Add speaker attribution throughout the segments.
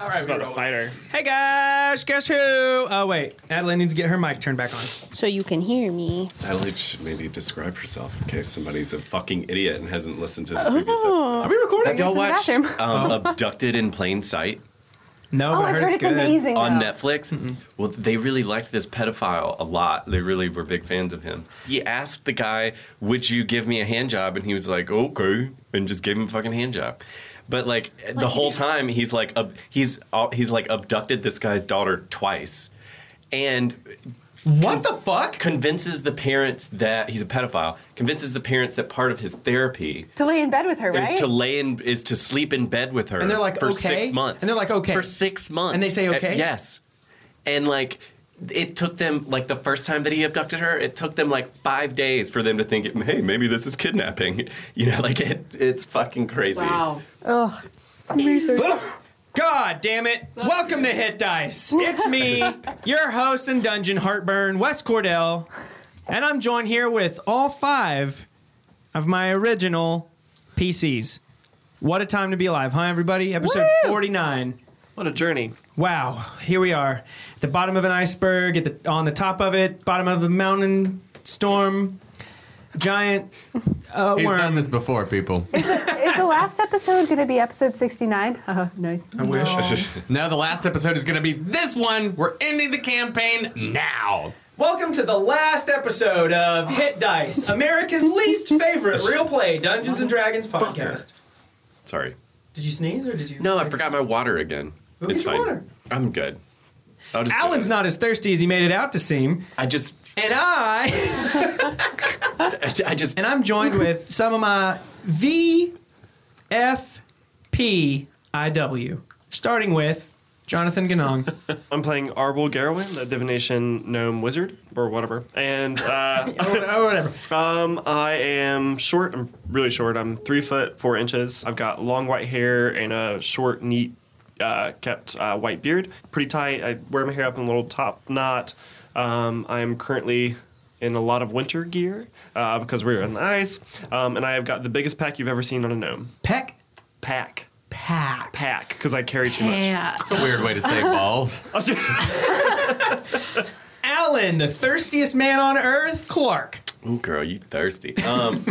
Speaker 1: right,
Speaker 2: about a
Speaker 1: roll it.
Speaker 2: fighter.
Speaker 3: Hey guys, guess who? Oh wait, Adeline needs to get her mic turned back on.
Speaker 4: So you can hear me.
Speaker 5: Adelaide should maybe describe herself in case somebody's a fucking idiot and hasn't listened to the previous episode.
Speaker 3: Are we recording?
Speaker 5: Have y'all
Speaker 4: in Oh. the
Speaker 5: watched
Speaker 4: bathroom.
Speaker 5: um, Abducted in Plain Sight
Speaker 3: No, but
Speaker 4: oh,
Speaker 3: I
Speaker 4: I've
Speaker 3: heard,
Speaker 4: heard
Speaker 3: it's
Speaker 4: it's
Speaker 3: good.
Speaker 4: amazing.
Speaker 5: on
Speaker 4: though.
Speaker 5: Netflix?
Speaker 3: Mm-hmm.
Speaker 5: Well, they really liked this pedophile a lot. They really were big fans of him. He asked the guy, "Would you give me a hand job?" and he was like, "Okay," and just gave him a fucking hand job. But like
Speaker 4: he
Speaker 5: the whole
Speaker 4: didn't-
Speaker 5: time, he's like, ab- he's uh, he's like abducted this guy's daughter twice, and
Speaker 3: What the fuck?
Speaker 5: convinces the parents that he's a pedophile. Convinces the parents that part of his therapy
Speaker 4: To lay in bed with her, right?
Speaker 5: is to lay in is to sleep in bed with her.
Speaker 3: And they're like,
Speaker 5: for
Speaker 3: "Okay?"
Speaker 5: six months.
Speaker 3: And they're like, "Okay."
Speaker 5: for six months.
Speaker 3: And they say,
Speaker 5: Uh,
Speaker 3: "Okay?"
Speaker 5: yes, and like. It took them like the first time that he abducted her. It took them like five days for them to think, "Hey, maybe this is kidnapping." You know, like it, it's fucking crazy.
Speaker 6: Wow.
Speaker 4: Ugh. Research.
Speaker 3: God damn it! Welcome to Hit Dice. It's me, your host and dungeon heartburn, Wes Cordell, and I'm joined here with all five of my original PCs. What a time to be alive, huh, everybody? Episode
Speaker 4: Woo!
Speaker 3: 49.
Speaker 2: What a journey.
Speaker 3: Wow, here we are. The bottom of an iceberg, at the, on the top of it, bottom of the mountain, storm, giant uh,
Speaker 1: He's
Speaker 3: worm.
Speaker 1: done this before, people.
Speaker 4: Is the last episode going to be episode 69? Uh, nice.
Speaker 3: I wish.
Speaker 1: now the last episode is going to be this one. We're ending the campaign now.
Speaker 3: Welcome to the last episode of Hit Dice, America's least favorite real play Dungeons and Dragons podcast.
Speaker 5: Sorry.
Speaker 3: Did you sneeze or did you?
Speaker 5: No, I forgot my water again.
Speaker 3: Go
Speaker 5: it's
Speaker 3: get
Speaker 5: fine.
Speaker 3: your water.
Speaker 5: I'm good. I'll just go
Speaker 3: Alan's
Speaker 5: in.
Speaker 3: not as thirsty as he made it out to seem,
Speaker 5: I just.
Speaker 3: and I
Speaker 5: I just.
Speaker 3: and I'm joined with some of my VFPIW, starting with Jonathan Ganong.
Speaker 2: I'm playing Arbol Garowin, the divination gnome wizard or whatever, and uh,
Speaker 3: oh, oh, whatever.
Speaker 2: Um, I am short. I'm really short. I'm three foot four inches. I've got long white hair and a short, neat, uh, kept uh, white beard. Pretty tight. I wear my hair up in a little top knot. Um, I'm currently in a lot of winter gear uh, because we're on the ice. Um, and I have got the biggest pack you've ever seen on a gnome.
Speaker 3: Peck
Speaker 2: Pack.
Speaker 3: pack.
Speaker 2: Pack. Because I carry too much.
Speaker 6: Yeah.
Speaker 1: It's a weird way to say balls.
Speaker 3: Alan, the thirstiest man on earth, Clark.
Speaker 5: Ooh, girl, you thirsty. Um,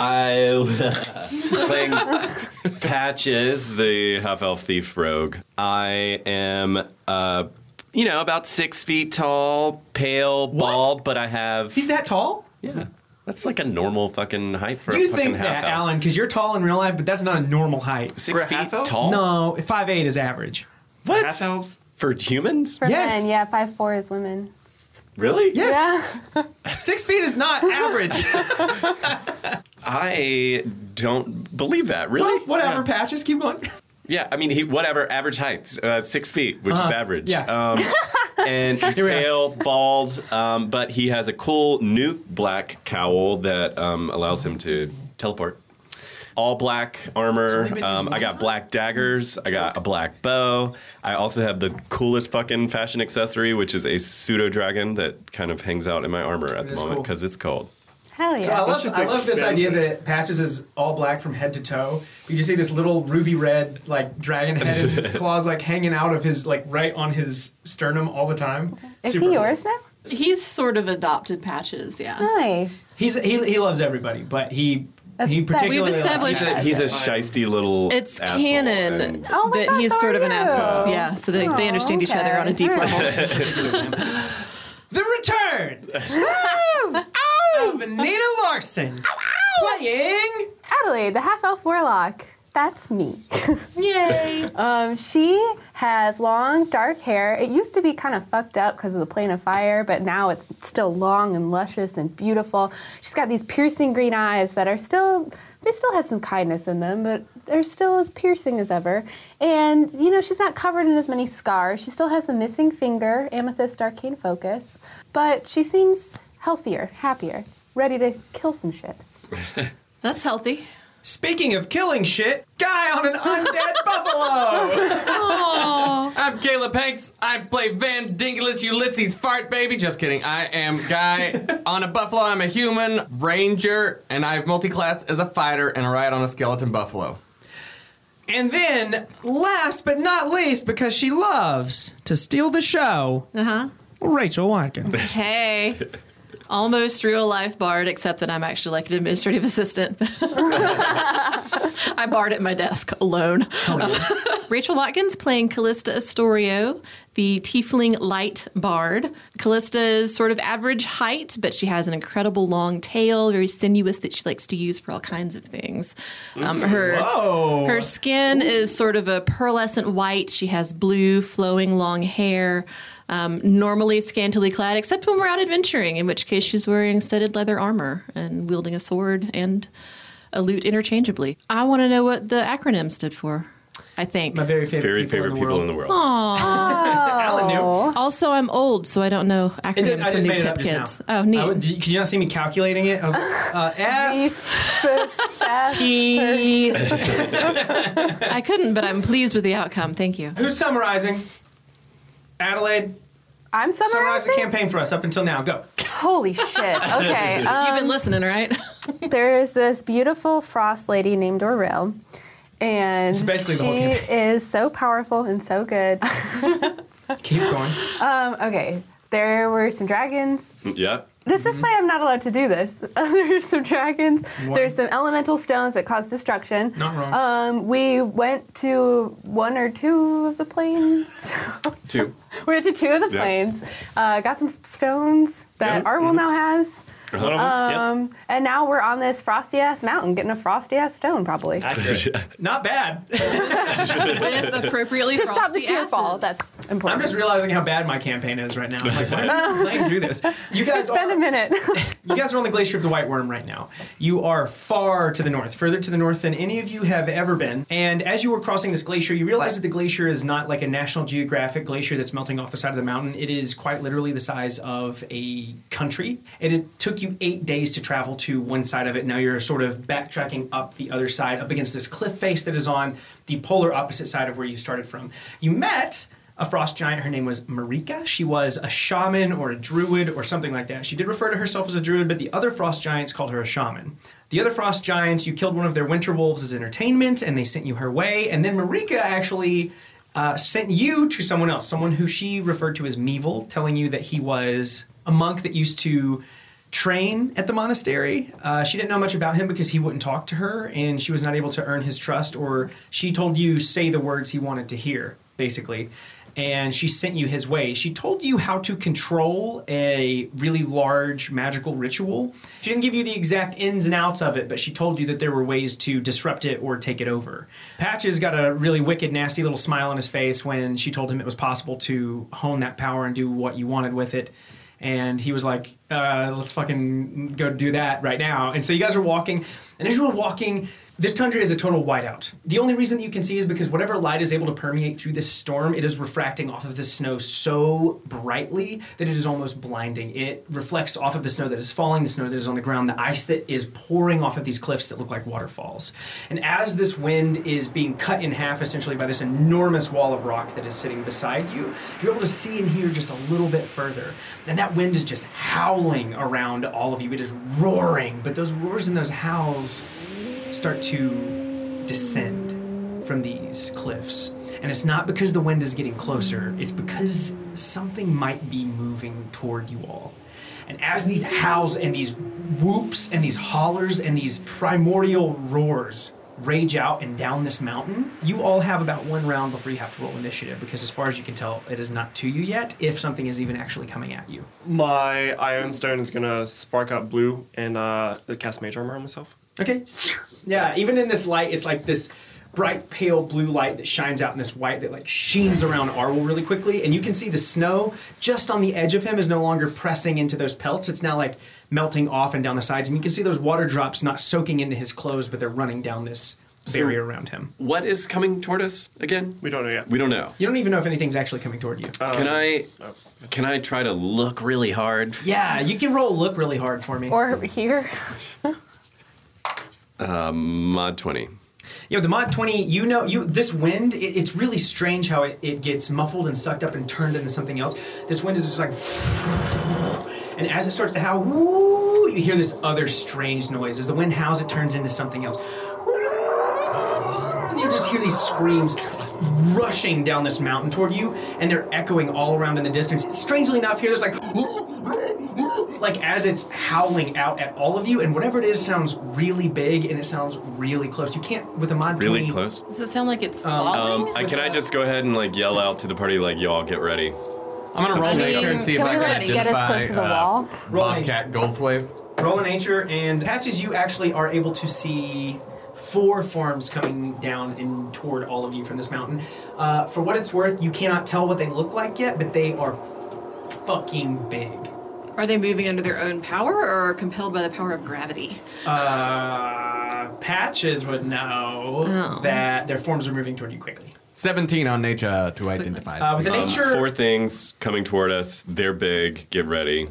Speaker 5: I playing Patches, the half elf thief rogue. I am, uh, you know, about six feet tall, pale, bald, but I have
Speaker 3: He's that tall?
Speaker 5: yeah. That's like a normal fucking height for a
Speaker 3: You
Speaker 5: fucking
Speaker 3: think that,
Speaker 5: half elf.
Speaker 3: Alan, because you're tall in real life, but that's not a normal height.
Speaker 5: Six
Speaker 2: For a
Speaker 5: feet
Speaker 2: half elf?
Speaker 5: tall?
Speaker 3: No, five eight is average.
Speaker 2: Half
Speaker 5: What?
Speaker 2: elves?
Speaker 5: For humans?
Speaker 4: For
Speaker 3: Yes.
Speaker 4: men, yeah, five four is women.
Speaker 5: Really?
Speaker 3: Yes,
Speaker 4: Yeah.
Speaker 3: six feet is not average.
Speaker 5: I don't believe that. Really?
Speaker 3: Whatever, patches. Keep going.
Speaker 5: Yeah, I mean, he whatever average heights, uh, six feet, which is
Speaker 3: Uh-huh,
Speaker 5: average.
Speaker 3: yeah.
Speaker 5: Um, and he's
Speaker 3: Here we are.
Speaker 5: pale, bald, um, but he has a cool new black cowl that um, allows him to teleport. All black armor. Um, I got black daggers. I got a black bow. I also have the coolest fucking fashion accessory, which is a pseudo dragon that kind of hangs out in my armor at the
Speaker 3: is
Speaker 5: moment
Speaker 3: cool.
Speaker 5: because it's cold.
Speaker 4: Hell
Speaker 3: So I
Speaker 4: yeah.
Speaker 3: love,
Speaker 2: just
Speaker 3: I love this
Speaker 2: expensive.
Speaker 3: idea that Patches is all black from head to toe. You just see this little ruby red, like dragon headed claws, like hanging out of his, like right on his sternum all the time.
Speaker 4: Is
Speaker 3: Super
Speaker 4: he
Speaker 3: cool.
Speaker 4: yours now?
Speaker 6: He's sort of adopted patches, yeah.
Speaker 4: Nice.
Speaker 3: He's he, he loves everybody, but he he
Speaker 4: Especially-
Speaker 3: particularly
Speaker 6: We've
Speaker 3: loves
Speaker 6: established-
Speaker 5: He's a, he's a shisty little.
Speaker 6: It's
Speaker 5: asshole,
Speaker 6: canon
Speaker 5: and-
Speaker 4: Oh my
Speaker 6: that
Speaker 4: God,
Speaker 6: he's
Speaker 4: how
Speaker 6: sort
Speaker 4: are
Speaker 6: of an
Speaker 4: you?
Speaker 6: asshole. Yeah, so they,
Speaker 4: Aw,
Speaker 6: they understand each other
Speaker 4: okay.
Speaker 6: on a deep
Speaker 4: All right.
Speaker 6: level.
Speaker 3: the return of Nina Larson playing.
Speaker 4: Adelaide, the half elf warlock. That's me.
Speaker 6: Yay!
Speaker 4: Um, she has long, dark hair. It used to be kind of fucked up because of the plane of fire, but now it's still long and luscious and beautiful. She's got these piercing green eyes that are still, they still have some kindness in them, but they're still as piercing as ever. And, you know, she's not covered in as many scars. She still has the missing finger, amethyst arcane focus, but she seems healthier, happier, ready to kill some shit.
Speaker 6: That's healthy.
Speaker 3: Speaking of killing shit, guy on an undead buffalo.
Speaker 1: I'm Caleb Hanks. I play Van Dingulis Ulysses Fart Baby. Just kidding. I am Guy on a buffalo. I'm a human ranger, and I've multi-classed as a fighter, and I ride on a skeleton buffalo.
Speaker 3: And then, last but not least, because she loves to steal the show,
Speaker 6: Uh huh.
Speaker 3: Rachel Watkins.
Speaker 6: Hey. Almost real life bard, except that I'm actually like an administrative assistant. I barred at my desk alone. Rachel Watkins playing Callista Astorio, the tiefling light bard. Callista is sort of average height, but she has an incredible long tail, very sinuous that she likes to use for all kinds of things. Um, her
Speaker 3: Oh,
Speaker 6: her skin is sort of a pearlescent white. She has blue flowing long hair. Um, normally scantily clad, except when we're out adventuring, in which case she's wearing studded leather armor and wielding a sword and a lute interchangeably. I want to know what the acronym stood for. I think.
Speaker 3: My very favorite,
Speaker 5: Very
Speaker 3: people,
Speaker 5: favorite
Speaker 3: in the
Speaker 5: people
Speaker 3: world.
Speaker 5: in the world.
Speaker 3: Alan knew.
Speaker 6: Also, I'm old, so I don't know
Speaker 3: It
Speaker 6: acronyms
Speaker 3: did, I
Speaker 6: for
Speaker 3: just made
Speaker 6: these
Speaker 3: it up
Speaker 6: hip
Speaker 3: just
Speaker 6: kids.
Speaker 3: now.
Speaker 6: Oh, neat.
Speaker 3: I would- did you- could you not see me calculating it? I was like, uh, F. E.
Speaker 6: I couldn't, but I'm pleased with the outcome. Thank you.
Speaker 3: Who's summarizing? Adelaide,
Speaker 4: I'm
Speaker 3: summarize the
Speaker 4: summarizing.
Speaker 3: campaign for us up until now. Go.
Speaker 4: Holy shit. Okay. Um,
Speaker 6: You've been listening, right?
Speaker 4: there is this beautiful frost lady named Oril, and
Speaker 3: basically the whole
Speaker 4: she is so powerful and so good.
Speaker 3: Keep going.
Speaker 4: Um, okay, there were some dragons.
Speaker 5: Yeah.
Speaker 4: This
Speaker 3: Mm-hmm.
Speaker 4: is why I'm not allowed to do this. There's some dragons.
Speaker 3: One.
Speaker 4: There's some elemental stones that cause destruction.
Speaker 3: Not wrong.
Speaker 4: Um, we went to one or two of the planes.
Speaker 5: Two.
Speaker 4: we went to two of the
Speaker 5: Yeah.
Speaker 4: planes. Uh, got some stones that
Speaker 5: Yeah.
Speaker 3: Mm-hmm.
Speaker 4: Arwell now has.
Speaker 2: One of them.
Speaker 4: Um, and now we're on this frosty ass mountain getting a frosty ass stone, probably.
Speaker 2: yep. Accurate.
Speaker 3: Not bad.
Speaker 6: With appropriately
Speaker 4: to stop the
Speaker 6: frosty
Speaker 4: tear
Speaker 6: asses.
Speaker 4: fall. That's important.
Speaker 3: I'm just realizing how bad my campaign is right now. I'm like, why am I playing through this? You guys,
Speaker 4: it's been a
Speaker 3: are,
Speaker 4: minute.
Speaker 3: you guys are on the glacier of the White Worm right now. You are far to the north, further to the north than any of you have ever been. And as you were crossing this glacier, you realize that the glacier is not like a National Geographic glacier that's melting off the side of the mountain. It is quite literally the size of a country. And it took you eight days to travel to one side of it. Now you're sort of backtracking up the other side, up against this cliff face that is on the polar opposite side of where you started from. You met a frost giant. Her name was Marika. She was a shaman or a druid or something like that. She did refer to herself as a druid, but the other frost giants called her a shaman. The other frost giants, you killed one of their winter wolves as entertainment, and they sent you her way. And then Marika actually uh, sent you to someone else, someone who she referred to as Meevil, telling you that he was a monk that used to train at the monastery. Uh, she didn't know much about him because he wouldn't talk to her, and she was not able to earn his trust, or she told you, say the words he wanted to hear, basically. And she sent you his way. She told you how to control a really large magical ritual. She didn't give you the exact ins and outs of it, but she told you that there were ways to disrupt it or take it over. Patches got a really wicked, nasty little smile on his face when she told him it was possible to hone that power and do what you wanted with it and he was like, uh, "Let's fucking go do that right now." And so you guys are walking, and as you were walking, this tundra is a total whiteout. The only reason that you can see is because whatever light is able to permeate through this storm, it is refracting off of the snow so brightly that it is almost blinding. It reflects off of the snow that is falling, the snow that is on the ground, the ice that is pouring off of these cliffs that look like waterfalls. And as this wind is being cut in half essentially by this enormous wall of rock that is sitting beside you, you're able to see and hear just a little bit further. And that wind is just howling around all of you. It is roaring, but those roars and those howls start to descend from these cliffs. And it's not because the wind is getting closer, it's because something might be moving toward you all. And as these howls and these whoops and these hollers and these primordial roars rage out and down this mountain, you all have about one round before you have to roll initiative because, as far as you can tell, it is not to you yet if something is even actually coming at you.
Speaker 2: My iron stone is gonna spark up blue and uh, cast mage armor on myself.
Speaker 3: Okay. Yeah, even in this light, it's like this bright pale blue light that shines out in this white that like sheens around Arwel really quickly, and you can see the snow just on the edge of him is no longer pressing into those pelts. It's now like melting off and down the sides, and you can see those water drops not soaking into his clothes, but they're running down this barrier around him.
Speaker 5: What is coming toward us again?
Speaker 2: We don't know yet. Um,
Speaker 5: We don't know.
Speaker 3: You don't even know if anything's actually coming toward you.
Speaker 5: Can I? Can I try to look really hard?
Speaker 3: yeah, you can roll look really hard for me.
Speaker 4: or here.
Speaker 5: Mod twenty.
Speaker 3: You know, the mod 20, you know, you this wind, it, it's really strange how it, it gets muffled and sucked up and turned into something else. This wind is just like, and as it starts to howl, woo, you hear this other strange noise. As the wind howls, it turns into something else. And you're just just hear these screams rushing down this mountain toward you, and they're echoing all around in the distance. Strangely enough, here there's like like as it's howling out at all of you, and whatever it is sounds really big and it sounds really close. You can't with a mod
Speaker 5: Really
Speaker 3: 20
Speaker 5: close.
Speaker 6: Does it sound like it's falling?
Speaker 5: Um, I, can I just go ahead and like yell out to the party like y'all get ready?
Speaker 1: I'm gonna roll
Speaker 6: I mean,
Speaker 1: nature and see if
Speaker 4: can
Speaker 1: I
Speaker 4: we,
Speaker 1: can
Speaker 4: like, get us
Speaker 1: identify
Speaker 4: close to the
Speaker 1: uh,
Speaker 4: wall?
Speaker 3: Roll
Speaker 1: Bobcat Goldthwait.
Speaker 3: Roll in nature, and patches. You actually are able to see four forms coming down and toward all of you from this mountain. Uh, for what it's worth, you cannot tell what they look like yet, but they are fucking big.
Speaker 6: Are they moving under their own power or are compelled by the power of gravity?
Speaker 3: Uh, patches would know
Speaker 6: Oh.
Speaker 3: that their forms are moving toward you quickly.
Speaker 1: 17 on nature to identify.
Speaker 3: Uh, with the
Speaker 5: Um,
Speaker 3: nature,
Speaker 5: Four things coming toward us. They're big. Get ready.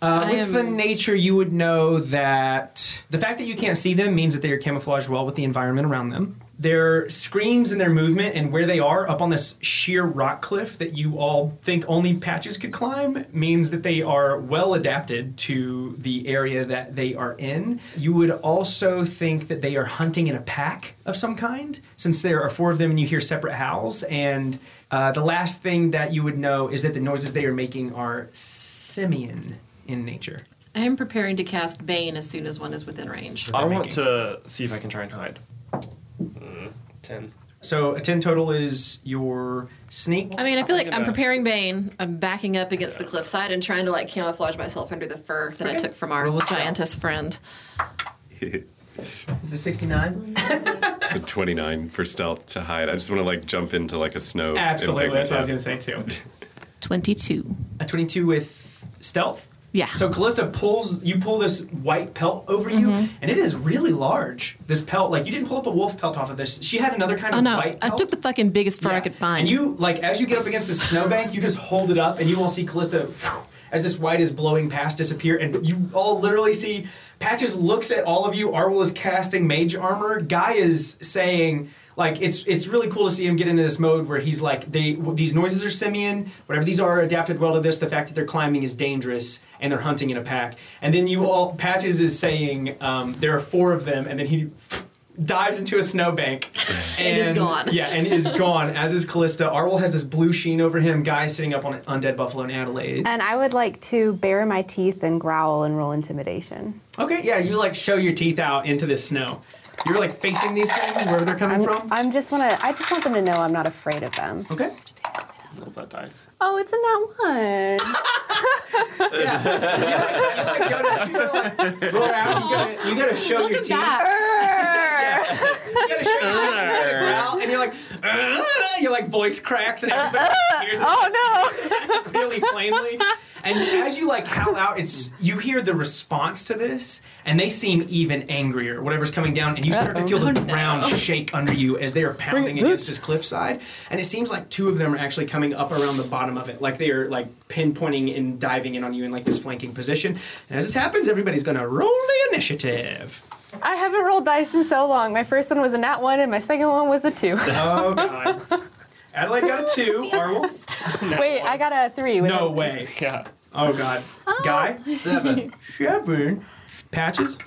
Speaker 3: uh,
Speaker 6: I
Speaker 3: with the
Speaker 6: am-
Speaker 3: nature, you would know that the fact that you can't see them means that they are camouflaged well with the environment around them. Their screams and their movement and where they are up on this sheer rock cliff that you all think only patches could climb means that they are well adapted to the area that they are in. You would also think that they are hunting in a pack of some kind, since there are four of them and you hear separate howls. And uh, the last thing that you would know is that the noises they are making are simian in nature.
Speaker 6: I am preparing to cast Bane as soon as one is within range.
Speaker 2: I
Speaker 3: they're
Speaker 2: want
Speaker 3: making.
Speaker 2: to see if I can try and hide. Mm, Ten.
Speaker 3: So a 10 total is your sneak.
Speaker 6: I mean, I feel like I'm
Speaker 2: about-
Speaker 6: preparing Bane. I'm backing up against the cliffside and trying to like camouflage myself under the fur that I
Speaker 3: Okay.
Speaker 6: took from our
Speaker 3: Roll a stealth.
Speaker 6: giantess friend.
Speaker 3: Is it
Speaker 6: Mm-hmm.
Speaker 3: 69?
Speaker 5: It's a 29 for stealth to hide. I just want to like jump into like a snow.
Speaker 3: Absolutely.
Speaker 5: and pick
Speaker 3: That's what I was going
Speaker 5: myself.
Speaker 3: to say too.
Speaker 6: 22.
Speaker 3: A 22 with stealth.
Speaker 6: Yeah.
Speaker 3: So Callista pulls, you pull this white pelt over you,
Speaker 6: Mm-hmm.
Speaker 3: and it is really large. This pelt, like you didn't pull up a wolf pelt off of this. She had another kind
Speaker 6: Oh
Speaker 3: of
Speaker 6: no,
Speaker 3: white
Speaker 6: I
Speaker 3: pelt.
Speaker 6: took the fucking biggest fur I
Speaker 3: Yeah.
Speaker 6: could find.
Speaker 3: And you, like, as you get up against the snowbank, you just hold it up, and you all see Callista, as this white is blowing past, disappear, and you all literally see Patches looks at all of you. Arwell is casting mage armor. Guy is saying. Like it's it's really cool to see him get into this mode where he's like they w- these noises are simian whatever these are adapted well to this the fact that they're climbing is dangerous and they're hunting in a pack and then you all patches is saying um, there are four of them and then he dives into a snowbank and
Speaker 6: And is gone.
Speaker 3: yeah and is gone, as is Callista. Arwel has this blue sheen over him. Guy sitting up on Undead Buffalo in Adelaide.
Speaker 4: And I would like to bare my teeth and growl and roll intimidation.
Speaker 3: Okay, yeah, you like show your teeth out into this snow. You're like facing these things wherever they're coming
Speaker 4: I'm,
Speaker 3: from.
Speaker 4: I'm just wanna. I just want them to know I'm not afraid of them.
Speaker 3: okay.
Speaker 2: Roll that dice.
Speaker 4: Oh, it's in that one.
Speaker 3: You like go to, you gotta, like, roll out. You gotta, you gotta show
Speaker 6: Look
Speaker 3: your
Speaker 6: at
Speaker 3: teeth.
Speaker 6: that.
Speaker 3: You gotta show your teeth. You gotta growl, and you're like, "Ugh," your like voice cracks and everybody
Speaker 6: Uh,
Speaker 3: hears it.
Speaker 4: oh no!
Speaker 3: really plainly. And as you like howl out, it's you hear the response to this, and they seem even angrier. Whatever's coming down, and you start to feel the
Speaker 6: Oh, no.
Speaker 3: ground shake under you as they are pounding against this cliffside. And it seems like two of them are actually coming up around the bottom of it, like they are like pinpointing and diving in on you in like this flanking position. And as this happens, everybody's gonna roll the initiative.
Speaker 4: I haven't rolled dice in so long. My first one was a nat one, and my second one was a two.
Speaker 3: Oh god. Adelaide got a two. Arwell?
Speaker 4: Wait, I got a three. with
Speaker 3: No
Speaker 4: a-
Speaker 3: way.
Speaker 2: Yeah.
Speaker 3: Oh god. Guy? Seven. Seven. Patches?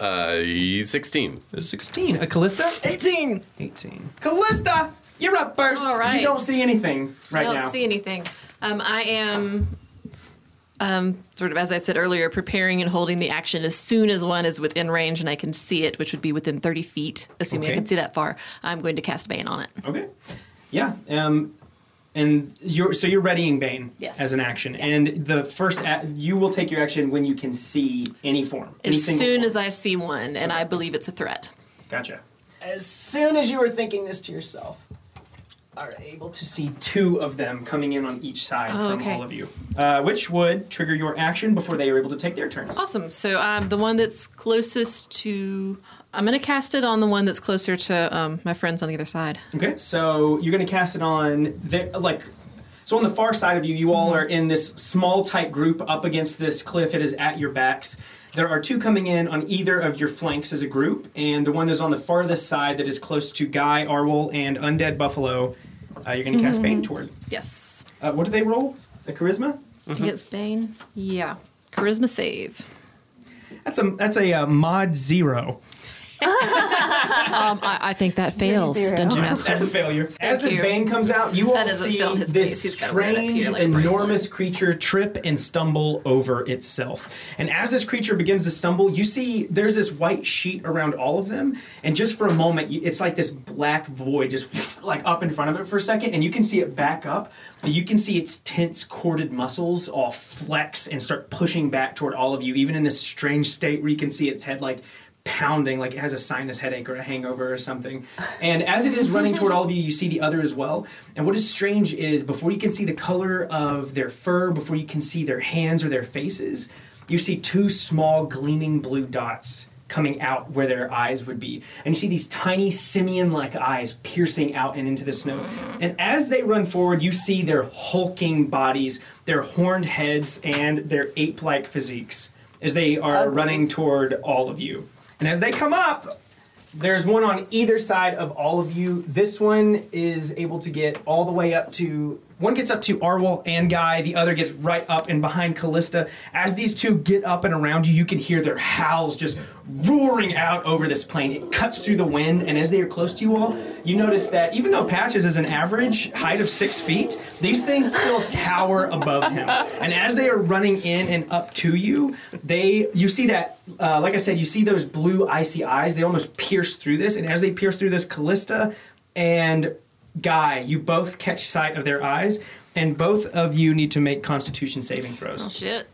Speaker 5: Uh, 16.
Speaker 3: 16. A Callista? 18. 18. Callista, you're up first.
Speaker 6: All right.
Speaker 3: You don't see anything right
Speaker 6: I don't
Speaker 3: now.
Speaker 6: see anything. Um, I am, um, sort of as I said earlier, preparing and holding the action as soon as one is within range and I can see it, which would be within 30 feet, assuming
Speaker 3: Okay.
Speaker 6: I can see that far. I'm going to cast Bane on it.
Speaker 3: Okay. Yeah. Um, and you're so you're readying Bane
Speaker 6: Yes.
Speaker 3: as an action, and the first a- you will take your action when you can see any form, any
Speaker 6: As
Speaker 3: single
Speaker 6: soon
Speaker 3: form.
Speaker 6: as I see one, and I believe it's a threat.
Speaker 3: Gotcha. As soon as you are thinking this to yourself, are able to see two of them coming in on each side
Speaker 6: Oh,
Speaker 3: from
Speaker 6: okay.
Speaker 3: all of you, uh, which would trigger your action before they are able to take their turns.
Speaker 6: Awesome. So um, the one that's closest to, I'm going to cast it on the one that's closer to um, my friends on the other side.
Speaker 3: Okay, so you're gonna cast it on the like. So on the far side of you, you all are in this small, tight group up against this cliff. It is at your backs. There are two coming in on either of your flanks as a group, and the one that's on the farthest side that is close to Guy, Arwol, and Undead Buffalo, uh, you're gonna cast Bane toward.
Speaker 6: Yes.
Speaker 3: Uh, what do they roll? The charisma?
Speaker 6: Against Bane? Yeah. Charisma save.
Speaker 3: That's a that's a uh, mod zero.
Speaker 6: Um, I, I think that fails,
Speaker 4: zero.
Speaker 6: Dungeon Master.
Speaker 3: Oh, That's a failure. As this
Speaker 6: you.
Speaker 3: bane comes out, you all
Speaker 6: is a
Speaker 3: see
Speaker 6: film, his
Speaker 3: this
Speaker 6: face. He's gotta wear it up here
Speaker 3: strange,
Speaker 6: like a bracelet.
Speaker 3: enormous creature trip and stumble over itself. And as this creature begins to stumble, you see there's this white sheet around all of them. And just for a moment, you- it's like this black void just like up in front of it for a second. And you can see it back up, but you can see its tense, corded muscles all flex and start pushing back toward all of you, even in this strange state where you can see its head like pounding like it has a sinus headache or a hangover or something. And as it is running toward all of you, you see the other as well. And what is strange is before you can see the color of their fur, before you can see their hands or their faces, you see two small gleaming blue dots coming out where their eyes would be. And you see these tiny simian like eyes piercing out and into the snow. And as they run forward, you see their hulking bodies, their horned heads, and their ape like physiques as they are running toward all of you. And as they come up, there's one on either side of all of you. This one is able to get all the way up to. One gets up to Arwol and Guy, the other gets right up and behind Callista. As these two get up and around you, you can hear their howls just roaring out over this plane. It cuts through the wind, and as they are close to you all, you notice that even though Patches is an average height of six feet, these things still tower above him. And as they are running in and up to you, they you see that, uh, like I said, you see those blue icy eyes. They almost pierce through this, and as they pierce through this, Callista and Guy, you both catch sight of their eyes, and both of you need to make Constitution saving throws.
Speaker 6: Shit.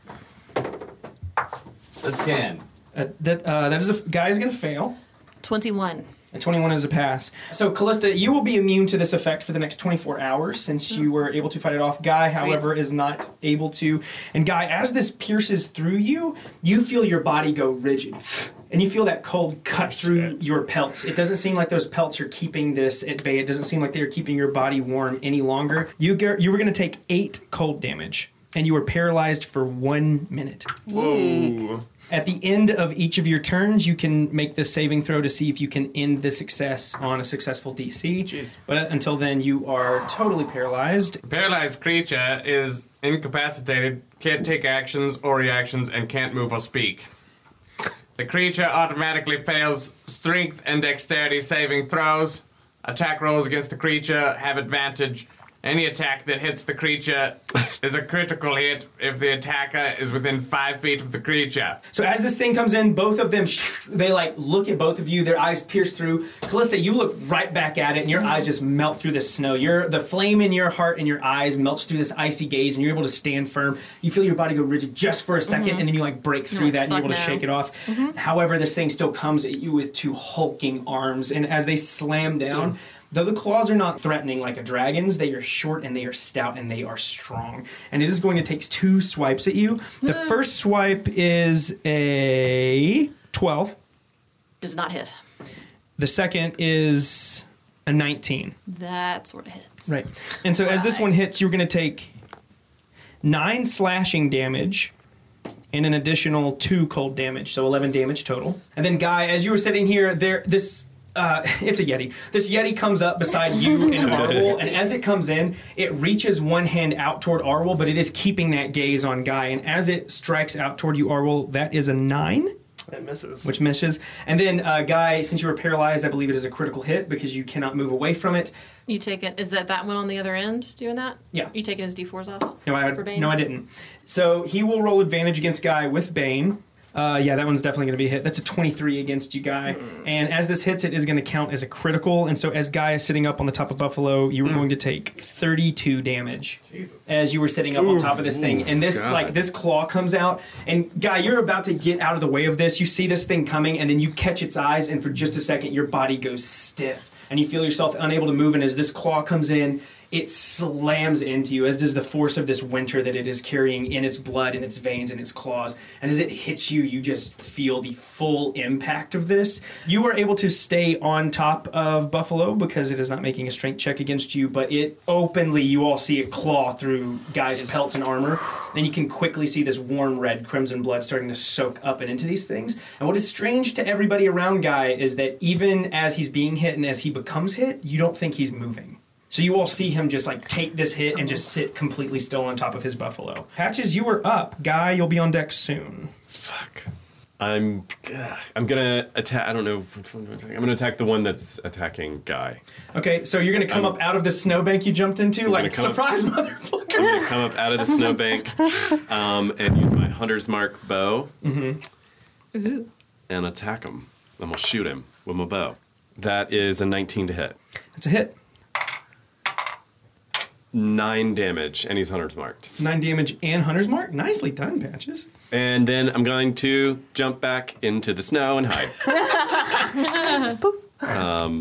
Speaker 7: A 10.
Speaker 3: Uh, that uh, that is a guy is going to fail.
Speaker 6: 21.
Speaker 3: A 21 is a pass. So, Callista, you will be immune to this effect for the next 24 hours since you were able to fight it off. Guy, however, is not able to. And, Guy, as this pierces through you, you feel your body go rigid. And you feel that cold cut through your pelts. It doesn't seem like those pelts are keeping this at bay. It doesn't seem like they are keeping your body warm any longer. You, ge- you were going to take eight cold damage, and you were paralyzed for one minute.
Speaker 2: Whoa.
Speaker 3: At the end of each of your turns, you can make this saving throw to see if you can end the success on a successful DC.
Speaker 2: Jeez.
Speaker 3: But until then, you are totally paralyzed.
Speaker 1: Paralyzed creature is incapacitated, can't take actions or reactions, and can't move or speak. The creature automatically fails strength and dexterity saving throws. Attack rolls against the creature have advantage. Any attack that hits the creature is a critical hit if the attacker is within five feet of the creature.
Speaker 3: So as this thing comes in, both of them, they like look at both of you. Their eyes pierce through. Callista, you look right back at it, and your eyes just melt through the snow. Your the flame in your heart and your eyes melts through this icy gaze, and you're able to stand firm. You feel your body go rigid just for a 2nd and then you like break through
Speaker 6: Mm-hmm. like,
Speaker 3: that, and you're
Speaker 6: "Fuck
Speaker 3: able to
Speaker 6: no."
Speaker 3: shake it off. However, this thing still comes at you with two hulking arms, and as they slam down. Though the claws are not threatening like a dragon's, they are short and they are stout and they are strong. And it is going to take two swipes at you. The first swipe is a 12.
Speaker 6: Does not hit.
Speaker 3: The second is a 19.
Speaker 6: That sort of hits.
Speaker 3: Right. And so as this one hits, you're going to take nine slashing damage and an additional two cold damage, so 11 damage total. And then, Guy, as you were sitting here, there, this. Uh, it's a yeti. This yeti comes up beside you and Arwol, and as it comes in, it reaches one hand out toward Arwol, but it is keeping that gaze on Guy. And as it strikes out toward you, Arwol, that is a nine
Speaker 2: That misses.
Speaker 3: which misses. And then, uh, Guy, since you were paralyzed, I believe it is a critical hit because you cannot move away from it.
Speaker 6: You take it. Is that that one on the other end doing that?
Speaker 3: Yeah.
Speaker 6: You taking his d4s off?
Speaker 3: No, I
Speaker 6: For Bane?
Speaker 3: no, I didn't. So he will roll advantage against Guy with Bane. Uh, yeah, that one's definitely going to be a hit. That's a 23 against you, Guy.
Speaker 6: Hmm.
Speaker 3: And as this hits, it is going to count as a critical. And so, as Guy is sitting up on the top of Buffalo, you
Speaker 6: Hmm.
Speaker 3: were going to take 32 damage as you were sitting up on top of this thing. And this,
Speaker 1: God.
Speaker 3: like, this claw comes out. And Guy, you're about to get out of the way of this. You see this thing coming, and then you catch its eyes. And for just a second, your body goes stiff, and you feel yourself unable to move. And as this claw comes in, it slams into you, as does the force of this winter that it is carrying in its blood, in its veins, in its claws. And as it hits you, you just feel the full impact of this. You are able to stay on top of Buffalo because it is not making a strength check against you, but it openly, you all see it claw through Guy's pelts and armor. And you can quickly see this warm red crimson blood starting to soak up and into these things. And what is strange to everybody around Guy is that even as he's being hit and as he becomes hit, you don't think he's moving. So you all see him just like take this hit and just sit completely still on top of his buffalo. Patches, you were up. Guy, you'll be on deck soon.
Speaker 5: Fuck. I'm I'm gonna attack. I don't know. I'm gonna attack the one that's attacking Guy.
Speaker 3: Okay, so you're gonna come
Speaker 5: I'm-
Speaker 3: up out of the snowbank you jumped into, like
Speaker 5: gonna come up-
Speaker 3: surprise, motherfucker.
Speaker 5: I'm gonna come up out of the snowbank um, and use my hunter's mark bow
Speaker 6: Ooh.
Speaker 5: and attack him. I'm gonna shoot him with my bow. That is a 19 to hit.
Speaker 3: It's a hit.
Speaker 5: Nine damage, and he's hunter's marked.
Speaker 3: Nine damage and hunter's mark. Nicely done, patches.
Speaker 5: And then I'm going to jump back into the snow and hide. um,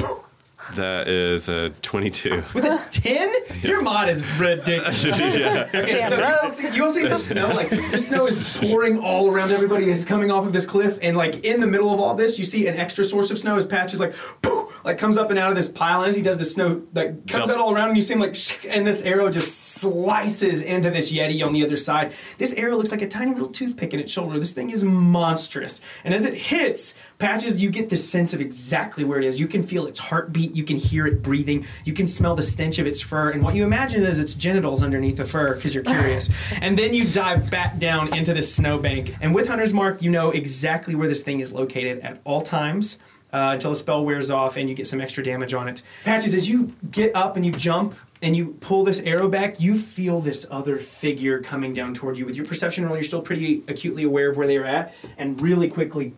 Speaker 5: that is a 22.
Speaker 3: With a ten, your mod is ridiculous.
Speaker 5: yeah.
Speaker 3: Okay, so you all see- you all see the snow, like the snow is pouring all around everybody and it's coming off of this cliff, and like in the middle of all this, you see an extra source of snow as patches like poof, like comes up and out of this pile, and as he does the snow like comes
Speaker 5: Double.
Speaker 3: out all around and you see him like shh, and this arrow just slices into this yeti on the other side. This arrow looks like a tiny little toothpick in its shoulder. This thing is monstrous. And as it hits, patches, you get this sense of exactly where it is. You can feel its heartbeat, you can hear it breathing, you can smell the stench of its fur, and what you imagine is its genitals underneath the fur because you're curious. and then you dive back down into this snowbank. And with Hunter's Mark, you know exactly where this thing is located at all times uh, until the spell wears off and you get some extra damage on it. Patches, as you get up and you jump and you pull this arrow back, you feel this other figure coming down toward you. With your perception roll, you're still pretty acutely aware of where they're at, and really quickly,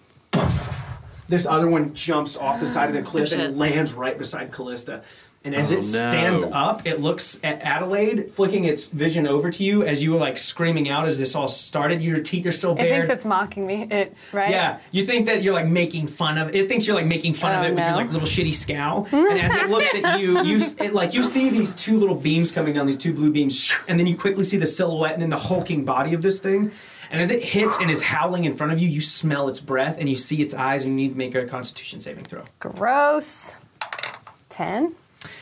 Speaker 3: this other one jumps off the side of the cliff
Speaker 6: Shit.
Speaker 3: and lands right beside Callista. And as
Speaker 5: Oh,
Speaker 3: it stands
Speaker 5: no.
Speaker 3: up, it looks at Adelaide, flicking its vision over to you as you were like screaming out as this all started. Your teeth are still
Speaker 4: It
Speaker 3: bared.
Speaker 4: thinks it's mocking me. It right?
Speaker 3: Yeah, you think that you're like making fun of it. Thinks you're like making fun of
Speaker 4: Oh,
Speaker 3: it with your
Speaker 4: no.
Speaker 3: like little shitty scowl. And as it looks at you, you s- it, like you see these two little beams coming down, these two blue beams, and then you quickly see the silhouette and then the hulking body of this thing. And as it hits and is howling in front of you, you smell its breath and you see its eyes, and you need to make a Constitution saving throw.
Speaker 4: Gross. Ten.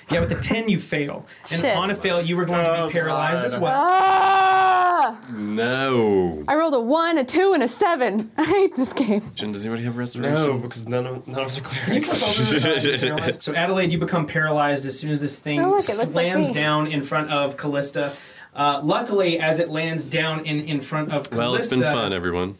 Speaker 3: Yeah, with a ten, you fail, and
Speaker 4: Shit.
Speaker 3: on a fail, you were going to
Speaker 2: Oh,
Speaker 3: be paralyzed as
Speaker 2: God.
Speaker 3: well.
Speaker 4: Ah!
Speaker 5: No.
Speaker 4: I rolled a one, a two, and a seven. I hate this game.
Speaker 5: Jen, does anybody have
Speaker 2: No,
Speaker 5: restoration?
Speaker 2: because none of none of us are
Speaker 3: You
Speaker 2: clerics.
Speaker 3: become paralyzed. so Adelaide, you become paralyzed as soon as this thing
Speaker 4: Oh, look, it looks like
Speaker 3: slams
Speaker 4: me.
Speaker 3: down in front of Callista. Uh, luckily, as it lands down in, in front of Callista,
Speaker 5: Well, it's been fun, everyone.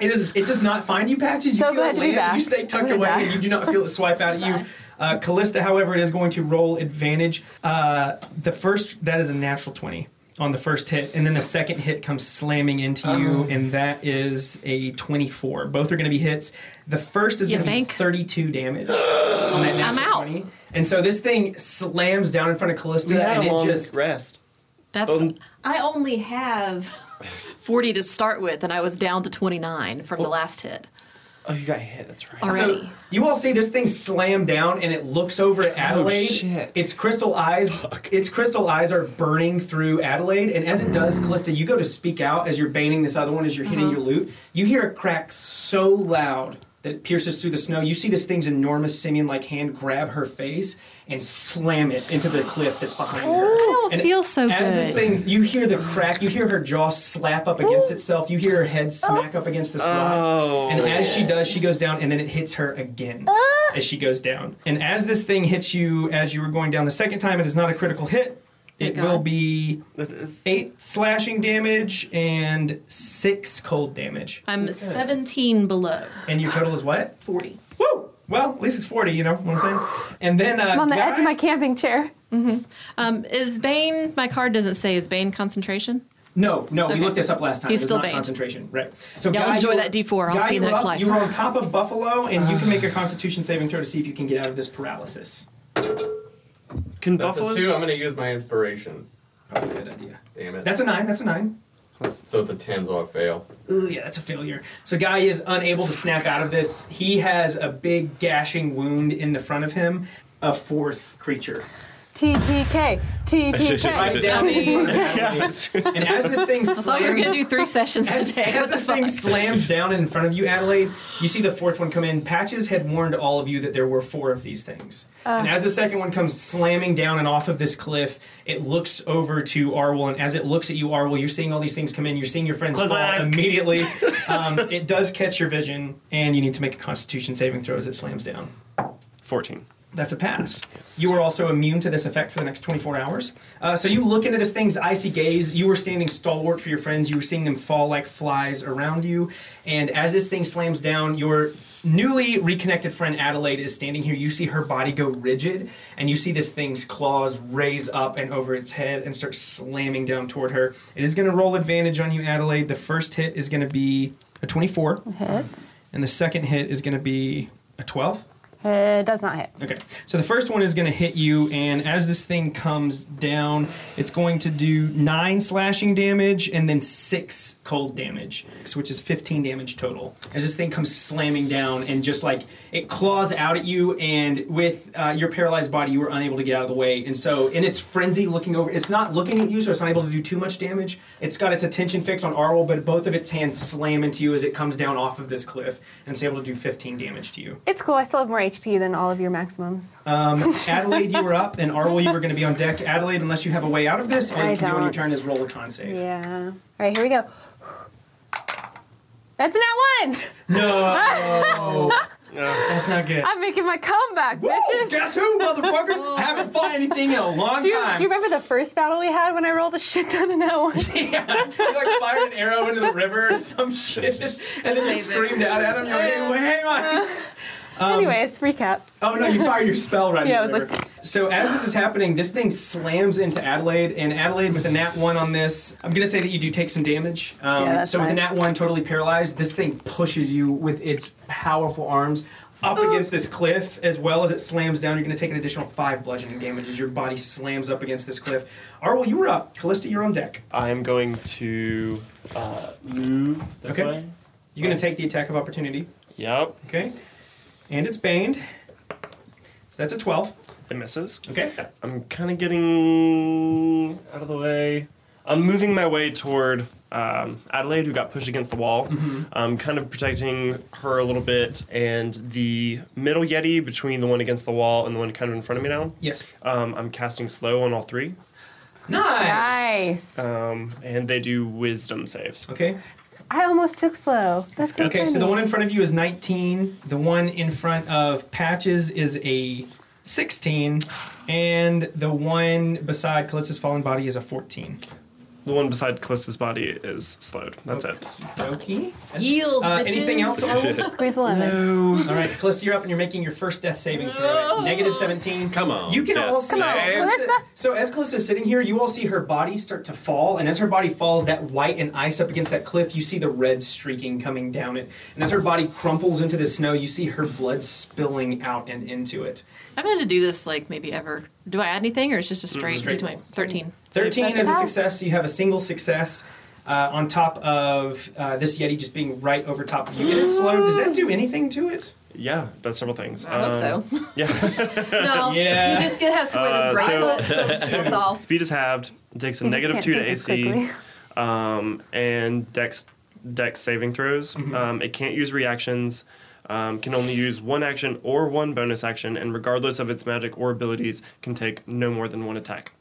Speaker 3: It is. It does not find you, patches. You
Speaker 4: So
Speaker 3: feel
Speaker 4: glad
Speaker 3: it
Speaker 4: to be
Speaker 3: land,
Speaker 4: back.
Speaker 3: You stay tucked
Speaker 4: I'm
Speaker 3: away,
Speaker 4: gonna die.
Speaker 3: and you do not feel it swipe out at you. Uh, Callista, however, it is going to roll advantage. Uh, the first that is a natural twenty on the first hit, and then the second hit comes slamming into you, and that is a twenty-four. Both are going to be hits. The first is
Speaker 6: You
Speaker 3: going to be
Speaker 6: think?
Speaker 3: thirty-two damage on that natural
Speaker 6: out.
Speaker 3: twenty. And so this thing slams down in front of Callista, and it just
Speaker 2: rest.
Speaker 6: That's
Speaker 2: Um,
Speaker 6: I only have 40 to start with, and I was down to 29 from the last hit
Speaker 2: Oh, you got hit. That's right.
Speaker 6: already.
Speaker 3: So you all see this thing slam down, and it looks over at Adelaide.
Speaker 2: shit.
Speaker 3: Its crystal eyes, its crystal eyes are burning through Adelaide, and as it does, Callista, you go to speak out as you're baning this other one as you're hitting
Speaker 6: Uh-huh.
Speaker 3: your loot. You hear a crack so loud that it pierces through the snow. You see this thing's enormous simian-like hand grab her face and slam it into the cliff that's behind her.
Speaker 6: I don't
Speaker 3: And
Speaker 6: feel so
Speaker 3: As this
Speaker 6: good.
Speaker 3: thing, you hear the crack, you hear her jaw slap up against itself, you hear her head smack up against this
Speaker 2: Oh.
Speaker 3: rock. And as she does, she goes down, and then it hits her again
Speaker 4: Ah.
Speaker 3: as she goes down. And as this thing hits you, as you were going down the second time, it is not a critical hit. It
Speaker 6: Thank
Speaker 3: will
Speaker 6: God.
Speaker 3: be
Speaker 2: That is-
Speaker 3: eight slashing damage and six cold damage.
Speaker 6: I'm 17 below
Speaker 3: And your total is what?
Speaker 6: 40.
Speaker 3: Woo! Well, at least it's 40, you know what I'm saying? And then. Uh,
Speaker 4: I'm on the edge of my
Speaker 3: guy-
Speaker 4: camping chair.
Speaker 6: Um, is Bane, my card doesn't say, is Bane concentration?
Speaker 3: No, no, we
Speaker 6: Okay.
Speaker 3: looked this up last time.
Speaker 6: He's
Speaker 3: It's
Speaker 6: still
Speaker 3: not
Speaker 6: banned.
Speaker 3: concentration, right? So
Speaker 6: Yeah, I'll
Speaker 3: Guy,
Speaker 6: enjoy
Speaker 3: you
Speaker 6: that D4. I'll
Speaker 3: Guy,
Speaker 6: see you in the
Speaker 3: were
Speaker 6: next
Speaker 3: up-
Speaker 6: life. Ah.
Speaker 3: You were on top of Buffalo, and you can make a Constitution saving throw to see if you can get out of this paralysis.
Speaker 2: Can
Speaker 1: That's
Speaker 2: Buffalo?
Speaker 1: a two. I'm gonna use my inspiration.
Speaker 3: Probably a good idea.
Speaker 1: Damn it.
Speaker 3: That's a nine. That's a nine.
Speaker 1: so it's a ten, so I fail.
Speaker 3: Ooh, yeah, that's a failure. So Guy is unable to snap out of this. He has a big gashing wound in the front of him. A fourth creature.
Speaker 4: TPK.
Speaker 3: Right
Speaker 4: TPK.
Speaker 3: down in front of
Speaker 2: Yeah.
Speaker 3: Adelaide. And as this thing
Speaker 6: I thought we
Speaker 3: slams
Speaker 6: were going to do three sessions
Speaker 3: As,
Speaker 6: today.
Speaker 3: as
Speaker 6: What the
Speaker 3: this thing
Speaker 6: fuck?
Speaker 3: slams down in front of you, Adelaide, you see the fourth one come in. Patches had warned all of you that there were four of these things.
Speaker 6: Uh.
Speaker 3: and as the second one comes slamming down and off of this cliff, it looks over to Arwel. And as it looks at you, Arwel, you're seeing all these things come in. You're seeing your friends
Speaker 2: Close
Speaker 3: fall
Speaker 2: my eyes.
Speaker 3: immediately. um, it does catch your vision, and you need to make a constitution saving throw as it slams down.
Speaker 2: Fourteen.
Speaker 3: That's a pass. You are also immune to this effect for the next 24 hours. Uh, so you look into this thing's icy gaze. You were standing stalwart for your friends. You were seeing them fall like flies around you. And as this thing slams down, your newly reconnected friend Adelaide is standing here. You see her body go rigid, and you see this thing's claws raise up and over its head and start slamming down toward her. It is going to roll advantage on you, Adelaide. The first hit is going to be a 24,
Speaker 4: Hits.
Speaker 3: and the second hit is going to be a 12.
Speaker 4: It does not hit.
Speaker 3: Okay, so the first one is going to hit you, and as this thing comes down, it's going to do nine slashing damage and then six cold damage, which is 15 damage total. As this thing comes slamming down, and just like it claws out at you, and with uh, your paralyzed body, you were unable to get out of the way. And so, in its frenzy, looking over, it's not looking at you, so it's not able to do too much damage. It's got its attention fixed on Arwol, but both of its hands slam into you as it comes down off of this cliff, and it's able to do 15 damage to you.
Speaker 4: It's cool. I still have more HP than all of your maximums.
Speaker 3: Um, Adelaide, you were up, and Arwell, you were going to be on deck. Adelaide, unless you have a way out of this, all
Speaker 4: I
Speaker 3: you can do on your
Speaker 4: don't.
Speaker 3: turn is roll a con save.
Speaker 4: Yeah. All right, here we go. That's not one.
Speaker 3: No,
Speaker 2: Uh,
Speaker 3: that's not good.
Speaker 4: I'm making my comeback,
Speaker 3: Woo!
Speaker 4: bitches.
Speaker 3: Guess who, motherfuckers? Haven't fought anything in a long
Speaker 4: Oh. do you,
Speaker 3: time.
Speaker 4: do you remember the first battle we had when I rolled a shit ton in that one?
Speaker 3: yeah, you like fired an arrow into the river or some shit, and then you screamed out at him. You're like, "Hey, wait, hang on.
Speaker 4: Anyways, recap.
Speaker 3: Oh no, you fired your spell right.
Speaker 4: Yeah,
Speaker 3: into
Speaker 4: I
Speaker 3: the
Speaker 4: was
Speaker 3: river. So as this is happening, this thing slams into Adelaide, and Adelaide with a nat one on this. I'm gonna say that you do take some damage. Um,
Speaker 4: Yeah, that's
Speaker 3: so with a
Speaker 4: fine.
Speaker 3: nat one, totally paralyzed, this thing pushes you with its powerful arms up against this cliff, as well as it slams down. You're gonna take an additional five bludgeoning damage as your body slams up against this cliff. Arwell, you were up. Callista, you're on deck.
Speaker 2: I'm going to uh, move this
Speaker 3: Okay.
Speaker 2: way.
Speaker 3: You're gonna take the attack of opportunity.
Speaker 2: Yep,
Speaker 3: Okay, and it's baned. So that's a 12.
Speaker 2: it misses.
Speaker 3: Okay.
Speaker 2: I'm kind of getting out of the way. I'm moving my way toward um, Adelaide, who got pushed against the wall.
Speaker 3: Mm-hmm.
Speaker 2: I'm kind of protecting her a little bit, and the middle yeti between the one against the wall and the one kind of in front of me now.
Speaker 3: Yes.
Speaker 2: Um, I'm casting slow on all three,
Speaker 4: Nice.
Speaker 2: um, and they do wisdom saves.
Speaker 3: Okay.
Speaker 4: I almost took slow. That's so
Speaker 3: Okay, so
Speaker 4: funny.
Speaker 3: the one in front of you is 19. The one in front of Patches is a 16. And the one beside Callista's fallen body is a 14.
Speaker 2: The one beside Callista's body is slowed. That's it.
Speaker 3: Okay.
Speaker 6: Yield,
Speaker 3: Uh,
Speaker 6: bitches.
Speaker 3: anything else? Arwel?
Speaker 4: squeeze the lemon.
Speaker 3: All right, Callista, you're up and you're making your first death saving throw.
Speaker 6: No.
Speaker 3: Negative 17.
Speaker 5: Come on,
Speaker 3: You can
Speaker 5: death
Speaker 3: all see.
Speaker 4: Come on,
Speaker 3: as
Speaker 4: Calista.
Speaker 3: So as Callista's sitting here, you all see her body start to fall, and as her body falls, that white and ice up against that cliff, you see the red streaking coming down it. And as her body crumples into the snow, you see her blood spilling out and into it.
Speaker 6: I've had to do this like maybe ever. Do I add anything or it's just a straight,
Speaker 3: straight.
Speaker 6: D20? 13.
Speaker 3: Thirteen
Speaker 4: That's
Speaker 3: is a
Speaker 4: a pass.
Speaker 3: success. You have a single success. Uh, on top of uh, this Yeti just being right over top of you. It is slow. Does that do anything to it?
Speaker 2: Yeah, does several things. Um,
Speaker 6: I hope so.
Speaker 2: Yeah.
Speaker 8: No,
Speaker 3: Yeah.
Speaker 8: you just get how squid
Speaker 2: Uh,
Speaker 8: is bracelet. that's all.
Speaker 2: Speed is halved. It takes a
Speaker 4: You just
Speaker 2: negative
Speaker 4: can't
Speaker 2: two to
Speaker 4: think as
Speaker 2: AC.
Speaker 4: quickly.
Speaker 2: um, and dex dex saving throws.
Speaker 5: Mm-hmm.
Speaker 2: Um, it can't use reactions. Um, can only use one action or one bonus action, and regardless of its magic or abilities, can take no more than one attack.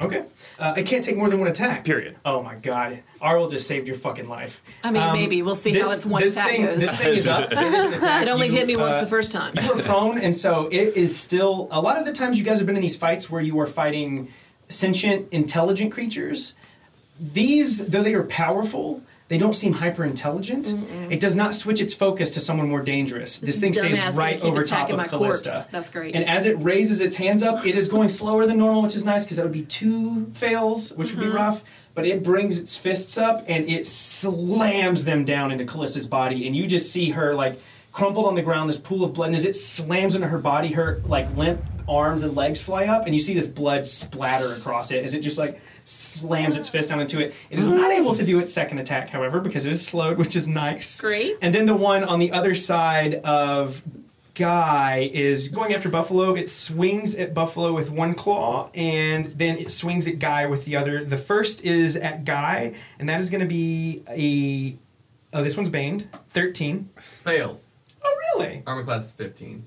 Speaker 3: Okay. Uh, it can't take more than one attack.
Speaker 2: Period.
Speaker 3: Oh my god. Arwell just saved your fucking life. Um,
Speaker 6: I mean, maybe. We'll see how its one
Speaker 3: this
Speaker 6: attack
Speaker 3: thing,
Speaker 6: goes.
Speaker 3: This thing is up. It, is an attack.
Speaker 6: It only
Speaker 3: You,
Speaker 6: hit me once
Speaker 3: uh,
Speaker 6: the first time.
Speaker 3: You were prone, and so it is still. A lot of the times you guys have been in these fights where you are fighting sentient, intelligent creatures. These, though they are powerful, they don't seem hyper intelligent. It does not switch its focus to someone more dangerous. This thing
Speaker 6: dumbass
Speaker 3: stays
Speaker 6: gonna
Speaker 3: right
Speaker 6: keep
Speaker 3: over top
Speaker 6: attacking
Speaker 3: of
Speaker 6: my corpse.
Speaker 3: Callista.
Speaker 6: That's great.
Speaker 3: And as it raises its hands up, it is going slower than normal, which is nice because that would be two fails, which would be rough. But it brings its fists up and it slams them down into Callista's body, and you just see her like crumpled on the ground, this pool of blood. And as it slams into her body, her like limp arms and legs fly up, and you see this blood splatter across it as it just like slams its fist down into it. It is not able to do its second attack, however, because it is slowed, which is nice.
Speaker 6: Great.
Speaker 3: And then the one on the other side of Guy is going after Buffalo. It swings at Buffalo with one claw, and then it swings at Guy with the other. The first is at Guy, and that is going to be a. Oh, this one's baned. 13.
Speaker 1: Fails.
Speaker 3: Oh, really?
Speaker 1: Armor class is 15.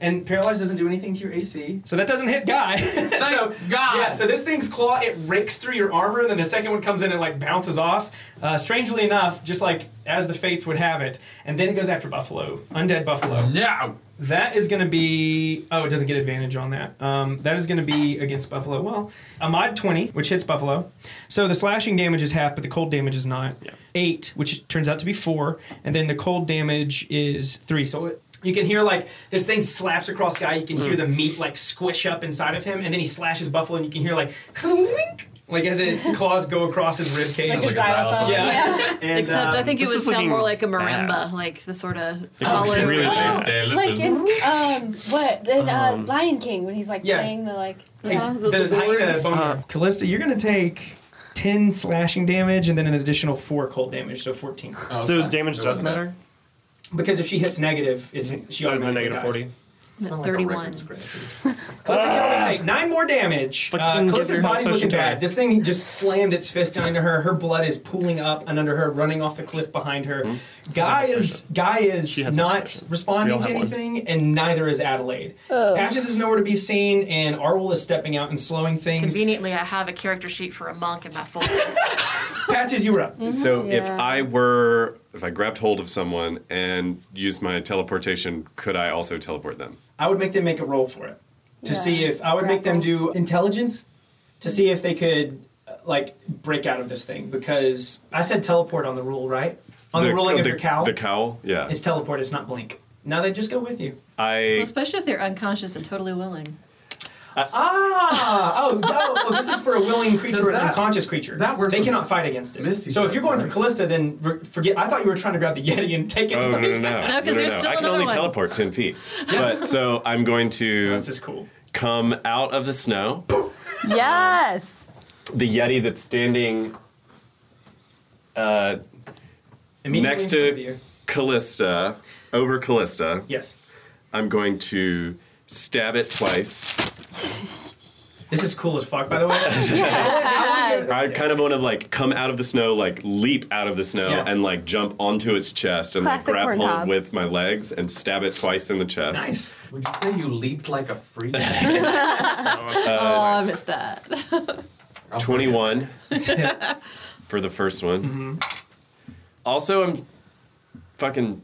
Speaker 3: And paralyzed doesn't do anything to your AC, so that doesn't hit guy. so,
Speaker 1: God.
Speaker 3: Yeah, so this thing's claw it rakes through your armor, and then the second one comes in and like bounces off. Uh, strangely enough, just like as the fates would have it, and then it goes after Buffalo, undead Buffalo.
Speaker 1: No!
Speaker 3: That is going to be. Oh, it doesn't get advantage on that. Um, that is going to be against Buffalo. Well, a mod 20, which hits Buffalo. So the slashing damage is half, but the cold damage is not. Eight, which turns out to be four. And then the cold damage is three. So it, you can hear like this thing slaps across guy. You can hear the meat like squish up inside of him. And then he slashes Buffalo, and you can hear like. clink, Like as its claws go across his rib cage.
Speaker 4: Like a xylophone.
Speaker 3: Yeah. And,
Speaker 6: Except I
Speaker 3: um,
Speaker 6: think it
Speaker 2: this
Speaker 6: would
Speaker 2: is
Speaker 6: sound more like a
Speaker 2: looking
Speaker 6: marimba,
Speaker 2: bad.
Speaker 6: like the sort of
Speaker 2: looks
Speaker 6: smaller.
Speaker 2: really
Speaker 4: Oh,
Speaker 2: bad.
Speaker 1: Yeah,
Speaker 4: like in um what in uh, Lion King when he's like
Speaker 3: Yeah.
Speaker 4: playing the like
Speaker 3: Yeah,
Speaker 4: yeah.
Speaker 3: the,
Speaker 9: the
Speaker 3: hyena
Speaker 9: boards.
Speaker 3: bone arrow. Uh, Callista, you're gonna take ten slashing damage and then an additional four cold damage, so fourteen.
Speaker 1: Oh,
Speaker 2: So damage does matter.
Speaker 3: Because if she hits negative, it's she
Speaker 2: Other than
Speaker 3: automatically
Speaker 2: negative
Speaker 3: dies.
Speaker 2: forty.
Speaker 6: Thirty-one.
Speaker 3: Callista can only take nine more damage.
Speaker 2: Fucking
Speaker 3: Uh,
Speaker 2: give
Speaker 3: Callista's
Speaker 2: your health
Speaker 3: body's looking
Speaker 2: potion to her.
Speaker 3: bad. This thing just slammed its fist down into her. Her blood is pooling up and under her, running off the cliff behind
Speaker 2: Hmm?
Speaker 3: her. Guy is Guy is
Speaker 2: She has a
Speaker 3: not
Speaker 2: potion. We
Speaker 3: responding
Speaker 2: all
Speaker 3: to
Speaker 2: have one.
Speaker 3: anything, and neither is Adelaide. Patches is nowhere to be seen, and Arwol is stepping out and slowing things.
Speaker 6: Conveniently, I have a character sheet for a monk in my folder.
Speaker 3: Patches, you're up.
Speaker 6: Mm-hmm.
Speaker 5: So if
Speaker 4: Yeah.
Speaker 5: I were, if I grabbed hold of someone and used my teleportation, could I also teleport them?
Speaker 3: I would make them make a roll for it to
Speaker 4: Yeah.
Speaker 3: see if I would make them do intelligence to see if they could uh, like break out of this thing because I said teleport on the rule, right? On the, ruling of
Speaker 5: the,
Speaker 3: your cow,
Speaker 5: The cowl, yeah.
Speaker 3: it's teleport. It's not blink. Now they just go with you.
Speaker 6: Well,
Speaker 5: I
Speaker 6: especially if they're unconscious and totally willing.
Speaker 3: Ah! Oh, no, well, this is for a willing creature or an
Speaker 1: that-
Speaker 3: unconscious creature.
Speaker 1: that works
Speaker 3: They
Speaker 1: with
Speaker 3: cannot fight against it.
Speaker 1: Misty
Speaker 3: so if you're going for
Speaker 1: Teleport.
Speaker 3: Callista, then re- forget. I thought you were trying to grab the Yeti and take it.
Speaker 5: oh no no no
Speaker 6: No, 'cause there's still
Speaker 5: I can
Speaker 6: another
Speaker 5: only
Speaker 6: one.
Speaker 5: teleport ten feet, but so I'm going to
Speaker 3: This is cool.
Speaker 5: come out of the snow.
Speaker 4: Yes.
Speaker 5: The yeti that's standing uh,
Speaker 3: Immediately
Speaker 5: Next
Speaker 3: in
Speaker 5: to-
Speaker 3: front of you.
Speaker 5: Callista over Callista.
Speaker 3: yes,
Speaker 5: I'm going to stab it twice.
Speaker 3: this is cool as fuck. By the way,
Speaker 4: Yes.
Speaker 5: I kind of want to like come out of the snow, like leap out of the snow,
Speaker 3: Yeah.
Speaker 5: and like jump onto its chest and like,
Speaker 4: Classic
Speaker 5: grab
Speaker 4: corn
Speaker 5: hold
Speaker 4: cob.
Speaker 5: with my legs and stab it twice in the chest.
Speaker 3: nice.
Speaker 1: Would you say you leaped like a freak?
Speaker 6: oh, I missed that.
Speaker 5: 21 for the first one.
Speaker 3: Mm-hmm.
Speaker 5: Also, I'm fucking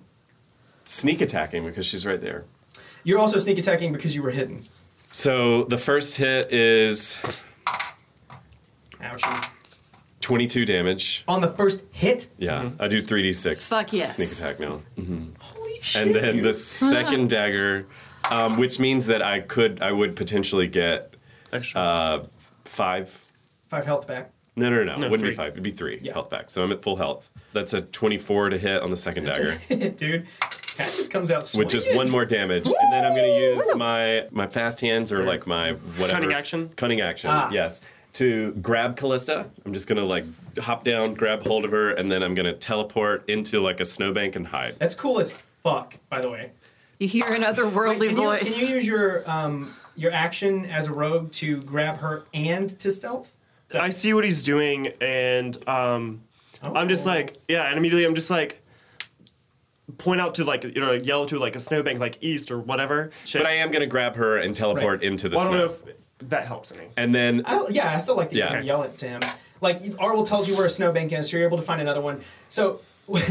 Speaker 5: sneak attacking because she's right there.
Speaker 3: You're also sneak attacking because you were hidden.
Speaker 5: So the first hit is
Speaker 3: Ouchie.
Speaker 5: 22 damage.
Speaker 3: On the first hit?
Speaker 5: Yeah,
Speaker 2: Mm-hmm.
Speaker 5: I do 3d6
Speaker 6: Fuck yes.
Speaker 5: sneak attack now. Mm-hmm.
Speaker 3: Holy shit.
Speaker 5: and then the second dagger, um, which means that I could, I would potentially get
Speaker 2: Extra.
Speaker 5: uh, five.
Speaker 3: Five health back.
Speaker 5: No, no, no, no.
Speaker 2: No,
Speaker 5: It wouldn't
Speaker 2: three.
Speaker 5: be five. It'd be three
Speaker 3: Yeah.
Speaker 5: health back. So I'm at full health. That's a 24 to hit on the second dagger,
Speaker 3: Dude, that just comes out swinging.
Speaker 5: with just one more damage, and then I'm gonna use my my fast hands or like my whatever
Speaker 2: Cunning action?
Speaker 5: Cunning action.
Speaker 3: Ah.
Speaker 5: Yes. To grab Callista, I'm just gonna like hop down, grab hold of her, and then I'm gonna teleport into like a snowbank and hide.
Speaker 3: That's cool as fuck, by the way.
Speaker 6: You hear another worldly
Speaker 3: can, you,
Speaker 6: voice.
Speaker 3: can you use your um, your action as a rogue to grab her and to stealth?
Speaker 2: I see what he's doing, and um, I'm
Speaker 3: Oh.
Speaker 2: just like, yeah, and immediately I'm just like, point out to like, you know, yell to like a snowbank, like east or whatever. Shit.
Speaker 5: But I am gonna grab her and teleport
Speaker 3: Right.
Speaker 5: into the
Speaker 2: Well, I don't know
Speaker 5: snow.
Speaker 2: if that helps any.
Speaker 5: And then
Speaker 3: I, yeah, I still like that
Speaker 5: Yeah.
Speaker 3: you can yell it to him. Like Arwell tells you where a snowbank is, so you're able to find another one. So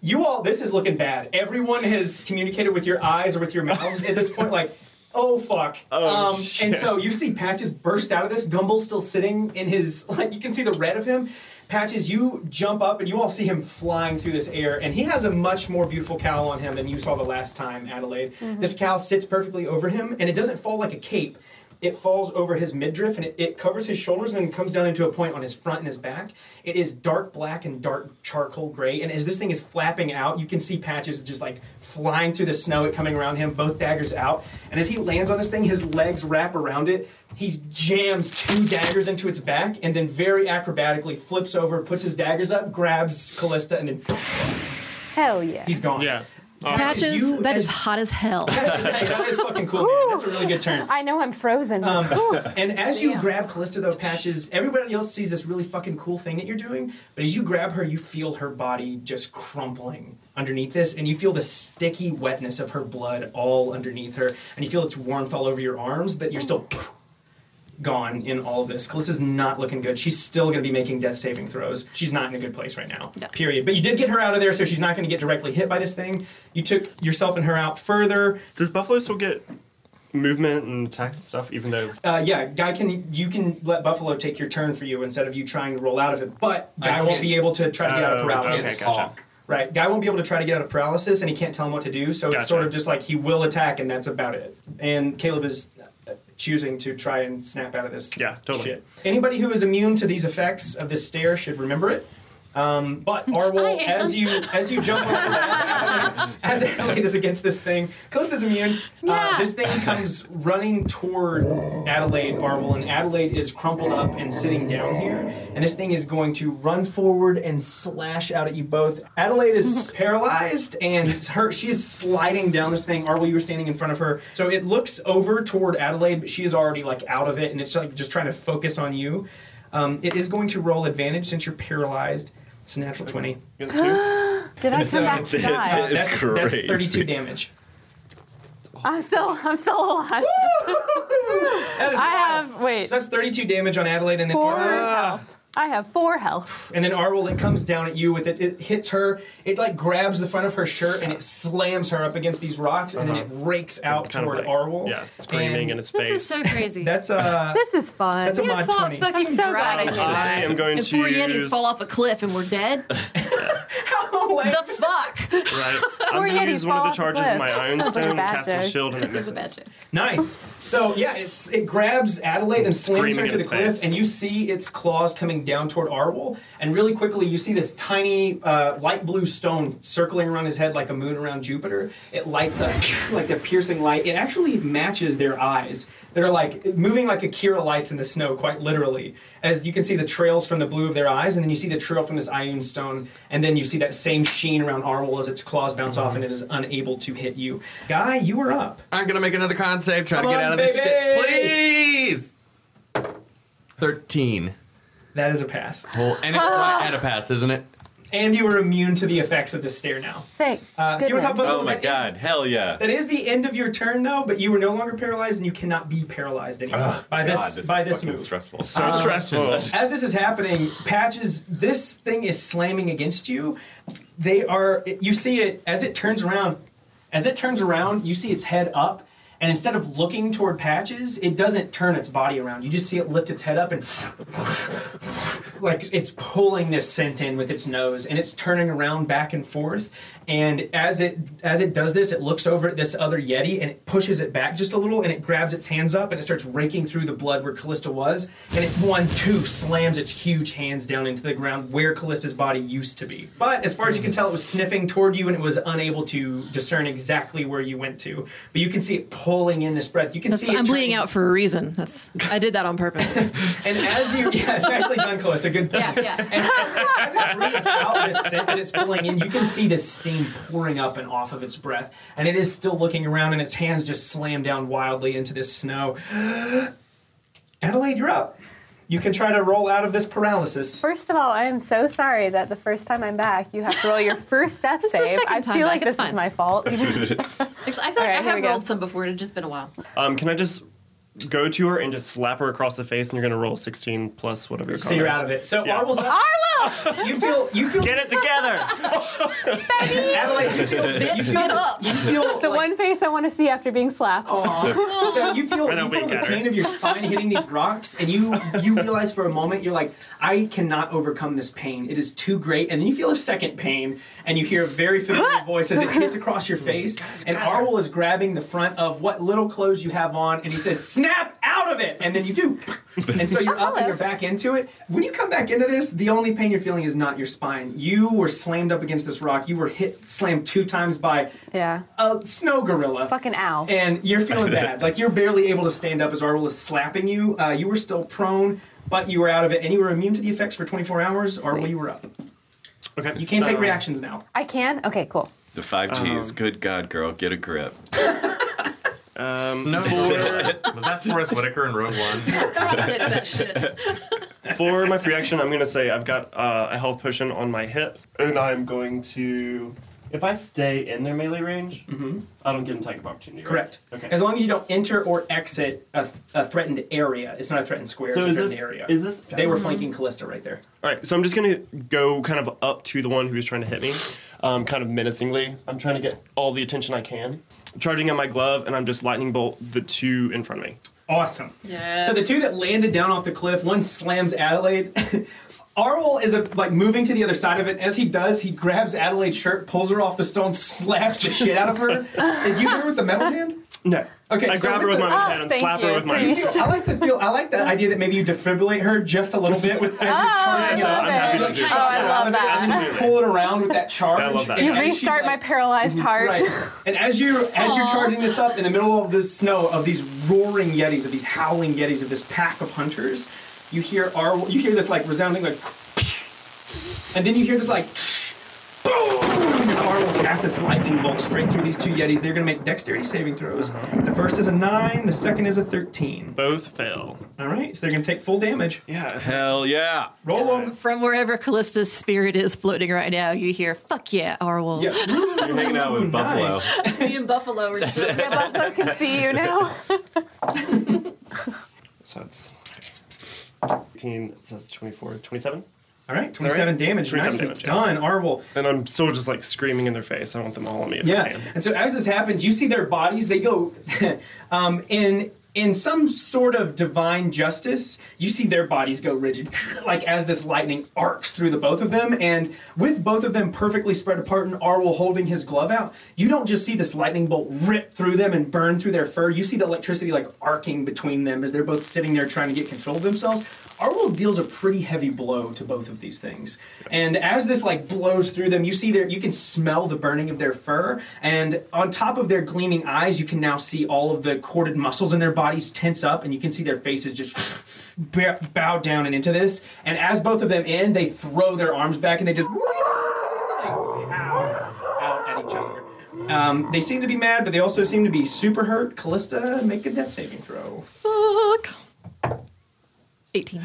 Speaker 3: you all, this is looking bad. Everyone has communicated with your eyes or with your mouths at this point. Like, oh fuck.
Speaker 2: Oh,
Speaker 3: um,
Speaker 2: shit.
Speaker 3: and so you see Patches burst out of this. Gumball's still sitting in his like you can see the red of him. Patches, you jump up and you all see him flying through this air, and he has a much more beautiful cowl on him than you saw the last time, Adelaide. This cowl sits perfectly over him, and it doesn't fall like a cape. It falls over his midriff and it, it covers his shoulders and comes down into a point on his front and his back. It is dark black and dark charcoal gray. And as this thing is flapping out, you can see patches just like flying through the snow, it coming around him, both daggers out. And as he lands on this thing, his legs wrap around it. He jams two daggers into its back and then very acrobatically flips over, puts his daggers up, grabs Callista, and then
Speaker 4: Hell yeah.
Speaker 3: he's gone.
Speaker 6: Patches,
Speaker 3: You
Speaker 6: that
Speaker 3: as-
Speaker 6: is hot as hell.
Speaker 3: Hey, that is fucking cool, man. That's a really good turn.
Speaker 4: I know I'm frozen.
Speaker 3: Um,
Speaker 4: Ooh.
Speaker 3: And as you
Speaker 6: Damn.
Speaker 3: grab Callista, though, Patches, everybody else sees this really fucking cool thing that you're doing, but as you grab her, you feel her body just crumpling underneath this, and you feel the sticky wetness of her blood all underneath her, and you feel its warmth all over your arms, but you're still gone in all of this. Calissa's not looking good. She's still going to be making death saving throws. She's not in a good place right now.
Speaker 6: No.
Speaker 3: Period. But you did get her out of there, so she's not going to get directly hit by this thing. You took yourself and her out further.
Speaker 2: Does Buffalo still get movement and attacks and stuff, even though
Speaker 3: Uh, yeah, guy can you can let Buffalo take your turn for you instead of you trying to roll out of it. But guy won't
Speaker 1: can't-
Speaker 3: be able to try to get out of
Speaker 2: Oh,
Speaker 3: paralysis.
Speaker 2: okay, gotcha.
Speaker 3: Right, guy won't be able to try to get out of paralysis, and he can't tell him what to do. So
Speaker 2: Gotcha.
Speaker 3: it's sort of just like he will attack, and that's about it. And Caleb is uh, choosing to try and snap out of this.
Speaker 2: Yeah, totally.
Speaker 3: Shit. Anybody who is immune to these effects of this stare should remember it. Um, but Arwol,
Speaker 6: I am.
Speaker 3: as you as you jump over as Adelaide is against this thing, Callista's immune. Uh,
Speaker 6: Yeah.
Speaker 3: this thing comes running toward Adelaide Arwell, and Adelaide is crumpled up and sitting down here. And this thing is going to run forward and slash out at you both. Adelaide is paralyzed, and her she's sliding down this thing. Arwell, you were standing in front of her, so it looks over toward Adelaide, but she is already like out of it, and it's like just trying to focus on you. Um, it is going to roll advantage since you're paralyzed. It's a natural twenty.
Speaker 2: you get two?
Speaker 4: Did I come back to
Speaker 5: This
Speaker 4: die?
Speaker 5: is-
Speaker 3: that's,
Speaker 5: crazy.
Speaker 3: that's thirty-two damage.
Speaker 4: I'm still, I'm still alive.
Speaker 3: That is
Speaker 4: I
Speaker 3: wild.
Speaker 4: have wait
Speaker 3: So that's 32 damage on Adelaide, and then
Speaker 4: four
Speaker 3: Arwell,
Speaker 4: health. I have four health.
Speaker 3: and then Arwell it comes down at you with it. It hits her. It like grabs the front of her shirt and it slams her up against these rocks, and
Speaker 2: Uh-huh.
Speaker 3: then it rakes out
Speaker 2: Kind
Speaker 3: toward
Speaker 2: of like,
Speaker 3: Arwell.
Speaker 2: yeah, screaming in
Speaker 3: And
Speaker 2: his
Speaker 6: This
Speaker 2: face.
Speaker 6: is so crazy.
Speaker 3: that's uh.
Speaker 4: This is fun.
Speaker 3: That's a
Speaker 6: we
Speaker 3: mod
Speaker 6: have fought
Speaker 3: 20.
Speaker 6: fucking
Speaker 4: I'm so glad I
Speaker 6: dragons.
Speaker 4: did that.
Speaker 2: I am going
Speaker 6: And
Speaker 2: to
Speaker 6: four
Speaker 2: use,
Speaker 6: yetis fall off a cliff and we're dead. the fuck?
Speaker 2: Right, I'm going
Speaker 4: yetis
Speaker 2: to use one
Speaker 4: fall
Speaker 2: of the
Speaker 4: off a
Speaker 2: charges
Speaker 4: cliff.
Speaker 2: of my iron
Speaker 4: Sounds like a
Speaker 2: stone,
Speaker 4: bad
Speaker 2: cast a
Speaker 4: joke.
Speaker 2: shield, and it
Speaker 6: That's a bad
Speaker 2: misses.
Speaker 6: joke.
Speaker 3: Nice. So yeah, it's, it grabs Adelaide and slams
Speaker 2: Screaming
Speaker 3: her to
Speaker 2: in
Speaker 3: the
Speaker 2: his
Speaker 3: cliff,
Speaker 2: face.
Speaker 3: and you see its claws coming down toward Arwol. And really quickly, you see this tiny uh, light blue stone circling around his head like a moon around Jupiter. It lights up like a piercing light. It actually matches their eyes. They're like moving like Akira lights in the snow, quite literally. As you can see the trails from the blue of their eyes, and then you see the trail from this Ioun stone, and then you see that same sheen around Arwol as its claws bounce
Speaker 2: Mm-hmm.
Speaker 3: off, and it is unable to hit you. Guy, you are up.
Speaker 1: I'm gonna make another con save, try
Speaker 3: Come
Speaker 1: to get
Speaker 3: on,
Speaker 1: out of this
Speaker 3: baby!
Speaker 1: shit. Please! 13.
Speaker 3: That is a pass.
Speaker 1: Well, and it's right at a pass, isn't it?
Speaker 3: and you are immune to the effects of this stare now.
Speaker 4: Thank
Speaker 3: Uh, so you were
Speaker 4: goodness.
Speaker 3: talking about
Speaker 5: Oh my
Speaker 3: that is-
Speaker 5: god, hell yeah.
Speaker 3: that is the end of your turn, though. But you were no longer paralyzed, and you cannot be paralyzed anymore by
Speaker 5: God,
Speaker 3: this, by
Speaker 5: is
Speaker 3: this
Speaker 5: fucking
Speaker 3: move.
Speaker 5: stressful.
Speaker 2: So stressful.
Speaker 3: As this is happening, patches. This thing is slamming against you. They are. You see it as it turns around. As it turns around, you see its head up. And instead of looking toward patches, it doesn't turn its body around. You just see it lift its head up and like it's pulling this scent in with its nose and it's turning around back and forth and as it as it does this it looks over at this other yeti and it pushes it back just a little and it grabs its hands up and it starts raking through the blood where callista was and it one two slams its huge hands down into the ground where callista's body used to be but as far as you can tell it was sniffing toward you and it was unable to discern exactly where you went to but you can see it pulling in this breath you can
Speaker 6: That's-
Speaker 3: see it
Speaker 6: I'm bleeding
Speaker 3: turning-
Speaker 6: out for a reason. That's I did that on purpose.
Speaker 3: and as you, yeah, nicely done, Calista. Good thing.
Speaker 6: Yeah, yeah.
Speaker 3: And as, as it breathes out this scent that it's pulling in, you can see this steam pouring up and off of its breath, and it is still looking around, and its hands just slam down wildly into this snow. Adelaide, you're up. You can try to roll out of this paralysis.
Speaker 4: First of all, I am so sorry that the first time I'm back, you have to roll your first death
Speaker 6: is the
Speaker 4: save.
Speaker 6: second
Speaker 4: I
Speaker 6: time
Speaker 4: feel
Speaker 6: back,
Speaker 4: like
Speaker 6: it's
Speaker 4: this is
Speaker 6: fine.
Speaker 4: my fault.
Speaker 6: Actually, I feel
Speaker 4: All right,
Speaker 6: like
Speaker 4: here
Speaker 6: I
Speaker 4: we
Speaker 6: have
Speaker 4: go.
Speaker 6: rolled some before. It's just been a while.
Speaker 2: Um, can I just go to her and just slap her across the face, and you're going to roll 16 plus whatever your
Speaker 3: So you're out of it. So
Speaker 2: Yeah.
Speaker 3: Arwel's up.
Speaker 4: Arlo!
Speaker 3: You feel. You feel.
Speaker 2: Get it together!
Speaker 3: Adelaide, you feel. You
Speaker 6: Bitch,
Speaker 3: feel.
Speaker 6: get up.
Speaker 3: You feel
Speaker 4: The
Speaker 3: like-
Speaker 4: one face I want to see after being slapped.
Speaker 3: Aw. so you feel,
Speaker 2: I know
Speaker 3: you feel
Speaker 2: we
Speaker 3: the
Speaker 2: got her.
Speaker 3: pain of your spine hitting these rocks, and you you realize for a moment you're like, I cannot overcome this pain. It is too great. And then you feel a second pain, and you hear a very familiar voice as it hits across
Speaker 2: Oh
Speaker 3: your face. And Arwol is grabbing the front of what little clothes you have on, and he says, "Snap out of it!" And then you do, and so you're up and you're back into it. When you come back into this, the only pain you're feeling is not your spine. You were slammed up against this rock. You were hit, slammed two times by
Speaker 4: Yeah.
Speaker 3: a snow gorilla.
Speaker 4: Fucking ow.
Speaker 3: And you're feeling bad. like you're barely able to stand up as Arwell is slapping you. Uh, you were still prone, but you were out of it, and you were immune to the effects for 24 hours. Arwell,
Speaker 6: Sweet.
Speaker 3: you were up.
Speaker 2: Okay.
Speaker 3: You can't take
Speaker 2: Um,
Speaker 3: reactions now.
Speaker 4: I can? Okay, cool.
Speaker 5: The five
Speaker 3: Um,
Speaker 5: G's. Good God, girl, get a grip.
Speaker 2: Um,
Speaker 1: No. Was that Forrest Whitaker in Rogue One?
Speaker 6: Cross stitch that shit.
Speaker 2: for my free action, I'm going to say I've got uh, a health potion on my hip, and I'm going to If I stay in their melee range, I don't get an attack of opportunity. right?
Speaker 3: Correct.
Speaker 2: Okay.
Speaker 3: As long as you don't enter or exit a, th- a threatened area, it's not a threatened square.
Speaker 2: so
Speaker 3: it's
Speaker 2: is
Speaker 3: a threatened
Speaker 2: this
Speaker 3: area?
Speaker 2: is this
Speaker 3: they were flanking Callista right there.
Speaker 2: All right, so I'm just gonna go kind of up to the one who's trying to hit me, um, kind of menacingly. I'm trying to get all the attention I can. Charging in my glove, and I'm just lightning bolt the two in front of me.
Speaker 3: Awesome.
Speaker 6: Yes.
Speaker 3: So the two that landed down off the cliff, one slams Adelaide. Arwol is uh, like moving to the other side of it. As he does, he grabs Adelaide's shirt, pulls her off the stone, slaps the shit out of her. Did you hit her with the metal hand?
Speaker 2: No.
Speaker 3: Okay,
Speaker 2: I
Speaker 3: so
Speaker 2: grab her
Speaker 3: with
Speaker 2: with
Speaker 3: the-
Speaker 2: my
Speaker 4: Oh,
Speaker 2: right hand and
Speaker 4: thank
Speaker 2: slap
Speaker 4: you.
Speaker 2: her with my.
Speaker 4: Pretty
Speaker 2: hand.
Speaker 4: sure.
Speaker 3: I like the feel. I like the idea that maybe you defibrillate her just a little bit with as you're charging up.
Speaker 4: Ah, oh, I love
Speaker 2: I'm happy
Speaker 4: it.
Speaker 2: to
Speaker 4: oh,
Speaker 2: do it.
Speaker 4: I love
Speaker 3: And
Speaker 4: that.
Speaker 3: then you pull it around with that charge.
Speaker 2: I love that.
Speaker 3: and
Speaker 4: You
Speaker 3: as she's
Speaker 4: restart my
Speaker 3: like- "Mm-hmm."
Speaker 4: paralyzed heart.
Speaker 3: Right. And as you as you're charging this up in the middle of this snow of these roaring yetis, of these howling yetis, of this pack of hunters, you hear our you hear this like resounding like, and then you hear this like. Boom! And Arl will cast this lightning bolt straight through these two Yetis. They're going to make dexterity saving throws.
Speaker 2: Uh-huh.
Speaker 3: The first is a 9, the second is a 13.
Speaker 2: Both fail.
Speaker 3: All right, so they're going to take full damage.
Speaker 2: Yeah.
Speaker 5: Hell yeah.
Speaker 3: Roll them.
Speaker 6: From wherever Callista's spirit is floating right now, you hear "fuck yeah, Arwol."
Speaker 3: Yeah.
Speaker 5: You're hanging out with Buffalo.
Speaker 3: nice.
Speaker 10: Me and Buffalo are just
Speaker 4: Yeah, Buffalo can see you now.
Speaker 2: So it's 18, that's 24, 27.
Speaker 3: All right, 27 damage.
Speaker 2: 27
Speaker 3: Nicely
Speaker 2: damage, yeah.
Speaker 3: done, Arwol.
Speaker 2: And I'm still just like screaming in their face. I want them all on me if I
Speaker 3: Yeah,
Speaker 2: can.
Speaker 3: and so as this happens, you see their bodies. They go um, in in some sort of divine justice. You see their bodies go rigid, like as this lightning arcs through the both of them, and with both of them perfectly spread apart, and Arwol holding his glove out. You don't just see this lightning bolt rip through them and burn through their fur. You see the electricity like arcing between them as they're both sitting there trying to get control of themselves. Arwol deals a pretty heavy blow to both of these things. And as this like blows through them, you see there you can smell the burning of their fur, and on top of their gleaming eyes, you can now see all of the corded muscles in their bodies tense up, and you can see their faces just bow bow down and into this. And as both of them end, they throw their arms back and they just out at each other. Um, they seem to be mad, but they also seem to be super hurt. Callista, make a death saving throw.
Speaker 6: Fuck. Eighteen.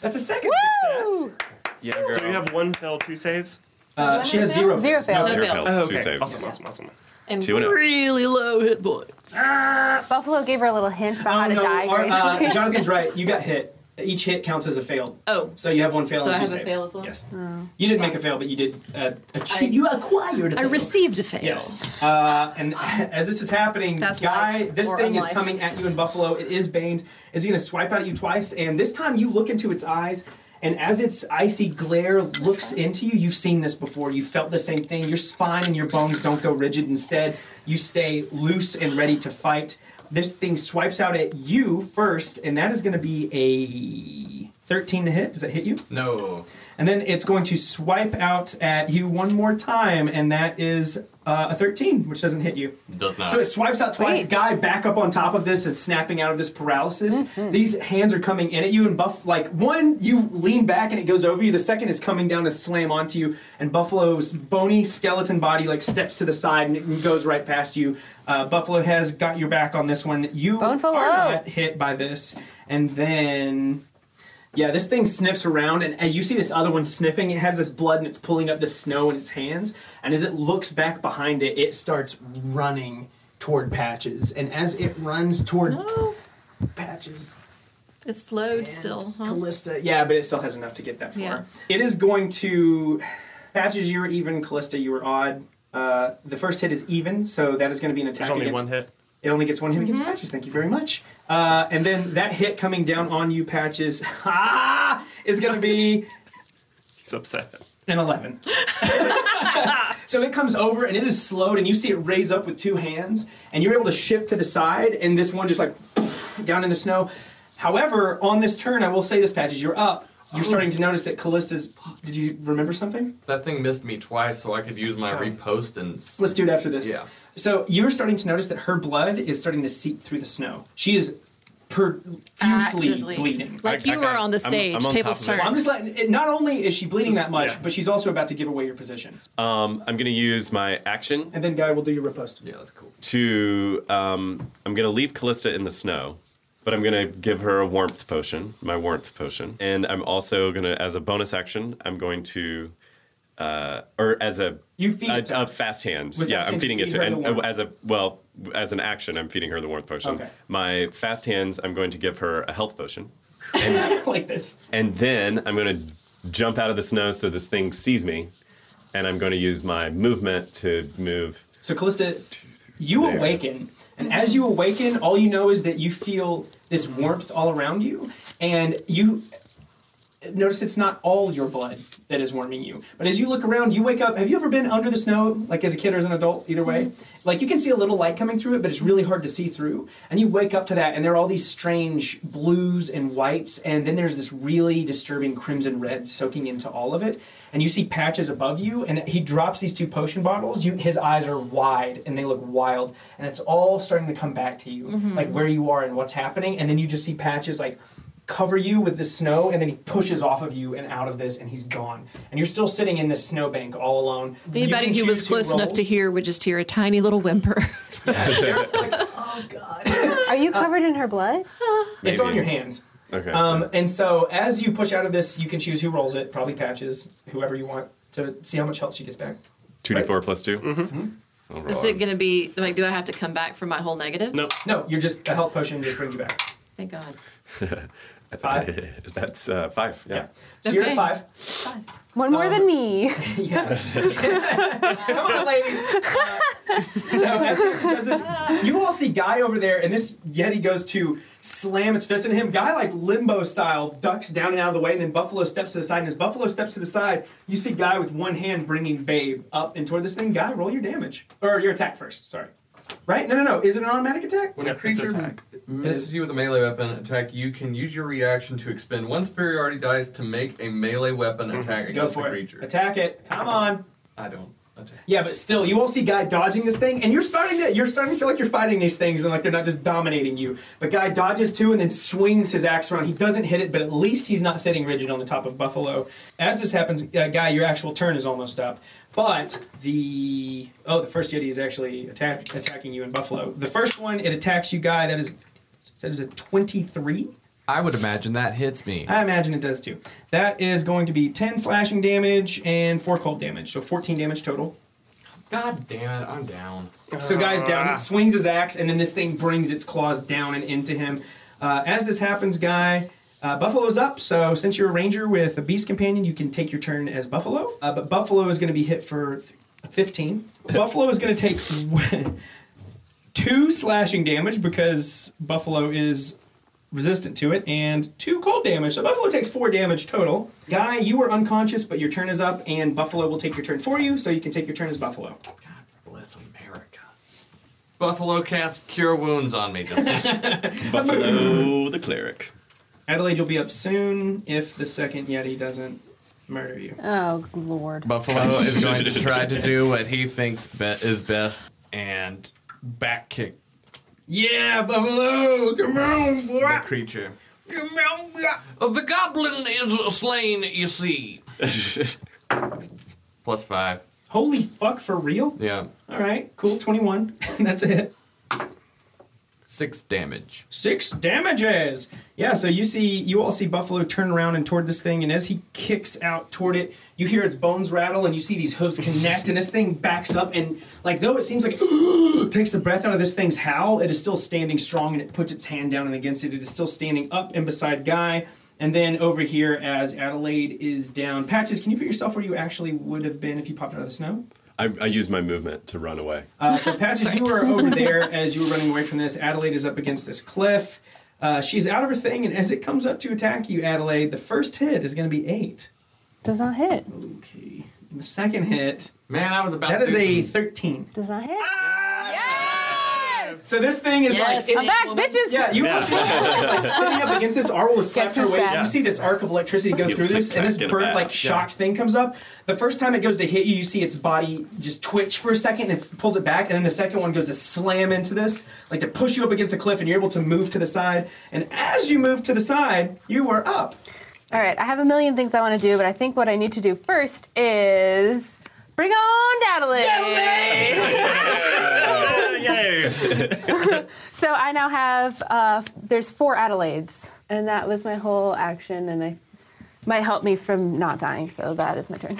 Speaker 3: That's a second success.
Speaker 5: Yeah, girl.
Speaker 2: So you have one fail, two saves? Oh,
Speaker 3: Uh, she has zero.
Speaker 4: Zero
Speaker 3: fails.
Speaker 4: fails.
Speaker 5: Zero
Speaker 6: fails.
Speaker 5: fails, two saves.
Speaker 2: Awesome, awesome, awesome.
Speaker 6: And
Speaker 5: Two and oh. a-
Speaker 6: really low hit points.
Speaker 4: Buffalo gave her a little hint about how to die
Speaker 3: our- uh,
Speaker 4: gracefully.
Speaker 3: Jonathan's right. You got hit. Each hit counts as a failed.
Speaker 6: Oh.
Speaker 3: So you have one fail
Speaker 6: So
Speaker 3: and
Speaker 6: I
Speaker 3: two
Speaker 6: have a
Speaker 3: saves.
Speaker 6: fail as well?
Speaker 3: Yes. You didn't make a fail, but you did uh, achieve.
Speaker 6: I-
Speaker 3: Oh. you acquired. a
Speaker 6: I
Speaker 3: fail.
Speaker 6: received a fail.
Speaker 3: Yes. Uh, and as this is happening,
Speaker 6: That's
Speaker 3: guy,
Speaker 6: life
Speaker 3: this
Speaker 6: or
Speaker 3: thing is
Speaker 6: unlife.
Speaker 3: coming at you in Buffalo. It is baned. Is going to swipe out at you twice, and this time you look into its eyes. And as its icy glare looks into you, you've seen this before. You felt the same thing. Your spine and your bones don't go rigid. Instead, you stay loose and ready to fight. This thing swipes out at you first, and that is going to be a 13 to hit. Does that hit you?
Speaker 11: No.
Speaker 3: And then it's going to swipe out at you one more time, and that is uh, a 13, which doesn't hit you.
Speaker 11: Does not.
Speaker 3: So it swipes out twice.
Speaker 4: Sweet.
Speaker 3: Guy back up on top of this and snapping out of this paralysis. These hands are coming in at you, and Buff, like, one, you lean back and it goes over you. The second is coming down to slam onto you, and Buffalo's bony skeleton body, like, steps to the side and it goes right past you. Uh, Buffalo has got your back on this one. You
Speaker 4: Boneful
Speaker 3: are
Speaker 4: low.
Speaker 3: not hit by this. And then yeah, this thing sniffs around, and as you see this other one sniffing, it has this blood and it's pulling up the snow in its hands. And as it looks back behind it, it starts running toward Patches. And as it runs toward
Speaker 6: Oh,
Speaker 3: Patches,
Speaker 6: it's slowed still. Huh?
Speaker 3: Callista, yeah, but it still has enough to get that far.
Speaker 6: Yeah.
Speaker 3: It is going to. Patches, you were even. Callista, you were odd. Uh, the first hit is even, so that is going to be an attack
Speaker 2: There's only
Speaker 3: against
Speaker 2: one hit.
Speaker 3: it only gets one hit
Speaker 6: Mm-hmm.
Speaker 3: against Patches. Thank you very much. Uh, and then that hit coming down on you, Patches, ah, is going to be
Speaker 2: He's upset.
Speaker 3: an 11. so it comes over and it is slowed, and you see it raise up with two hands, and you're able to shift to the side, and this one just like down in the snow. However, on this turn, I will say this, Patches, you're up. You're starting to notice that Callista's. Did you remember something?
Speaker 11: That thing missed me twice, so I could use my repost and. s-
Speaker 3: Let's do it after this.
Speaker 11: Yeah.
Speaker 3: So you're starting to notice that her blood is starting to seep through the snow. She is profusely
Speaker 6: Actively.
Speaker 3: bleeding.
Speaker 6: Like
Speaker 5: I-
Speaker 6: you
Speaker 5: I
Speaker 6: were
Speaker 5: got-
Speaker 6: on the
Speaker 5: I'm-
Speaker 6: stage.
Speaker 5: I'm on
Speaker 6: Tables
Speaker 5: top of it.
Speaker 3: Well, I'm
Speaker 6: turned.
Speaker 3: just letting. It, not only is she bleeding that much,
Speaker 2: yeah.
Speaker 3: but she's also about to give away your position.
Speaker 11: Uh,
Speaker 5: Um, I'm gonna use my action
Speaker 3: And then Guy will do your riposte.
Speaker 11: Yeah, that's cool.
Speaker 5: to um, I'm gonna leave Callista in the snow, but I'm gonna give her a warmth potion, my warmth potion, and I'm also gonna, as a bonus action, I'm going to uh, or as a
Speaker 3: You feed
Speaker 5: a,
Speaker 3: it to
Speaker 5: a fast hands.
Speaker 3: With
Speaker 5: yeah,
Speaker 3: fast
Speaker 5: I'm
Speaker 3: hands,
Speaker 5: feeding
Speaker 3: you
Speaker 5: it
Speaker 3: feed
Speaker 5: to
Speaker 3: her the
Speaker 5: and
Speaker 3: warmth.
Speaker 5: as a well as an action, I'm feeding her the warmth potion.
Speaker 3: Okay.
Speaker 5: My fast hands, I'm going to give her a health potion,
Speaker 3: like this.
Speaker 5: and then I'm going to jump out of the snow so this thing sees me, and I'm going to use my movement to move.
Speaker 3: So, Callista, you
Speaker 5: There.
Speaker 3: awaken, and as you awaken, all you know is that you feel this warmth all around you, and you notice it's not all your blood that is warming you. But as you look around, you wake up. Have you ever been under the snow, like as a kid or as an adult, either way? Like you can see a little light coming through it, but it's really hard to see through. And you wake up to that, and there are all these strange blues and whites, and then there's this really disturbing crimson red soaking into all of it. And you see patches above you, and he drops these two potion bottles. You, his eyes are wide, and they look wild, and it's all starting to come back to you, like where you are and what's happening. And then you just see patches like cover you with the snow and then he pushes off of you and out of this and he's gone and you're still sitting in this snowbank all alone You
Speaker 6: Anybody
Speaker 3: can
Speaker 6: who was
Speaker 3: choose
Speaker 6: close enough to
Speaker 3: rolls.
Speaker 6: hear would just hear a tiny little whimper.
Speaker 4: Are
Speaker 3: uh,
Speaker 4: you covered in her blood?
Speaker 3: it's
Speaker 5: Maybe.
Speaker 3: on your hands
Speaker 5: Okay.
Speaker 3: um, and so as you push out of this you can choose who rolls it probably patches whoever you want to see how much health she gets back
Speaker 5: two d4 plus 2 I'll roll
Speaker 6: Is it going to be like? Do I have to come back for my whole negative?
Speaker 2: Nope.
Speaker 3: no you're just a health potion just brings you back
Speaker 6: Thank God.
Speaker 3: five?
Speaker 5: That's uh, five.
Speaker 3: yeah
Speaker 5: Yeah.
Speaker 3: so you're at
Speaker 6: Okay.
Speaker 3: five
Speaker 4: One more than me.
Speaker 3: yeah. Come on, ladies. Uh, so as Christmas does this, you all see Guy over there, and this Yeti goes to slam its fist into him. Guy, like limbo style, ducks down and out of the way, and then Buffalo steps to the side. And as Buffalo steps to the side, you see Guy with one hand bringing Babe up and toward this thing. Guy, roll your damage. Or your attack first, sorry. Right? No, no, no. Is it an automatic attack?
Speaker 11: When a
Speaker 3: It's an
Speaker 11: creature
Speaker 3: attack.
Speaker 11: misses you with a melee weapon attack, you can use your reaction to expend one superiority dice to make a melee weapon attack
Speaker 3: Mm-hmm. Go
Speaker 11: against the
Speaker 3: for it.
Speaker 11: creature.
Speaker 3: Attack it. Come on.
Speaker 11: I don't attack.
Speaker 3: Yeah, but still, you all see Guy dodging this thing, and you're starting to you're starting to feel like you're fighting these things and like they're not just dominating you. But Guy dodges too and then swings his axe around. He doesn't hit it, but at least he's not sitting rigid on the top of Buffalo. As this happens, uh, Guy, your actual turn is almost up. But the oh, the first Yeti is actually attack, attacking you in Buffalo. The first one it attacks you, Guy. That is that is a twenty-three.
Speaker 1: I would imagine that hits me.
Speaker 3: I imagine it does too. That is going to be ten slashing damage and four cold damage, so fourteen damage total.
Speaker 1: God damn it, I'm down.
Speaker 3: So guy's down. He swings his axe, and then this thing brings its claws down and into him. Uh, as this happens, guy, uh, Buffalo's up. So since you're a ranger with a beast companion, you can take your turn as Buffalo. Uh, but Buffalo is going to be hit for th- 15. Buffalo is going to take two slashing damage because Buffalo is resistant to it, and two cold damage. So Buffalo takes four damage total. Guy, you were unconscious, but your turn is up, and Buffalo will take your turn for you, so you can take your turn as Buffalo.
Speaker 11: Bless America. Buffalo cats cure wounds on me. Just
Speaker 5: Buffalo the cleric.
Speaker 3: Adelaide, you'll be up soon if the second Yeti doesn't murder you.
Speaker 4: Oh, Lord.
Speaker 1: Buffalo is going to try to do what he thinks be- is best and back kick
Speaker 11: yeah, Buffalo, come on,
Speaker 1: the
Speaker 11: boy.
Speaker 1: creature.
Speaker 11: Come on, boy. The goblin is slain, you see. Plus five.
Speaker 3: Holy fuck, for real?
Speaker 1: Yeah,
Speaker 3: All right, cool, 21. That's a hit.
Speaker 1: six damage.
Speaker 3: Six damages. Yeah, so you see, you all see Buffalo turn around and toward this thing, and as he kicks out toward it, you hear its bones rattle, and you see these hooves connect, and this thing backs up, and like though it seems like it takes the breath out of this thing's howl, it is still standing strong, and it puts its hand down and against it. It is still standing up and beside Guy, and then over here as Adelaide is down. Patches, can you put yourself where you actually would have been if you popped out of the snow?
Speaker 5: I, I use my movement to run away.
Speaker 3: Uh, so, Patches, you were over there as you were running away from this. Adelaide is up against this cliff. Uh, she's out of her thing, and as it comes up to attack you, Adelaide, the first hit is going to be eight.
Speaker 4: Does not hit.
Speaker 3: Okay. And the second hit,
Speaker 11: Man, I was about
Speaker 3: that
Speaker 11: to
Speaker 3: is
Speaker 11: do
Speaker 3: a
Speaker 11: some-
Speaker 3: 13.
Speaker 4: Does not hit.
Speaker 3: Ah! So, this thing is
Speaker 6: Yes,
Speaker 3: like.
Speaker 4: I'm
Speaker 3: It,
Speaker 4: back, bitches.
Speaker 3: yeah, you all see like, sitting up against this arwol is slapped
Speaker 4: Guess
Speaker 3: her
Speaker 4: who's
Speaker 3: away.
Speaker 4: back?
Speaker 3: You see this arc of electricity go
Speaker 5: Gets
Speaker 3: through this,
Speaker 5: click,
Speaker 3: and this
Speaker 5: clack in a
Speaker 3: burnt, like,
Speaker 5: bag.
Speaker 3: shocked thing comes up. The first time it goes to hit you, you see its body just twitch for a second, and it pulls it back, and then the second one goes to slam into this, like to push you up against a cliff, and you're able to move to the side. And as you move to the side, you are up.
Speaker 4: All right, I have a million things I want to do, but I think what I need to do first is bring on Adelaide.
Speaker 2: Yay!
Speaker 4: So I now have uh, there's four Adelaides, and that was my whole action, and I might help me from not dying. So that is my turn.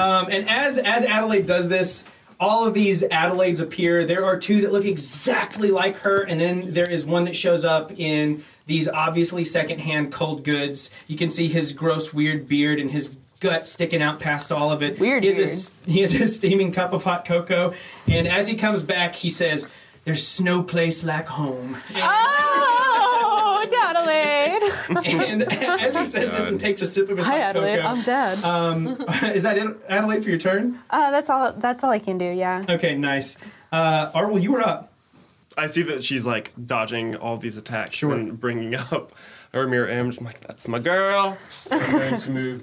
Speaker 3: Um, and as as Adelaide does this, all of these Adelaides appear. There are two that look exactly like her, and then there is one that shows up in these obviously secondhand cold goods. You can see his gross, weird beard and his gut sticking out past all of it.
Speaker 4: Weird
Speaker 3: He has,
Speaker 4: beard.
Speaker 3: his, he has his steaming cup of hot cocoa, and as he comes back, he says, "There's no place like home."
Speaker 4: Oh, Adelaide.
Speaker 3: And as he says this and takes a sip of his
Speaker 4: Hi,
Speaker 3: hot
Speaker 4: Adelaide.
Speaker 3: cocoa,
Speaker 4: I'm dead.
Speaker 3: um, is that it, Adelaide for your turn?
Speaker 4: Uh, that's all. That's all I can do. Yeah.
Speaker 3: Okay, nice. Uh, Arwell, you were up.
Speaker 2: I see that she's like dodging all these attacks
Speaker 3: Sure.
Speaker 2: and bringing up her mirror image. I'm like, that's my girl. I'm going to move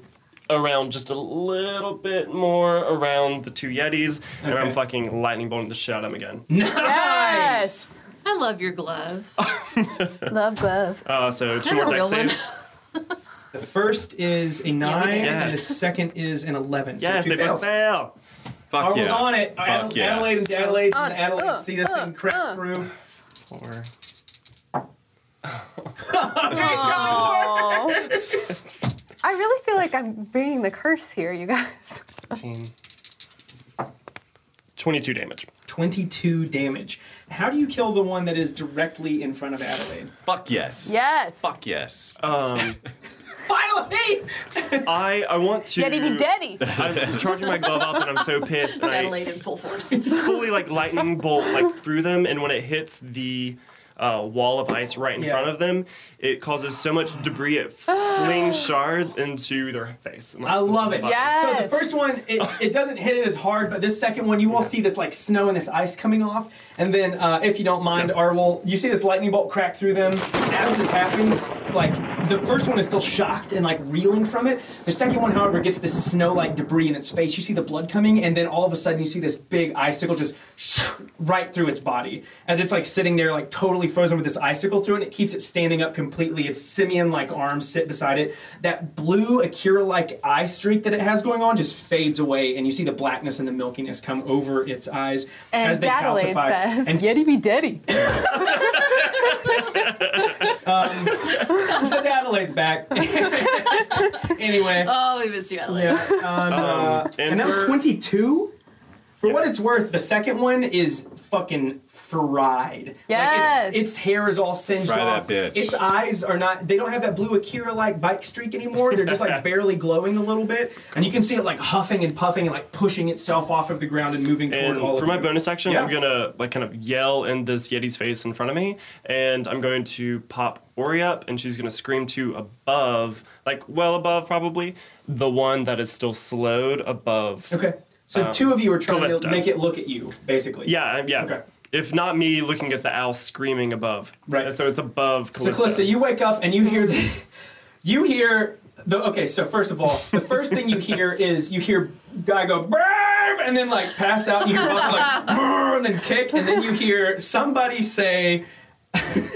Speaker 2: around just a little bit more around the two Yetis, and I'm
Speaker 3: Okay.
Speaker 2: fucking lightning bolting the shit out of them again.
Speaker 3: Nice.
Speaker 4: Yes.
Speaker 6: I love your glove.
Speaker 4: Love glove.
Speaker 3: Oh.
Speaker 2: Uh, so two
Speaker 6: I'm
Speaker 2: more deck
Speaker 6: a real one.
Speaker 2: saves.
Speaker 3: The first is a nine, and the
Speaker 2: Yes.
Speaker 3: second is an eleven. So
Speaker 2: Yes,
Speaker 3: two
Speaker 2: they
Speaker 3: fails.
Speaker 2: both fail.
Speaker 5: Fuck
Speaker 3: Arwell's
Speaker 5: yeah.
Speaker 3: on it.
Speaker 5: Fuck
Speaker 3: Adelaide,
Speaker 5: yeah.
Speaker 3: Adelaide and Adelaide and
Speaker 4: Uh,
Speaker 3: Adelaide
Speaker 4: uh,
Speaker 3: see this
Speaker 4: uh,
Speaker 3: thing crack
Speaker 4: uh.
Speaker 3: through.
Speaker 2: Four.
Speaker 4: Oh. I really feel like I'm bringing the curse here, you guys.
Speaker 2: 15, 22 damage.
Speaker 3: Twenty-two damage. How do you kill the one that is directly in front of Adelaide?
Speaker 5: Fuck yes.
Speaker 4: Yes.
Speaker 5: Fuck yes.
Speaker 2: Um,
Speaker 3: Finally!
Speaker 2: I I want to.
Speaker 4: Daddy be daddy.
Speaker 2: I'm charging my glove up and I'm so pissed. and I-
Speaker 6: Adelaide in full force.
Speaker 2: fully like lightning bolt like through them, and when it hits the uh, wall of ice right in
Speaker 3: Yeah.
Speaker 2: front of them, it causes so much debris it flings shards into their face.
Speaker 3: I love it.
Speaker 4: Yes.
Speaker 3: So the first one, it, it doesn't hit it as hard, but this second one, you will see this like snow and this ice coming off. And then, uh, if you don't mind, Arwol, you see this lightning bolt crack through them. As this happens, like the first one is still shocked and like reeling from it. The second one, however, gets this snow like debris in its face. You see the blood coming, and then all of a sudden, you see this big icicle just right through its body as it's like sitting there, like totally frozen with this icicle through it. It keeps it standing up completely. Its simian like arms sit beside it. That blue Akira like eye streak that it has going on just fades away, and you see the blackness and the milkiness come over its eyes as
Speaker 4: And
Speaker 3: they
Speaker 4: Adelaide
Speaker 3: calcify.
Speaker 4: says,
Speaker 3: And
Speaker 4: Yeti be daddy.
Speaker 3: so Adelaide's back. anyway.
Speaker 6: Oh, we missed you, Adelaide.
Speaker 3: Yeah, um, uh, and, that was
Speaker 2: for-
Speaker 3: 22? For what it's worth, the second one is fucking fried.
Speaker 4: Yes.
Speaker 3: Like its, its hair is all singed
Speaker 5: Fry
Speaker 3: off.
Speaker 5: that bitch.
Speaker 3: Its eyes are not, they don't have that blue Akira like bike streak anymore. They're just like barely glowing a little bit. And you can see it like huffing and puffing and like pushing itself off of the ground and moving toward
Speaker 2: And
Speaker 3: all
Speaker 2: for
Speaker 3: of
Speaker 2: my
Speaker 3: you.
Speaker 2: bonus action, I'm
Speaker 3: Yeah.
Speaker 2: gonna like kind of yell in this Yeti's face in front of me, and I'm going to pop Ori up, and she's gonna scream to above, like well above probably, the one that is still slowed above.
Speaker 3: Okay. So
Speaker 2: Um,
Speaker 3: two of you are trying to
Speaker 2: Callista.
Speaker 3: make it look at you, basically.
Speaker 2: Yeah, I- yeah.
Speaker 3: Okay.
Speaker 2: If not me looking at the owl screaming above.
Speaker 3: Right.
Speaker 2: So it's above
Speaker 3: So Calista, you wake up and you hear the, you hear the okay. So first of all, the first thing you hear is you hear guy go "Brrr," and then like pass out. And you hear Bobby like "Brrr," and then kick, and then you hear somebody say, and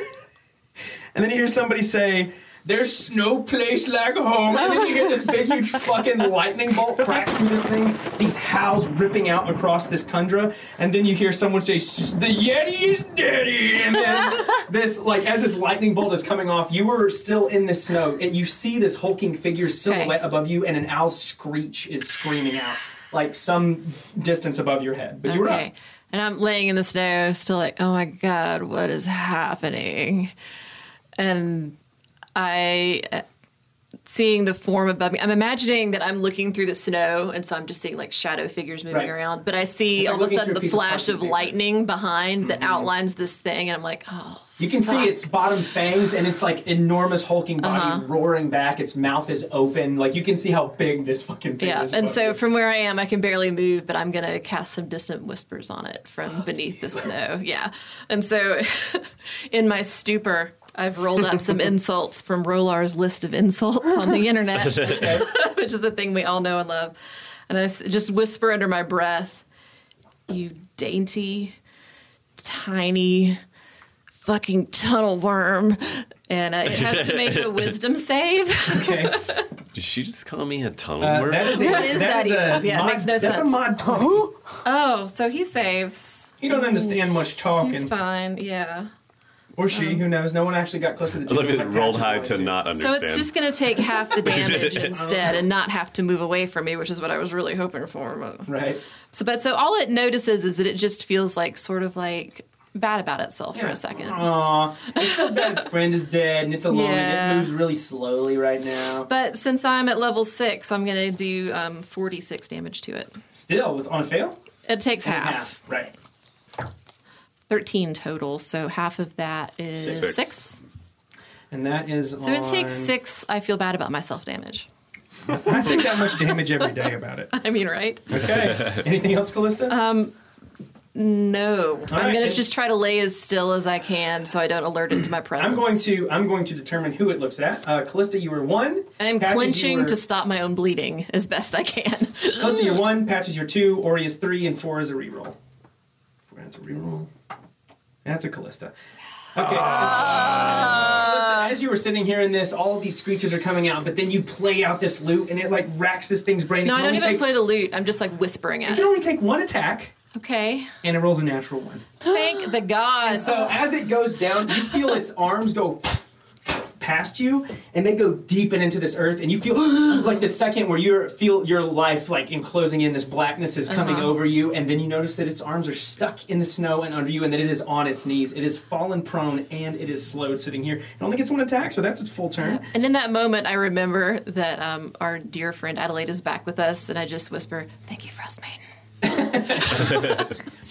Speaker 3: then you hear somebody say. There's no place like home. And then you hear this big, huge fucking lightning bolt crack through this thing, these howls ripping out across this tundra. And then you hear someone say, "S- The Yeti is daddy. And then this, like, as this lightning bolt is coming off, you were still in the snow. And you see this hulking figure silhouette above you, and an owl screech is screaming out, like, some distance above your head. But you were up.
Speaker 6: Okay. And I'm laying in the snow, still like, oh my God, what is happening? And I, uh, seeing the form above me, I'm imagining that I'm looking through the snow, and so I'm just seeing like shadow figures moving
Speaker 3: Right.
Speaker 6: around. But I see
Speaker 3: It's like
Speaker 6: all of a
Speaker 3: looking through
Speaker 6: sudden
Speaker 3: a
Speaker 6: the
Speaker 3: piece of
Speaker 6: flash
Speaker 3: parchment
Speaker 6: of
Speaker 3: paper. Mm-hmm.
Speaker 6: lightning behind that outlines this thing, and I'm like, oh,
Speaker 3: You can see its bottom fangs and its like enormous hulking body
Speaker 6: Uh-huh.
Speaker 3: roaring back. Its mouth is open. Like you can see how big this fucking thing
Speaker 6: yeah.
Speaker 3: is.
Speaker 6: And
Speaker 3: above
Speaker 6: so
Speaker 3: you.
Speaker 6: from where I am, I can barely move, but I'm going to cast some distant whispers on it from beneath the snow. Yeah. And so in my stupor, I've rolled up some insults from Rolar's list of insults on the internet, which is a thing we all know and love. And I s- just whisper under my breath, you dainty, tiny, fucking tunnel worm. And uh, it has to make a wisdom save.
Speaker 3: okay,
Speaker 5: Did she just call me a tunnel
Speaker 3: Uh,
Speaker 5: worm?
Speaker 3: that is a,
Speaker 6: What is that
Speaker 3: is a
Speaker 6: even? Yeah, it
Speaker 3: mod,
Speaker 6: makes no
Speaker 3: that's
Speaker 6: sense.
Speaker 3: a mod twenty.
Speaker 6: oh, so he saves.
Speaker 3: You don't understand much
Speaker 6: He's Um,
Speaker 3: talking.
Speaker 6: fine, yeah.
Speaker 3: Or she, who knows? No one actually got close to the
Speaker 5: I love
Speaker 3: It was
Speaker 5: it
Speaker 3: like
Speaker 5: rolled
Speaker 3: Patches
Speaker 5: high
Speaker 3: wanted
Speaker 5: to not
Speaker 6: So
Speaker 5: understand.
Speaker 6: it's just going to take half the damage instead and not have to move away from me, which is what I was really hoping for. but-
Speaker 3: Right.
Speaker 6: So, but so all it notices is that it just feels like sort of like bad about itself for
Speaker 3: Yeah.
Speaker 6: a second.
Speaker 3: Aw, it feels bad its friend is dead and it's alone and
Speaker 6: Yeah.
Speaker 3: it moves really slowly right now.
Speaker 6: But since I'm at level six, I'm going to do um, 46 damage to it.
Speaker 3: Still, with on a fail?
Speaker 6: It takes half.
Speaker 3: Right.
Speaker 6: 13 total, so half of that is
Speaker 3: Six.
Speaker 6: six.
Speaker 3: And that is
Speaker 6: So it takes
Speaker 3: on-
Speaker 6: six, I feel bad about myself damage.
Speaker 3: I take that much damage every day about it.
Speaker 6: I mean, right?
Speaker 3: Okay. Anything else, Callista?
Speaker 6: Um, no. I'm
Speaker 3: right,
Speaker 6: going
Speaker 3: then-
Speaker 6: to just try to lay as still as I can so I don't alert it to my presence.
Speaker 3: I'm going to I'm going to determine who it looks at. Uh, Callista, you were one.
Speaker 6: I'm
Speaker 3: Patches, you
Speaker 6: clinching
Speaker 3: were-
Speaker 6: to stop my own bleeding as best I can.
Speaker 3: Callista, you're one. Patches, you're two. Ori is three, and four is a reroll. Four is a reroll. That's a Callista. Okay. uh, Listen, as you were sitting here in this, all of these screeches are coming out, but then you play out this loot, and it like racks this thing's brain. It
Speaker 6: No,
Speaker 3: can
Speaker 6: I don't
Speaker 3: only
Speaker 6: even
Speaker 3: take-
Speaker 6: play the loot. I'm just like whispering
Speaker 3: It
Speaker 6: at
Speaker 3: can
Speaker 6: it.
Speaker 3: only take one attack,
Speaker 6: Okay.
Speaker 3: and it rolls a natural one.
Speaker 6: Thank the gods.
Speaker 3: So as it goes down, you feel its arms go past you, and they go deep and into this earth, and you feel like the second where you feel your life like enclosing in this blackness is coming
Speaker 6: Uh-huh.
Speaker 3: over you, and then you notice that its arms are stuck in the snow and under you, and that it is on its knees. It is fallen prone and it is slowed sitting here. It only gets one attack, so that's its full turn.
Speaker 6: and in that moment, I remember that um, our dear friend Adelaide is back with us, and I just whisper, "Thank you, Frost Maiden."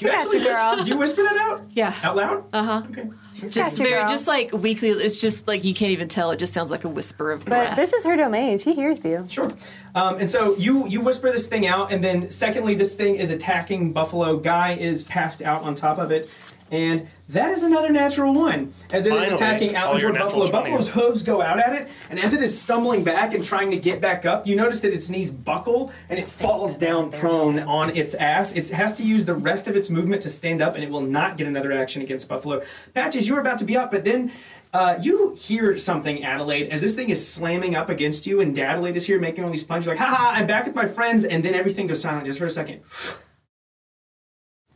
Speaker 3: You actually
Speaker 4: you, girl.
Speaker 3: whisper, do you whisper that out
Speaker 6: Yeah.
Speaker 3: out loud?
Speaker 6: Uh huh.
Speaker 3: Okay.
Speaker 4: She's
Speaker 6: Just
Speaker 4: got you,
Speaker 6: very,
Speaker 4: girl.
Speaker 6: just like weekly. It's just like you can't even tell. It just sounds like a whisper of
Speaker 4: But
Speaker 6: breath.
Speaker 4: this is her domain. She hears you.
Speaker 3: Sure. Um, and so you you whisper this thing out, and then secondly, this thing is attacking Buffalo. Guy is passed out on top of it, and that is another natural one as it is
Speaker 2: Finally,
Speaker 3: attacking
Speaker 2: all
Speaker 3: out
Speaker 2: your
Speaker 3: toward
Speaker 2: natural
Speaker 3: Buffalo.
Speaker 2: 20s.
Speaker 3: Buffalo's hooves go out at it, and as it is stumbling back and trying to get back up, you notice that its knees buckle and it falls down prone on its ass. It has to use the rest of its movement to stand up, and it will not get another action against Buffalo. Patches, you're about to be up, but then uh, you hear something, Adelaide, as this thing is slamming up against you, and Adelaide is here making all these punches, like, haha, I'm back with my friends, and then everything goes silent just for a second.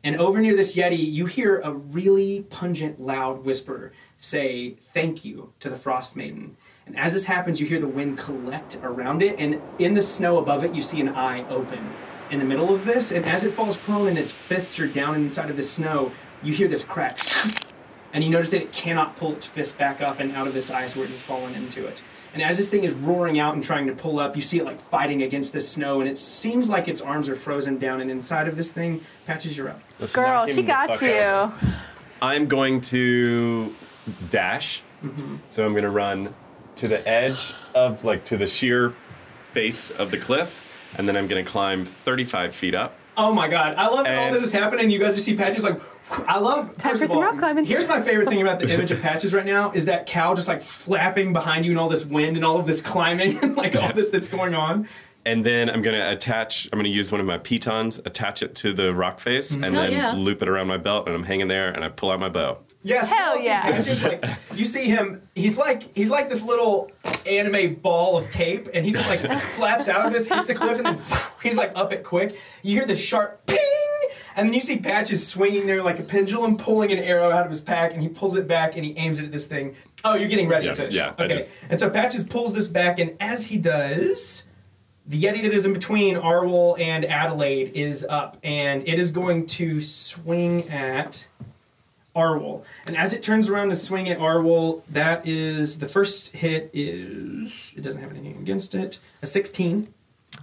Speaker 3: And over near this Yeti, you hear a really pungent, loud whisper say, Thank you to the Frost Maiden. And as this happens, you hear the wind collect around it, and in the snow above it, you see an eye open in the middle of this. And as it falls prone and its fists are down inside of the snow, you hear this crack. And you notice that it cannot pull its fist back up and out of this ice where it has fallen into it. And as this thing is roaring out and trying to pull up, you see it like fighting against the snow, and it seems like its arms are frozen down. And inside of this thing, patches you up.
Speaker 5: Let's
Speaker 4: Girl,
Speaker 5: knock him
Speaker 4: she
Speaker 5: the
Speaker 4: got
Speaker 5: fuck
Speaker 4: you.
Speaker 5: out. I'm going to dash. So I'm going to run to the edge of, like, to the sheer face of the cliff, and then I'm going to climb 35 feet up.
Speaker 3: Oh my god, I love that all
Speaker 5: And-
Speaker 3: this is happening. You guys just see patches like. I love.
Speaker 4: Time
Speaker 3: first
Speaker 4: for
Speaker 3: of
Speaker 4: some
Speaker 3: all,
Speaker 4: rock climbing.
Speaker 3: Here's my favorite thing about the image of patches right now is that cow just like flapping behind you and all this wind and all of this climbing and like all this that's going on.
Speaker 5: And then I'm going to attach, I'm going to use one of my pitons, attach it to the rock face,
Speaker 4: Mm-hmm.
Speaker 5: and
Speaker 6: Hell
Speaker 5: then
Speaker 6: yeah.
Speaker 5: loop it around my belt, and I'm hanging there, and I pull out my bow.
Speaker 3: Yes.
Speaker 4: Hell
Speaker 3: you see
Speaker 4: yeah.
Speaker 3: Patches, like, you see him. He's like he's like this little anime ball of cape, and he just like flaps out of this, hits the cliff, and then he's like up it quick. You hear the sharp ping, and then you see Patches swinging there like a pendulum, pulling an arrow out of his pack, and he pulls it back and he aims it at this thing. Oh, you're getting ready
Speaker 5: Yeah,
Speaker 3: to.
Speaker 5: yeah, I
Speaker 3: Okay.
Speaker 5: just-
Speaker 3: And so Patches pulls this back, and as he does. The Yeti that is in between Arwol and Adelaide is up, and it is going to swing at Arwol. And as it turns around to swing at Arwol, that is the first hit is it doesn't have anything against it. A 16.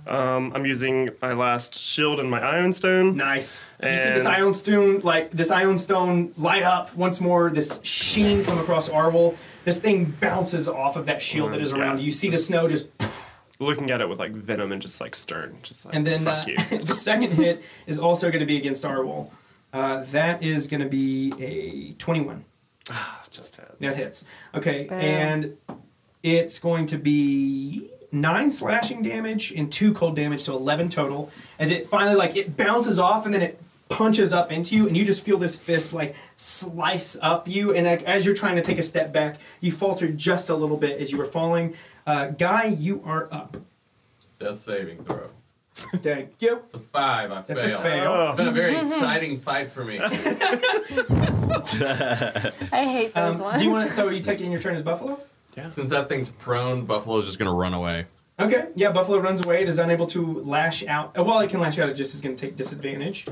Speaker 2: Um, I'm using my last shield and my iron stone.
Speaker 3: Nice. You see this
Speaker 2: And-
Speaker 3: ion stone like this ion stone light up once more, this sheen come across Arwol. This thing bounces off of that shield that is
Speaker 2: Yeah.
Speaker 3: around you. You see the snow just
Speaker 2: Looking at it with like venom and just like stern, just like
Speaker 3: and then
Speaker 2: fuck
Speaker 3: uh,
Speaker 2: you.
Speaker 3: the second hit is also gonna be against Arwol. Uh, that is gonna be a 21.
Speaker 2: just hits.
Speaker 3: That hits. Okay, and it's going to be nine slashing damage and two cold damage, so eleven total. As it finally like it bounces off and then it punches up into you, and you just feel this fist like slice up you. And like, as you're trying to take a step back, you falter just a little bit as you were falling. Uh, Guy, you are up.
Speaker 1: Death saving throw.
Speaker 3: Thank you.
Speaker 1: It's a five. I
Speaker 3: That's a
Speaker 1: failed.
Speaker 3: fail.
Speaker 1: It's been a very exciting fight for me.
Speaker 4: I hate those
Speaker 3: Um,
Speaker 4: ones.
Speaker 3: do you want? So are you taking your turn as buffalo?
Speaker 1: Since that thing's prone, Buffalo's just gonna run away.
Speaker 3: Okay. Yeah, buffalo runs away. It is unable to lash out. uh, Well, it can lash out. It just is going to take disadvantage.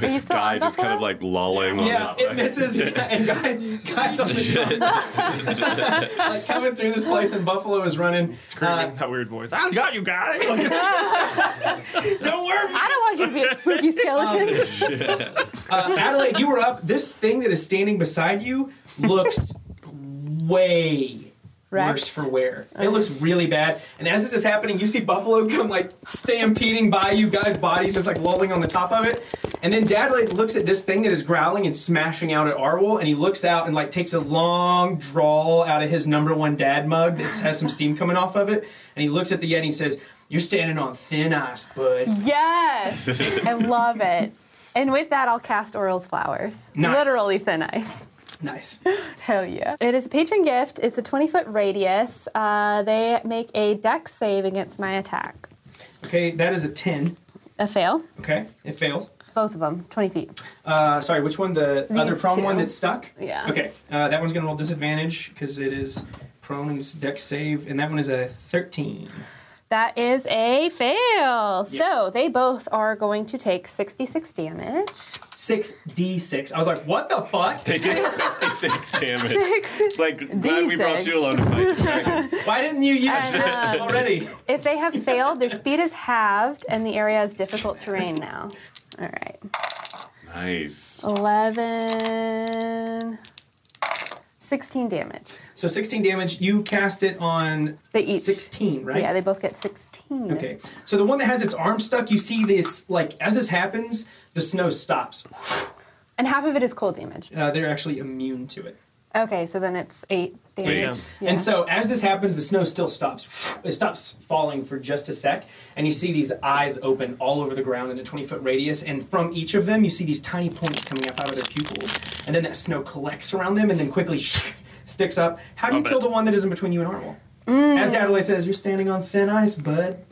Speaker 4: Are you still
Speaker 5: guy
Speaker 4: on
Speaker 5: just kind of
Speaker 4: Buffalo?
Speaker 5: like lolling
Speaker 3: yeah,
Speaker 5: on
Speaker 3: it misses. Yeah, and guy, guys on the top, like coming through this place, and buffalo is running.
Speaker 2: Screaming
Speaker 3: Uh,
Speaker 2: that weird voice. I got you guys.
Speaker 3: Don't worry.
Speaker 4: I don't want you to be a
Speaker 3: Um,
Speaker 4: spooky skeleton.
Speaker 3: Uh, Adelaide, you were up. This thing that is standing beside you looks way worse
Speaker 4: Wrecked.
Speaker 3: for wear. It looks really bad. And as this is happening, you see Buffalo come like stampeding by you guys' bodies, just like lolling on the top of it. And then Dadlade looks at this thing that is growling and smashing out at Arwol, and he looks out and like takes a long drawl out of his number one dad mug that has some steam coming off of it. And he looks at the Yeti and he says, You're standing on thin ice, bud.
Speaker 4: Yes, I love it. And with that, I'll cast Oral's Flowers.
Speaker 3: Nice.
Speaker 4: Literally thin ice.
Speaker 3: Nice.
Speaker 4: Hell yeah. It is a patron gift. It's a 20 foot radius. Uh, they make a dex save against my attack.
Speaker 3: Okay, that is a 10.
Speaker 4: A fail.
Speaker 3: Okay, it fails.
Speaker 4: Both of them, 20 feet.
Speaker 3: Uh, sorry, which one? The other prone
Speaker 4: two.
Speaker 3: one that's stuck?
Speaker 4: Yeah.
Speaker 3: Okay, uh, that one's going to roll disadvantage because it is prone and it's deck save, and that one is a 13.
Speaker 4: That is a fail. So they both are going to take 66 damage.
Speaker 3: 6d6. I was like, what the fuck?
Speaker 5: it. They did 66 damage.
Speaker 4: Six.
Speaker 5: It's like, glad we brought you along to fight.
Speaker 3: Why didn't you use
Speaker 4: And,
Speaker 3: this already?
Speaker 4: If they have failed, their speed is halved, and the area is difficult terrain now. All right.
Speaker 5: Nice.
Speaker 4: 11, 16 damage.
Speaker 3: So 16 damage. You cast it on
Speaker 4: They each.
Speaker 3: 16, right?
Speaker 4: Yeah, they both get 16.
Speaker 3: Okay. So the one that has its arm stuck, you see this, like, as this happens, the snow stops.
Speaker 4: And half of it is cold damage.
Speaker 3: Uh, they're actually immune to it.
Speaker 4: Okay, so then it's 8 damage. Yeah.
Speaker 3: And so as this happens, the snow still stops. It stops falling for just a sec, and you see these eyes open all over the ground in a 20 foot radius, and from each of them, you see these tiny points coming up out of their pupils, and then that snow collects around them and then quickly sticks up. How do you kill the one that is in between you and Arnold? As Dadalite says, you're standing on thin ice, bud.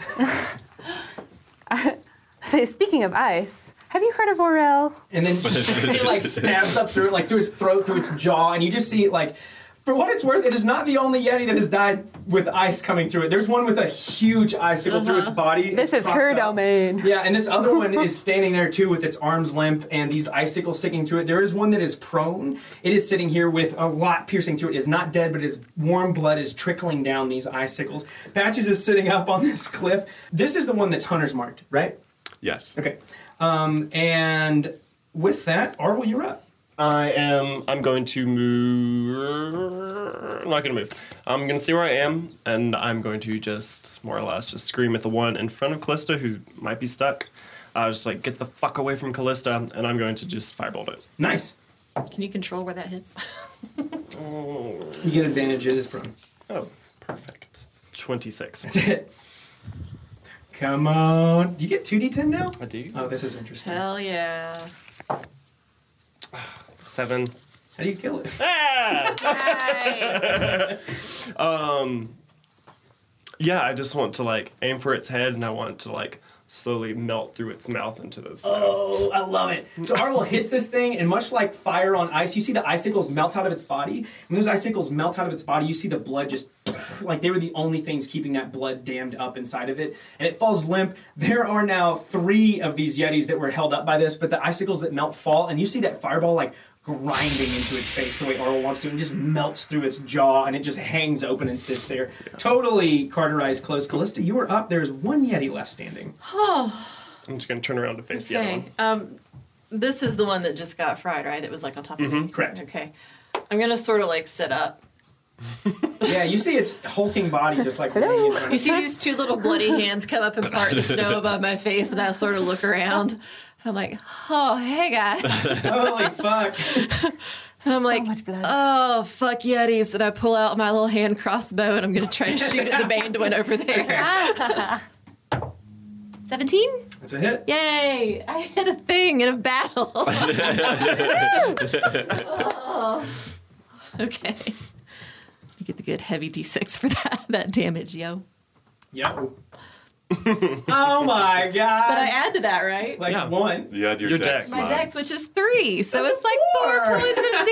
Speaker 4: So speaking of ice, have you heard of Orel?
Speaker 3: And then it like stabs up through it, like through its throat, through its jaw, and you just see it like. For what it's worth, it is not the only Yeti that has died with ice coming through it. There's one with a huge icicle through its body.
Speaker 4: Uh-huh. This
Speaker 3: It's
Speaker 4: is her
Speaker 3: propped up.
Speaker 4: domain.
Speaker 3: Yeah, and this other one is standing there too with its arms limp and these icicles sticking through it. There is one that is prone. It is sitting here with a lot piercing through it. It is not dead, but its warm blood is trickling down these icicles. Patches is sitting up on this cliff. This is the one that's hunter's marked, right?
Speaker 5: Yes.
Speaker 3: Okay. Um, and with that, Arwell, you're up.
Speaker 2: I am. I'm going to move. I'm not going to move. I'm going to see where I am, and I'm going to just more or less just scream at the one in front of Callista who might be stuck. I was just like, get the fuck away from Callista, and I'm going to just firebolt it.
Speaker 3: Nice.
Speaker 6: Can you control where that hits?
Speaker 3: You get advantage. It is prone.
Speaker 2: Oh, perfect. 26.
Speaker 3: Come on. Do you get 2d10 now?
Speaker 2: I do.
Speaker 3: Oh, this is interesting.
Speaker 6: Hell yeah.
Speaker 2: Seven.
Speaker 3: How do you kill it?
Speaker 2: Ah!
Speaker 6: Nice.
Speaker 2: Yeah, I just want to like aim for its head, and I want it to like slowly melt through its mouth into the snow.
Speaker 3: Oh, I love it. So Arwell hits this thing, and much like fire on ice, you see the icicles melt out of its body. When those icicles melt out of its body, you see the blood just like they were the only things keeping that blood dammed up inside of it. And it falls limp. There are now three of these Yetis that were held up by this, but the icicles that melt fall, and you see that fireball like grinding into its face the way Arwell wants to, and just melts through its jaw, and it just hangs open and sits there. Totally carterized close. Callista, you are up. There's one Yeti left standing.
Speaker 2: I'm just going to turn around to face the other
Speaker 6: Oh, Okay.
Speaker 2: one.
Speaker 6: Um, this is the one that just got fried, right? That was like on top of me.
Speaker 3: Correct.
Speaker 6: Okay. I'm gonna sort of like sit up.
Speaker 3: Yeah, you see its hulking body just like laying in front of
Speaker 6: You see these two little bloody hands come up and part the snow above my face, and I sort of look around. I'm like, oh, hey guys.
Speaker 3: Holy fuck.
Speaker 6: And I'm like,
Speaker 4: much blood.
Speaker 6: oh, fuck Yetis. And I pull out my little hand crossbow and I'm going to try and shoot at the band one over there. 17?
Speaker 3: That's a hit.
Speaker 6: Yay! I hit a thing in a battle. Oh. Okay. You get the good heavy d6 for that, that damage, yo.
Speaker 3: Yo. oh my god.
Speaker 6: But I add to that, right?
Speaker 3: like one.
Speaker 12: You had your,
Speaker 2: Your
Speaker 12: dex.
Speaker 6: My
Speaker 12: mod.
Speaker 6: dex, which is three, so it's like
Speaker 3: four.
Speaker 6: four points
Speaker 3: You
Speaker 6: of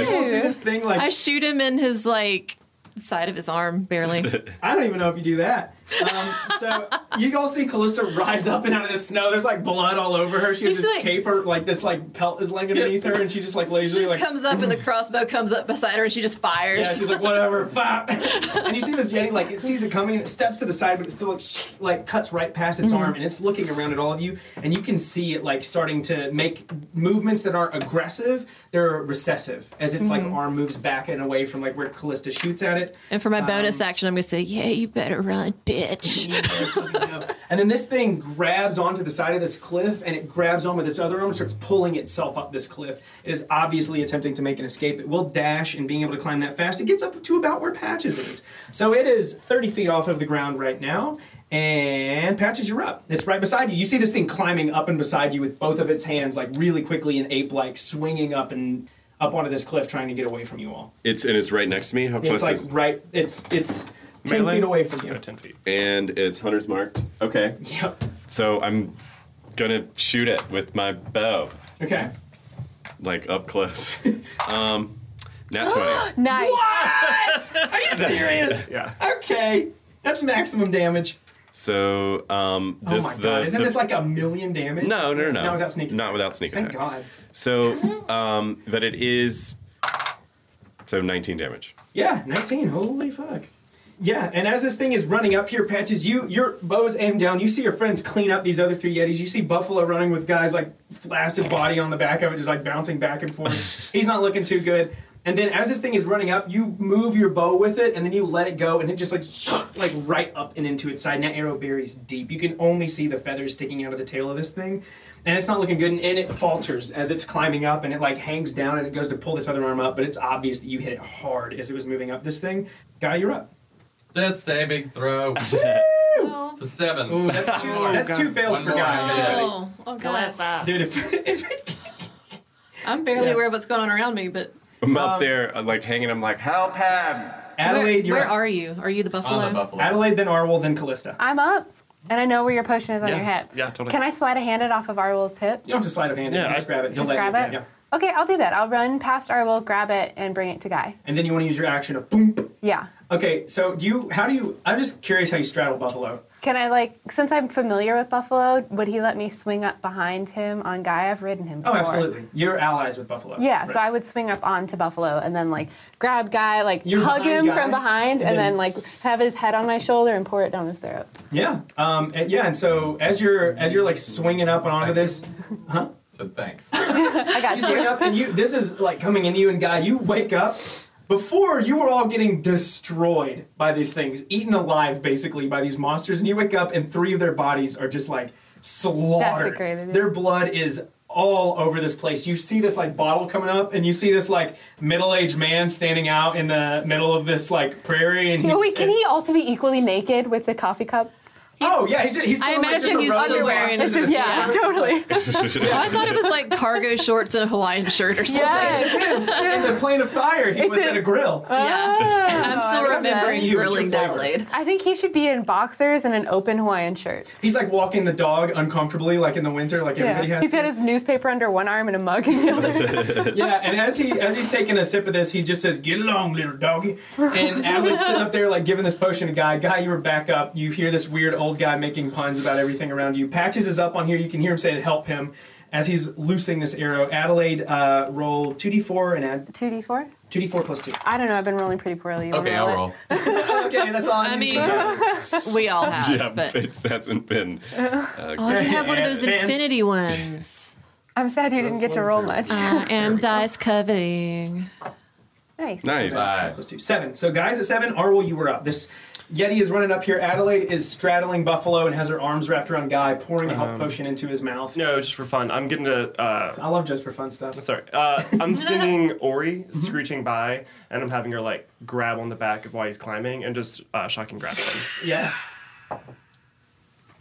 Speaker 3: see
Speaker 6: damage.
Speaker 3: this thing like
Speaker 6: I shoot him in his like side of his arm, barely.
Speaker 3: I don't even know if you do that. Um, so you all see Callista rise up and out of the snow. There's like blood all over her. She has
Speaker 6: He's
Speaker 3: this
Speaker 6: like-
Speaker 3: caper, like this like pelt is laying underneath her, and she just like lazily
Speaker 6: She just
Speaker 3: like
Speaker 6: comes up and the crossbow comes up beside her and she just
Speaker 3: yeah,
Speaker 6: fires.
Speaker 3: she's like whatever. Fop. and you see this Yeti like it sees it coming, and it steps to the side, but it still like sh- like cuts right past its arm, and it's looking around at all of you, and you can see it like starting to make movements that aren't aggressive. They're recessive as its like arm moves back and away from like where Callista shoots at it.
Speaker 6: and for my bonus action, I'm gonna say, "Yeah, you better run, bitch."
Speaker 3: And then this thing grabs onto the side of this cliff and it grabs on with its other arm and starts pulling itself up this cliff. It is obviously attempting to make an escape. It will dash and being able to climb that fast, it gets up to about where Patches is. So it is 30 feet off of the ground right now. And Patches, you're up. It's right beside you. You see this thing climbing up and beside you with both of its hands, like really quickly and ape like, swinging up and up onto this cliff trying to get away from you all.
Speaker 5: It's and it's right next to me. How
Speaker 3: It's
Speaker 5: close
Speaker 3: like
Speaker 5: is
Speaker 3: right, it's, it's 10
Speaker 2: Melee?
Speaker 3: feet away from you.
Speaker 2: No, 10 feet.
Speaker 5: and it's hunter's marked. Okay.
Speaker 3: Yep.
Speaker 5: So I'm gonna shoot it with my bow,
Speaker 3: Okay.
Speaker 5: like up close. um, nat twenty.
Speaker 4: Nice.
Speaker 3: Are you serious?
Speaker 2: Yeah.
Speaker 3: Okay, that's maximum damage.
Speaker 5: So um,
Speaker 3: Oh
Speaker 5: this
Speaker 3: my
Speaker 5: the,
Speaker 3: god, isn't
Speaker 5: the-
Speaker 3: this like a million damage?
Speaker 5: no no no no
Speaker 3: Not without sneak
Speaker 5: not
Speaker 3: attack.
Speaker 5: without sneak
Speaker 3: Thank
Speaker 5: attack.
Speaker 3: god.
Speaker 5: So um, but it is so 19 damage.
Speaker 3: Yeah, 19. Holy fuck. Yeah, and as this thing is running up here, patches you your bows aim down. You see your friends clean up these other three yetis. You see Buffalo running with guys like flaccid body on the back of it, just like bouncing back and forth. He's not looking too good. And then as this thing is running up, you move your bow with it, and then you let it go, and it just like like right up and into its side. And that arrow buries deep. You can only see the feathers sticking out of the tail of this thing, and it's not looking good. And, and it falters as it's climbing up, and it like hangs down, and it goes to pull this other arm up, but it's obvious that you hit it hard as it was moving up this thing. Guy, you're up.
Speaker 1: That's saving throw. it's a seven.
Speaker 3: Ooh, that's two. that's
Speaker 2: God.
Speaker 3: two fails
Speaker 1: One
Speaker 3: for
Speaker 1: more.
Speaker 3: guy.
Speaker 6: oh, oh
Speaker 4: Uh,
Speaker 6: god.
Speaker 3: Dude, if, if it,
Speaker 6: I'm barely aware of what's going on around me, but
Speaker 5: I'm up
Speaker 3: Um,
Speaker 5: there uh, like hanging. I'm like help him.
Speaker 3: Adelaide,
Speaker 6: where,
Speaker 3: you're
Speaker 6: where
Speaker 3: up.
Speaker 6: are you? Are you the buffalo?
Speaker 1: On the buffalo.
Speaker 3: Adelaide, then Arwol, then Callista.
Speaker 4: I'm up, and I know where your potion is on
Speaker 2: Yeah,
Speaker 4: your hip.
Speaker 2: yeah, totally.
Speaker 4: Can I slide a hand it off of Arwol's hip?
Speaker 3: You don't have to slide of hand.
Speaker 2: Yeah,
Speaker 3: you
Speaker 2: I-
Speaker 3: just grab it. He'll
Speaker 4: Just
Speaker 3: let
Speaker 4: grab
Speaker 3: you.
Speaker 4: it.
Speaker 3: Yeah.
Speaker 4: Okay, I'll do that. I'll run past Arwol, grab it, and bring it to Guy.
Speaker 3: And then you want to use your action of boom.
Speaker 4: Yeah.
Speaker 3: Okay, so do you? How do you? I'm just curious how you straddle Buffalo. Oh,
Speaker 4: Can I like since I'm familiar with Buffalo, would he let me swing up behind him on Guy? I've ridden him
Speaker 3: Oh,
Speaker 4: before.
Speaker 3: absolutely. You're allies with Buffalo.
Speaker 4: Yeah,
Speaker 3: Right.
Speaker 4: so I would swing up onto Buffalo and then like grab Guy, like
Speaker 3: You're
Speaker 4: hug
Speaker 3: behind
Speaker 4: him
Speaker 3: Guy,
Speaker 4: from behind, and
Speaker 3: and then-
Speaker 4: then like have his head on my shoulder and pour it down his throat.
Speaker 3: yeah. Um. And yeah. And so as you're as you're like swinging up and onto this,
Speaker 1: So thanks.
Speaker 4: I got
Speaker 3: you swing
Speaker 4: you.
Speaker 3: up and you. This is like coming into you and guy. You wake up. Before you were all getting destroyed by these things, eaten alive basically by these monsters, and you wake up and three of their bodies are just like slaughtered.
Speaker 4: Desecrated, yeah.
Speaker 3: Their blood is all over this place. You see this like bottle coming up, and you see this like middle-aged man standing out in the middle of this like prairie, and he's.
Speaker 4: Oh, wait, can
Speaker 3: and-
Speaker 4: he also be equally naked with the coffee cup?
Speaker 3: Oh yeah, he's, he's
Speaker 6: I
Speaker 3: throwing, like,
Speaker 6: imagine
Speaker 3: just a
Speaker 6: he's
Speaker 3: rug
Speaker 6: still
Speaker 3: over
Speaker 6: wearing-
Speaker 3: boxes
Speaker 6: It's
Speaker 3: and a
Speaker 6: just-
Speaker 4: yeah,
Speaker 3: sweater.
Speaker 4: totally.
Speaker 6: Oh, I thought it was like cargo shorts and a Hawaiian shirt or something.
Speaker 4: Yes.
Speaker 3: In the plane of fire, he
Speaker 4: It's
Speaker 3: was
Speaker 4: a-
Speaker 3: at a grill.
Speaker 6: Yeah. I'm still
Speaker 4: love
Speaker 6: remembering
Speaker 3: that. You, it's your
Speaker 6: grilling
Speaker 3: flower.
Speaker 6: Douglas.
Speaker 4: I think he should be in boxers and an open Hawaiian shirt.
Speaker 3: He's like walking the dog uncomfortably, like in the winter, like
Speaker 4: Yeah.
Speaker 3: everybody has.
Speaker 4: He's
Speaker 3: to.
Speaker 4: got his newspaper under one arm and a mug in the other.
Speaker 3: yeah, and as he as he's taking a sip of this, he just says, "Get along, little doggy." And Adeline's sitting up there, like giving this potion to guy. Guy, you were back up. You hear this weird old guy making puns about everything around you. Patches is up on here. You can hear him saying, "Help him." As he's loosing this arrow, Adelaide uh, roll 2d4 and add
Speaker 4: 2d4?
Speaker 3: 2d4 plus 2.
Speaker 4: I don't know, I've been rolling pretty poorly. You wanna
Speaker 1: Okay, I'll roll.
Speaker 3: Okay, that's all I
Speaker 6: I
Speaker 3: need.
Speaker 6: mean, we all have.
Speaker 5: Yeah,
Speaker 6: but
Speaker 5: it hasn't been. Uh,
Speaker 6: oh, you have one of those
Speaker 3: Yeah, man.
Speaker 6: infinity ones.
Speaker 4: I'm sad you didn't get to roll much.
Speaker 2: Oh,
Speaker 6: I am dice coveting.
Speaker 4: nice.
Speaker 5: nice.
Speaker 1: Five.
Speaker 3: Plus two. Seven. So guys at seven, Arwell, you were up. This Yeti is running up here. Adelaide is straddling Buffalo and has her arms wrapped around Guy, pouring a health potion into his mouth.
Speaker 2: No, just for fun. I'm getting to. Uh,
Speaker 3: I love just for fun stuff.
Speaker 2: sorry. Uh, I'm singing Ori screeching by, and I'm having her like grab on the back of while he's climbing and just uh, shocking grasp him.
Speaker 3: Yeah,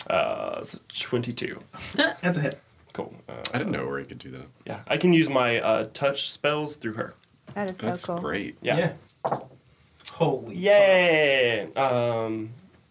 Speaker 2: Uh, it's 22.
Speaker 3: that's a hit.
Speaker 2: Cool. Uh,
Speaker 5: I didn't know where he could do that.
Speaker 2: yeah, I can use my uh, touch spells through her.
Speaker 4: That is so
Speaker 5: That's
Speaker 4: cool.
Speaker 5: great.
Speaker 2: Yeah.
Speaker 3: Holy.
Speaker 2: Yay! Um,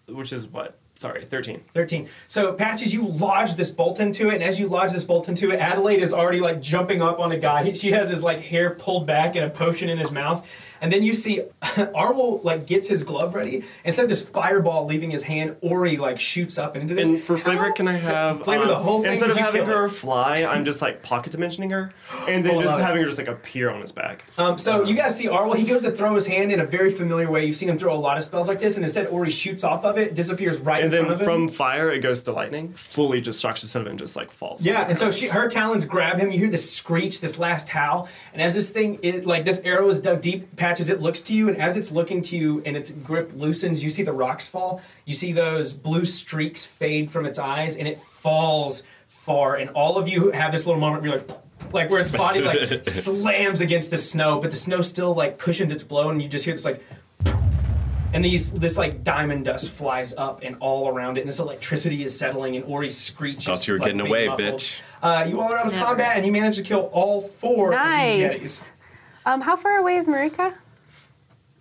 Speaker 2: which is what Sorry, 13.
Speaker 3: 13. So, Patches, you lodge this bolt into it, and as you lodge this bolt into it, Adelaide is already like jumping up on a guy. He- she has his like hair pulled back and a potion in his mouth. And then you see Arwol like gets his glove ready. Instead of this fireball leaving his hand, Ori like shoots up into this.
Speaker 2: And for flavor, can I have um,
Speaker 3: Flavor the whole thing,
Speaker 2: Instead of
Speaker 3: you
Speaker 2: having
Speaker 3: killed
Speaker 2: her fly, I'm just like pocket dimensioning her, and
Speaker 3: Oh,
Speaker 2: then
Speaker 3: I
Speaker 2: just
Speaker 3: love it.
Speaker 2: having her just like appear on his back.
Speaker 3: Um, so you guys see Arwell, he goes to throw his hand in a very familiar way. You've seen him throw a lot of spells like this, and instead Ori shoots off of it, disappears right
Speaker 2: And
Speaker 3: in
Speaker 2: then
Speaker 3: front of him.
Speaker 2: from fire, it goes to lightning. Fully just shocks the and just like falls.
Speaker 3: Yeah, and so she, her talons grab him. You hear this screech, this last howl, and as this thing, it, like this arrow is dug deep, patches. It looks to you, and as it's looking to you, and its grip loosens, you see the rocks fall. You see those blue streaks fade from its eyes, and it falls far. And all of you have this little moment where you're like. Like where its body like slams against the snow, but the snow still like cushions its blow, and you just hear this like and these this like diamond dust flies up and all around it, and this electricity is settling, and Ori screeches.
Speaker 5: Thought you were
Speaker 3: like,
Speaker 5: getting
Speaker 3: being
Speaker 5: away,
Speaker 3: muffled.
Speaker 5: bitch.
Speaker 3: Uh, you all are out of
Speaker 6: Never.
Speaker 3: combat, and you managed to kill all four of these
Speaker 4: Nice.
Speaker 3: Yetis.
Speaker 4: Um, how far away is Marika?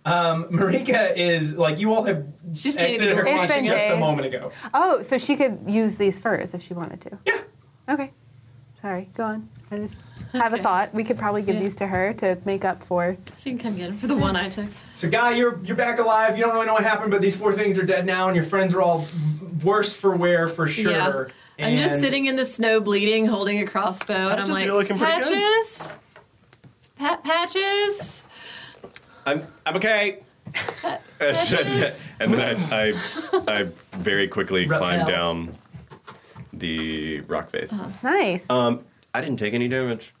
Speaker 3: Um, Marika is like you all have
Speaker 6: She's doing
Speaker 3: exited
Speaker 6: it
Speaker 3: her
Speaker 4: It's
Speaker 6: again.
Speaker 3: lunch
Speaker 4: been
Speaker 3: just a
Speaker 4: days.
Speaker 3: moment ago.
Speaker 4: Oh, so she could use these furs if she wanted to.
Speaker 3: Yeah.
Speaker 4: Okay. Sorry. Go on. I just have a
Speaker 6: Okay.
Speaker 4: thought. We could probably give
Speaker 6: Yeah.
Speaker 4: these to her to make up for.
Speaker 6: She can come get him for the one I took.
Speaker 3: So, guy, you're you're back alive. You don't really know what happened, but these four things are dead now, and your friends are all worse for wear for sure.
Speaker 6: I'm just
Speaker 3: And-
Speaker 6: sitting in the snow, bleeding, holding a crossbow, and I'm
Speaker 2: Patches,
Speaker 6: like,
Speaker 2: you're looking pretty good.
Speaker 6: patches, pa- patches.
Speaker 5: I'm, I'm okay. and then,
Speaker 6: Patches.
Speaker 5: and then I, I, I very quickly climb
Speaker 6: Raphael.
Speaker 5: down the rock face.
Speaker 4: Nice.
Speaker 5: Um, I didn't take any damage.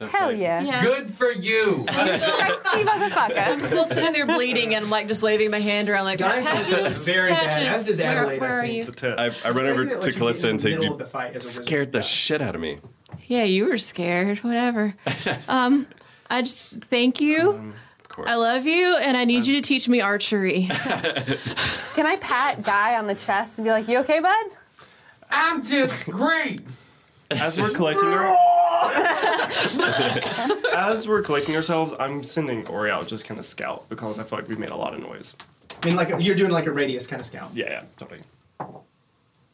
Speaker 4: Hell yeah.
Speaker 6: Yeah.
Speaker 1: Good for you.
Speaker 4: Sexy motherfucker.
Speaker 6: I'm still sitting there bleeding, and I'm like just waving my hand around, like
Speaker 3: Guy
Speaker 6: patches,
Speaker 3: feels very bad,
Speaker 6: patches.
Speaker 3: as does
Speaker 6: where,
Speaker 3: Adelaide,
Speaker 6: where
Speaker 3: I
Speaker 6: are
Speaker 3: think.
Speaker 5: The
Speaker 6: you?
Speaker 5: tit. I, I
Speaker 3: It's
Speaker 5: run
Speaker 3: crazy
Speaker 5: over
Speaker 3: that, like,
Speaker 5: to
Speaker 3: you get
Speaker 5: Callista
Speaker 3: in
Speaker 5: and
Speaker 3: the
Speaker 5: say,
Speaker 3: middle
Speaker 5: "You
Speaker 3: of the fight as a wizard.
Speaker 5: scared the shit out of me."
Speaker 6: Yeah, you were scared. Whatever. um, I just thank you.
Speaker 2: Um,
Speaker 5: Of course.
Speaker 6: I love you, and I need you to teach me archery.
Speaker 4: Can I pat Guy on the chest and be like, "You okay, bud?"
Speaker 1: I'm just great.
Speaker 2: As we're collecting her, as we're collecting ourselves, I'm sending Ori out just kind of scout because I feel like we've made a lot of noise.
Speaker 3: I mean, like a, you're doing like a radius kind of scout.
Speaker 2: Yeah, yeah, totally.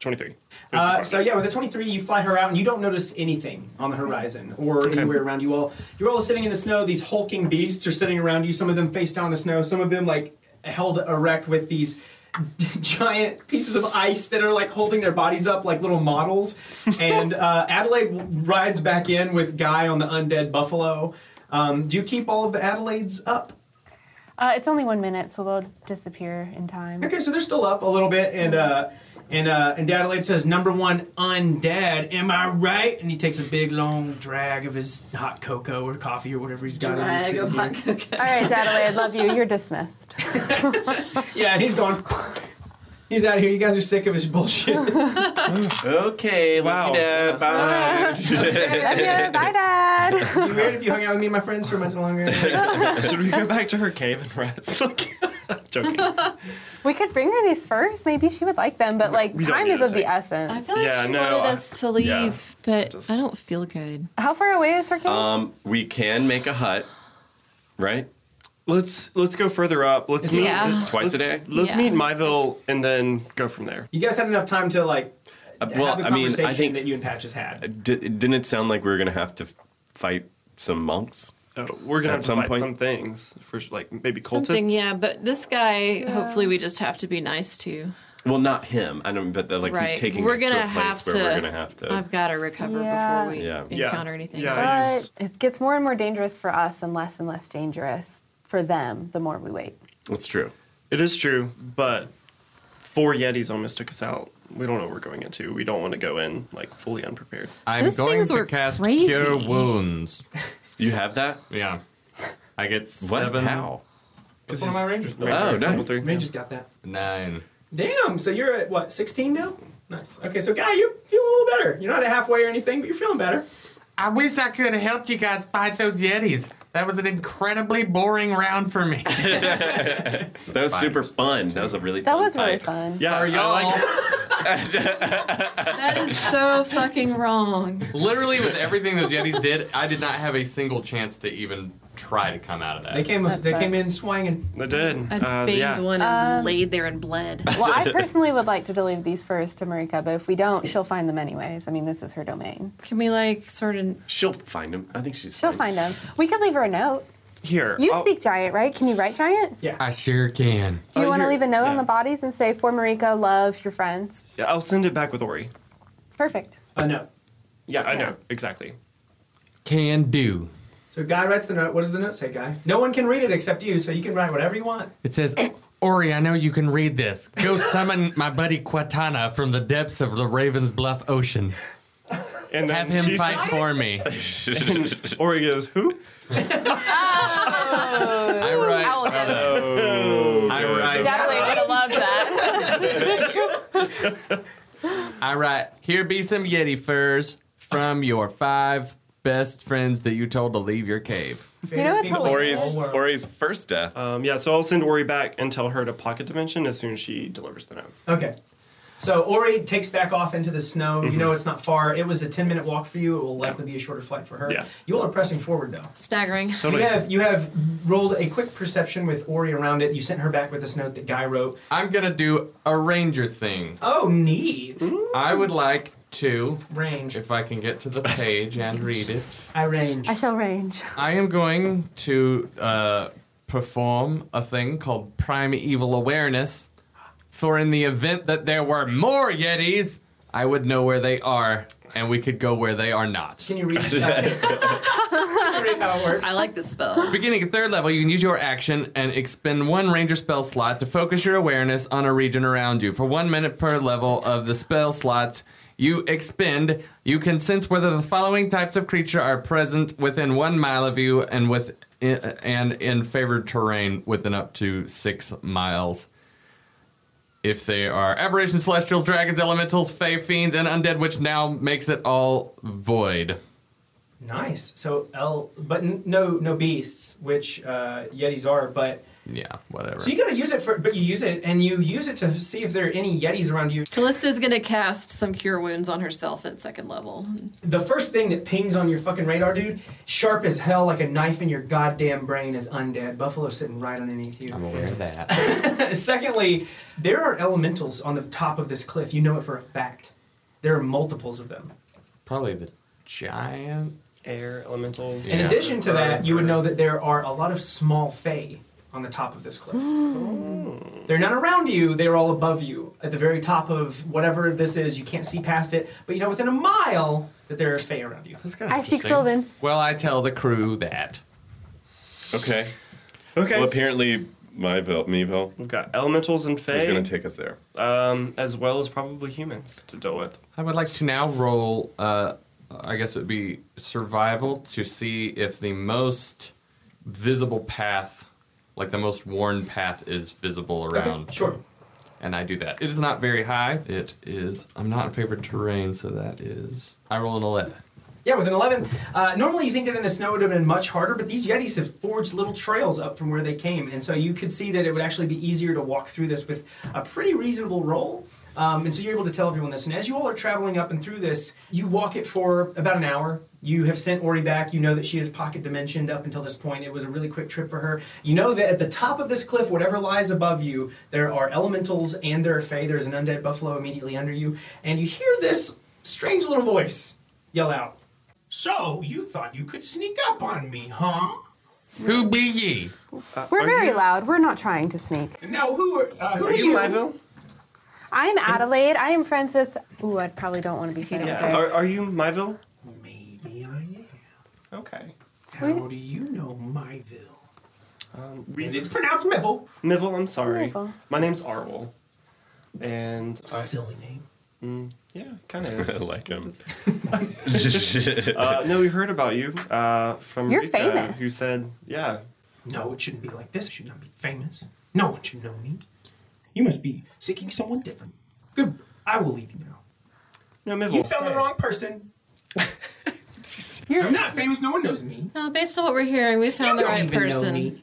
Speaker 2: Twenty-three.
Speaker 3: Uh, so yeah, with a 23, you fly her out, and you don't notice anything on the horizon or anywhere around you all. You're all sitting in the snow. These hulking beasts are sitting around you. Some of them face down in the snow. Some of them like held erect with these giant pieces of ice that are like holding their bodies up like little models. and uh, Adelaide rides back in with Guy on the undead buffalo. Um, do you keep all of the Adelaides up?
Speaker 4: Uh, it's only one minute, so they'll disappear in time.
Speaker 3: Okay, so they're still up a little bit, and uh, and uh, and Dadelaide says, "Number one, undead. Am I right?" And he takes a big long drag of his hot cocoa or coffee or whatever he's got. as he's
Speaker 6: Drag of
Speaker 3: sitting
Speaker 6: hot
Speaker 3: here.
Speaker 6: cocoa.
Speaker 4: All right, Dadley, I love you. You're dismissed.
Speaker 3: Yeah, and he's going. He's out of here. You guys are sick of his bullshit.
Speaker 5: Okay.
Speaker 2: Wow.
Speaker 5: lookity-doo,
Speaker 4: Love
Speaker 5: Bye.
Speaker 4: you. Bye, Dad.
Speaker 3: It'd be weird if you hung out with me and my friends for much longer.
Speaker 2: Should we go back to her cave and rest? Like, joking.
Speaker 4: We could bring her these furs. Maybe she would like them. But like,
Speaker 2: We don't
Speaker 4: time
Speaker 2: need
Speaker 4: is
Speaker 2: to
Speaker 4: of the
Speaker 2: take-
Speaker 6: I
Speaker 4: essence.
Speaker 6: feel like
Speaker 2: Yeah,
Speaker 6: she
Speaker 2: no,
Speaker 6: wanted
Speaker 2: I-
Speaker 6: us to leave,
Speaker 2: yeah.
Speaker 6: but
Speaker 2: Just-
Speaker 6: I don't feel good.
Speaker 4: How far away is her cave?
Speaker 5: Um, we can make a hut, right?
Speaker 2: Let's let's go further up. Let's meet
Speaker 6: Yeah.
Speaker 2: let's-
Speaker 5: Twice a
Speaker 2: let's-
Speaker 5: day?
Speaker 2: Let's
Speaker 6: Yeah.
Speaker 2: meet Myville and then go from there.
Speaker 3: You guys had enough time to like
Speaker 5: Uh,
Speaker 3: have
Speaker 5: well,
Speaker 3: the
Speaker 5: I mean,
Speaker 3: conversation
Speaker 5: I think Uh,
Speaker 3: that you and Patches had.
Speaker 5: D- didn't it sound like we were gonna have to fight some monks?
Speaker 2: Uh, we're gonna
Speaker 5: At
Speaker 2: have to
Speaker 5: some
Speaker 2: fight
Speaker 5: point?
Speaker 2: some things for like maybe cultists.
Speaker 6: Something, yeah. But this guy, hopefully, we just have to be nice to.
Speaker 5: Well, not him. I don't. But the, like
Speaker 6: right?
Speaker 5: he's taking
Speaker 6: we're
Speaker 5: us
Speaker 6: gonna
Speaker 5: to a place
Speaker 6: have
Speaker 5: where
Speaker 6: to.
Speaker 5: we're gonna have to.
Speaker 6: I've got to recover
Speaker 4: Yeah.
Speaker 6: before we
Speaker 5: Yeah.
Speaker 2: Yeah.
Speaker 6: encounter anything.
Speaker 2: Yeah,
Speaker 6: else.
Speaker 2: I
Speaker 4: but
Speaker 2: just-
Speaker 4: it gets more and more dangerous for us, and less and less dangerous for them the more we wait.
Speaker 5: That's true.
Speaker 2: It is true, but four Yetis almost took us out. We don't know what we're going into. We don't want to go in like fully unprepared.
Speaker 1: I'm
Speaker 6: Those
Speaker 1: going
Speaker 6: things
Speaker 1: to
Speaker 6: were
Speaker 1: cast
Speaker 6: crazy.
Speaker 1: cure wounds.
Speaker 5: You have that?
Speaker 1: Yeah. I get
Speaker 5: What?
Speaker 1: seven.
Speaker 5: How?
Speaker 3: Because one of my rangers.
Speaker 5: Oh, nice.
Speaker 3: Rangers got that.
Speaker 1: Nine.
Speaker 3: Damn. So you're at what 16 now? Nice. Okay, so guy, you're feeling a little better. You're not at halfway or anything, but you're feeling better.
Speaker 1: I wish I could have helped you guys fight those Yetis. That was an incredibly boring round for me.
Speaker 5: That was super fun. That was a really.
Speaker 4: That
Speaker 5: fun
Speaker 4: was really
Speaker 5: fight.
Speaker 4: fun.
Speaker 2: Yeah,
Speaker 1: Are y'all
Speaker 6: That is so fucking wrong.
Speaker 1: literally with everything those Yetis did? I did not have a single chance to even try to come out of that.
Speaker 3: They came.
Speaker 4: That's
Speaker 3: They
Speaker 4: right.
Speaker 3: came in swinging.
Speaker 2: They did.
Speaker 6: I
Speaker 2: Uh,
Speaker 6: banged
Speaker 2: yeah.
Speaker 6: one and
Speaker 4: Um,
Speaker 6: laid there and bled.
Speaker 4: Well, I personally would like to deliver these first to Marika, but if we don't, she'll find them anyways. I mean, this is her domain.
Speaker 6: Can we like sort of?
Speaker 5: She'll find him. I think she's.
Speaker 4: She'll find them. We could leave her a note.
Speaker 2: Here.
Speaker 4: You
Speaker 2: I'll-
Speaker 4: speak giant, right? Can you write giant?
Speaker 1: I sure can.
Speaker 4: Do you
Speaker 2: Oh,
Speaker 4: want to
Speaker 2: here-
Speaker 4: leave a note on
Speaker 2: yeah.
Speaker 4: the bodies and say, for Marika, love your friends?
Speaker 2: I'll send it back with Ori.
Speaker 4: Perfect.
Speaker 3: A note.
Speaker 2: Yeah, I know exactly.
Speaker 1: Can do.
Speaker 3: So guy writes the note. What does the note say, guy? No one can read it except you, so you can write whatever you want.
Speaker 1: It says, Ori, I know you can read this. Go summon my buddy Quatana from the depths of the Raven's Bluff Ocean.
Speaker 2: And then
Speaker 1: Have him
Speaker 2: she-
Speaker 1: fight for me.
Speaker 2: Ori goes, who?
Speaker 1: I write, I write,
Speaker 10: Definitely would have loved that.
Speaker 1: I write, here be some Yeti furs from your five best friends that you told to leave your cave.
Speaker 4: You know
Speaker 3: Favorite
Speaker 4: what's
Speaker 3: thing in the
Speaker 5: Ori's
Speaker 3: whole world.
Speaker 5: Ori's first death.
Speaker 2: Um, yeah, so I'll send Ori back and tell her to pocket dimension as soon as she delivers the note.
Speaker 3: Okay. So Ori takes back off into the snow. You know it's not far. It was a 10 minute walk for you. It will likely be a shorter flight for her.
Speaker 2: Yeah.
Speaker 3: You all are pressing forward though.
Speaker 6: Staggering.
Speaker 2: Totally.
Speaker 3: You have you have rolled a quick perception with Ori around it. You sent her back with this note that Guy wrote.
Speaker 1: I'm going to do a ranger thing.
Speaker 3: Oh, neat.
Speaker 1: I would like to,
Speaker 3: Range.
Speaker 1: Mm-hmm. if I can get to the page and read it,
Speaker 3: I range.
Speaker 4: I shall range.
Speaker 1: I am going to uh, perform a thing called primeval awareness. For in the event that there were more Yetis, I would know where they are, and we could go where they are not.
Speaker 3: Can you read, uh, can you read how it works?
Speaker 6: I like this spell.
Speaker 1: Beginning at third level, you can use your action and expend one ranger spell slot to focus your awareness on a region around you. For one minute per level of the spell slots you expend, you can sense whether the following types of creature are present within one mile of you and with and in favored terrain within up to six miles. If they are aberrations, celestials, dragons, elementals, fey, fiends, and undead, which now makes it all void.
Speaker 3: Nice. So L, but n- no no beasts, which uh, Yetis are. But
Speaker 1: Yeah, whatever.
Speaker 3: so you gotta use it for, but you use it and you use it to see if there are any Yetis around you.
Speaker 6: Callista's gonna cast some cure wounds on herself at second level.
Speaker 3: The first thing that pings on your fucking radar, dude, sharp as hell, like a knife in your goddamn brain, is undead. Buffalo's sitting right underneath you.
Speaker 1: I'm aware of that.
Speaker 3: Secondly, there are elementals on the top of this cliff. You know it for a fact. There are multiples of them.
Speaker 1: Probably the giant.
Speaker 2: Air, elementals.
Speaker 3: In
Speaker 1: Yeah.
Speaker 3: addition to that, you would know that there are a lot of small fae on the top of this cliff. They're not around you, they're all above you, at the very top of whatever this is. You can't see past it, but you know within a mile that there is fae around you.
Speaker 1: That's kind
Speaker 4: I speak Sylvan.
Speaker 1: Well, I tell the crew that.
Speaker 5: Okay.
Speaker 2: Okay.
Speaker 5: Well, apparently my Vel, me Vel,
Speaker 2: We've got elementals and
Speaker 5: is
Speaker 2: fae,
Speaker 5: going to take us there.
Speaker 2: um, as well as probably humans to deal with.
Speaker 1: I would like to now roll, uh, I guess it would be survival to see if the most visible path, like the most worn path, is visible around.
Speaker 3: Sure.
Speaker 1: And I do that. It is not very high. It is, I'm not in favorite terrain, so that is, I roll an 11.
Speaker 3: Yeah, with an 11. Uh, normally, you think that in the snow it would have been much harder, but these Yetis have forged little trails up from where they came. And so you could see that it would actually be easier to walk through this with a pretty reasonable roll. Um, and so you're able to tell everyone this. And as you all are traveling up and through this, you walk it for about an hour. You have sent Ori back. You know that she is pocket dimensioned up until this point. It was a really quick trip for her. You know that at the top of this cliff, whatever lies above you, there are elementals and there are fae. There's an undead buffalo immediately under you. And you hear this strange little voice yell out. So you thought you could sneak up on me, huh?
Speaker 1: Who be ye?
Speaker 4: We're
Speaker 2: Uh, Are
Speaker 4: very
Speaker 2: you-
Speaker 4: loud. We're not trying to sneak.
Speaker 3: Now who are, uh, who
Speaker 2: Are you Myville?
Speaker 4: I'm Adelaide. I am friends with. Ooh, I probably don't want to be friends with her.
Speaker 2: Are, are you Myville?
Speaker 3: Maybe I am.
Speaker 2: Okay.
Speaker 3: How do you know Myville?
Speaker 2: We
Speaker 3: It's pronounced Mivel.
Speaker 2: Mivel, I'm sorry.
Speaker 4: Mivel.
Speaker 2: My name's Arwol. And I,
Speaker 3: Silly name.
Speaker 2: yeah, kind of
Speaker 5: I
Speaker 2: is.
Speaker 5: like um, him.
Speaker 2: Uh, no, we heard about you uh, from
Speaker 4: You're
Speaker 2: Rika,
Speaker 4: famous.
Speaker 2: Who said, yeah,
Speaker 3: No, it shouldn't be like this. I should not be famous. No one should know me. You must be seeking someone different. Good. I will leave you now.
Speaker 2: no Mivel.
Speaker 3: You found the wrong person. I'm not famous. No one knows me.
Speaker 6: Uh, based on what we're hearing, we
Speaker 3: You
Speaker 6: found the
Speaker 3: don't
Speaker 6: right
Speaker 3: even know
Speaker 6: person.
Speaker 3: me.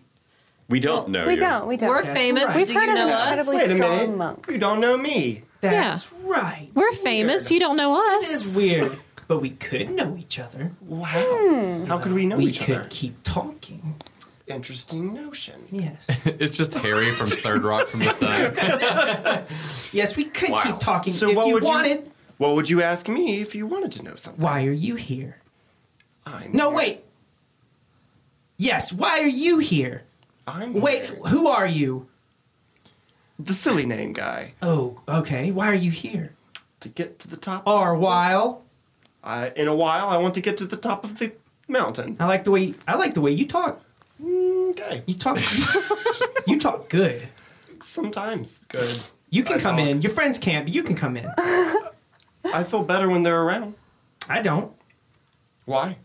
Speaker 5: We don't know
Speaker 4: We
Speaker 5: you.
Speaker 4: don't. We don't.
Speaker 6: We're famous.
Speaker 3: right.
Speaker 4: We've
Speaker 6: Do
Speaker 4: heard
Speaker 6: you
Speaker 4: of
Speaker 6: know
Speaker 4: an
Speaker 6: us?
Speaker 4: incredibly
Speaker 2: Wait a minute.
Speaker 4: strong monk.
Speaker 2: You don't know me.
Speaker 3: That's right.
Speaker 6: We're famous. You don't know
Speaker 3: This
Speaker 6: us.
Speaker 3: is weird. but we could know each other.
Speaker 2: Wow.
Speaker 4: Hmm.
Speaker 2: How could we know
Speaker 3: we
Speaker 2: each
Speaker 3: could
Speaker 2: other?
Speaker 3: keep talking.
Speaker 2: Interesting notion.
Speaker 3: Yes.
Speaker 1: it's just Harry from Third Rock from the Sun.
Speaker 3: yes, we could
Speaker 2: Wow.
Speaker 3: keep talking
Speaker 2: So
Speaker 3: if
Speaker 2: what
Speaker 3: you
Speaker 2: would you-
Speaker 3: wanted.
Speaker 2: What would you ask me if you wanted to know something?
Speaker 3: Why are you here?
Speaker 2: I'm
Speaker 3: No,
Speaker 2: here.
Speaker 3: wait. Yes, why are you here?
Speaker 2: I'm
Speaker 3: Wait,
Speaker 2: here.
Speaker 3: who are you?
Speaker 2: the silly name guy
Speaker 3: Oh, okay. Why are you here?
Speaker 2: to get to the top.
Speaker 3: Or while
Speaker 2: I, in a while, I want to get to the top of the mountain.
Speaker 3: I like the way I like the way you talk. Oh.
Speaker 2: Okay.
Speaker 3: You talk. you talk good.
Speaker 2: Sometimes. Good.
Speaker 3: You can
Speaker 2: I
Speaker 3: come
Speaker 2: talk.
Speaker 3: in. Your friends can't, but you can come in.
Speaker 2: I feel better when they're around.
Speaker 3: I don't,
Speaker 2: Why?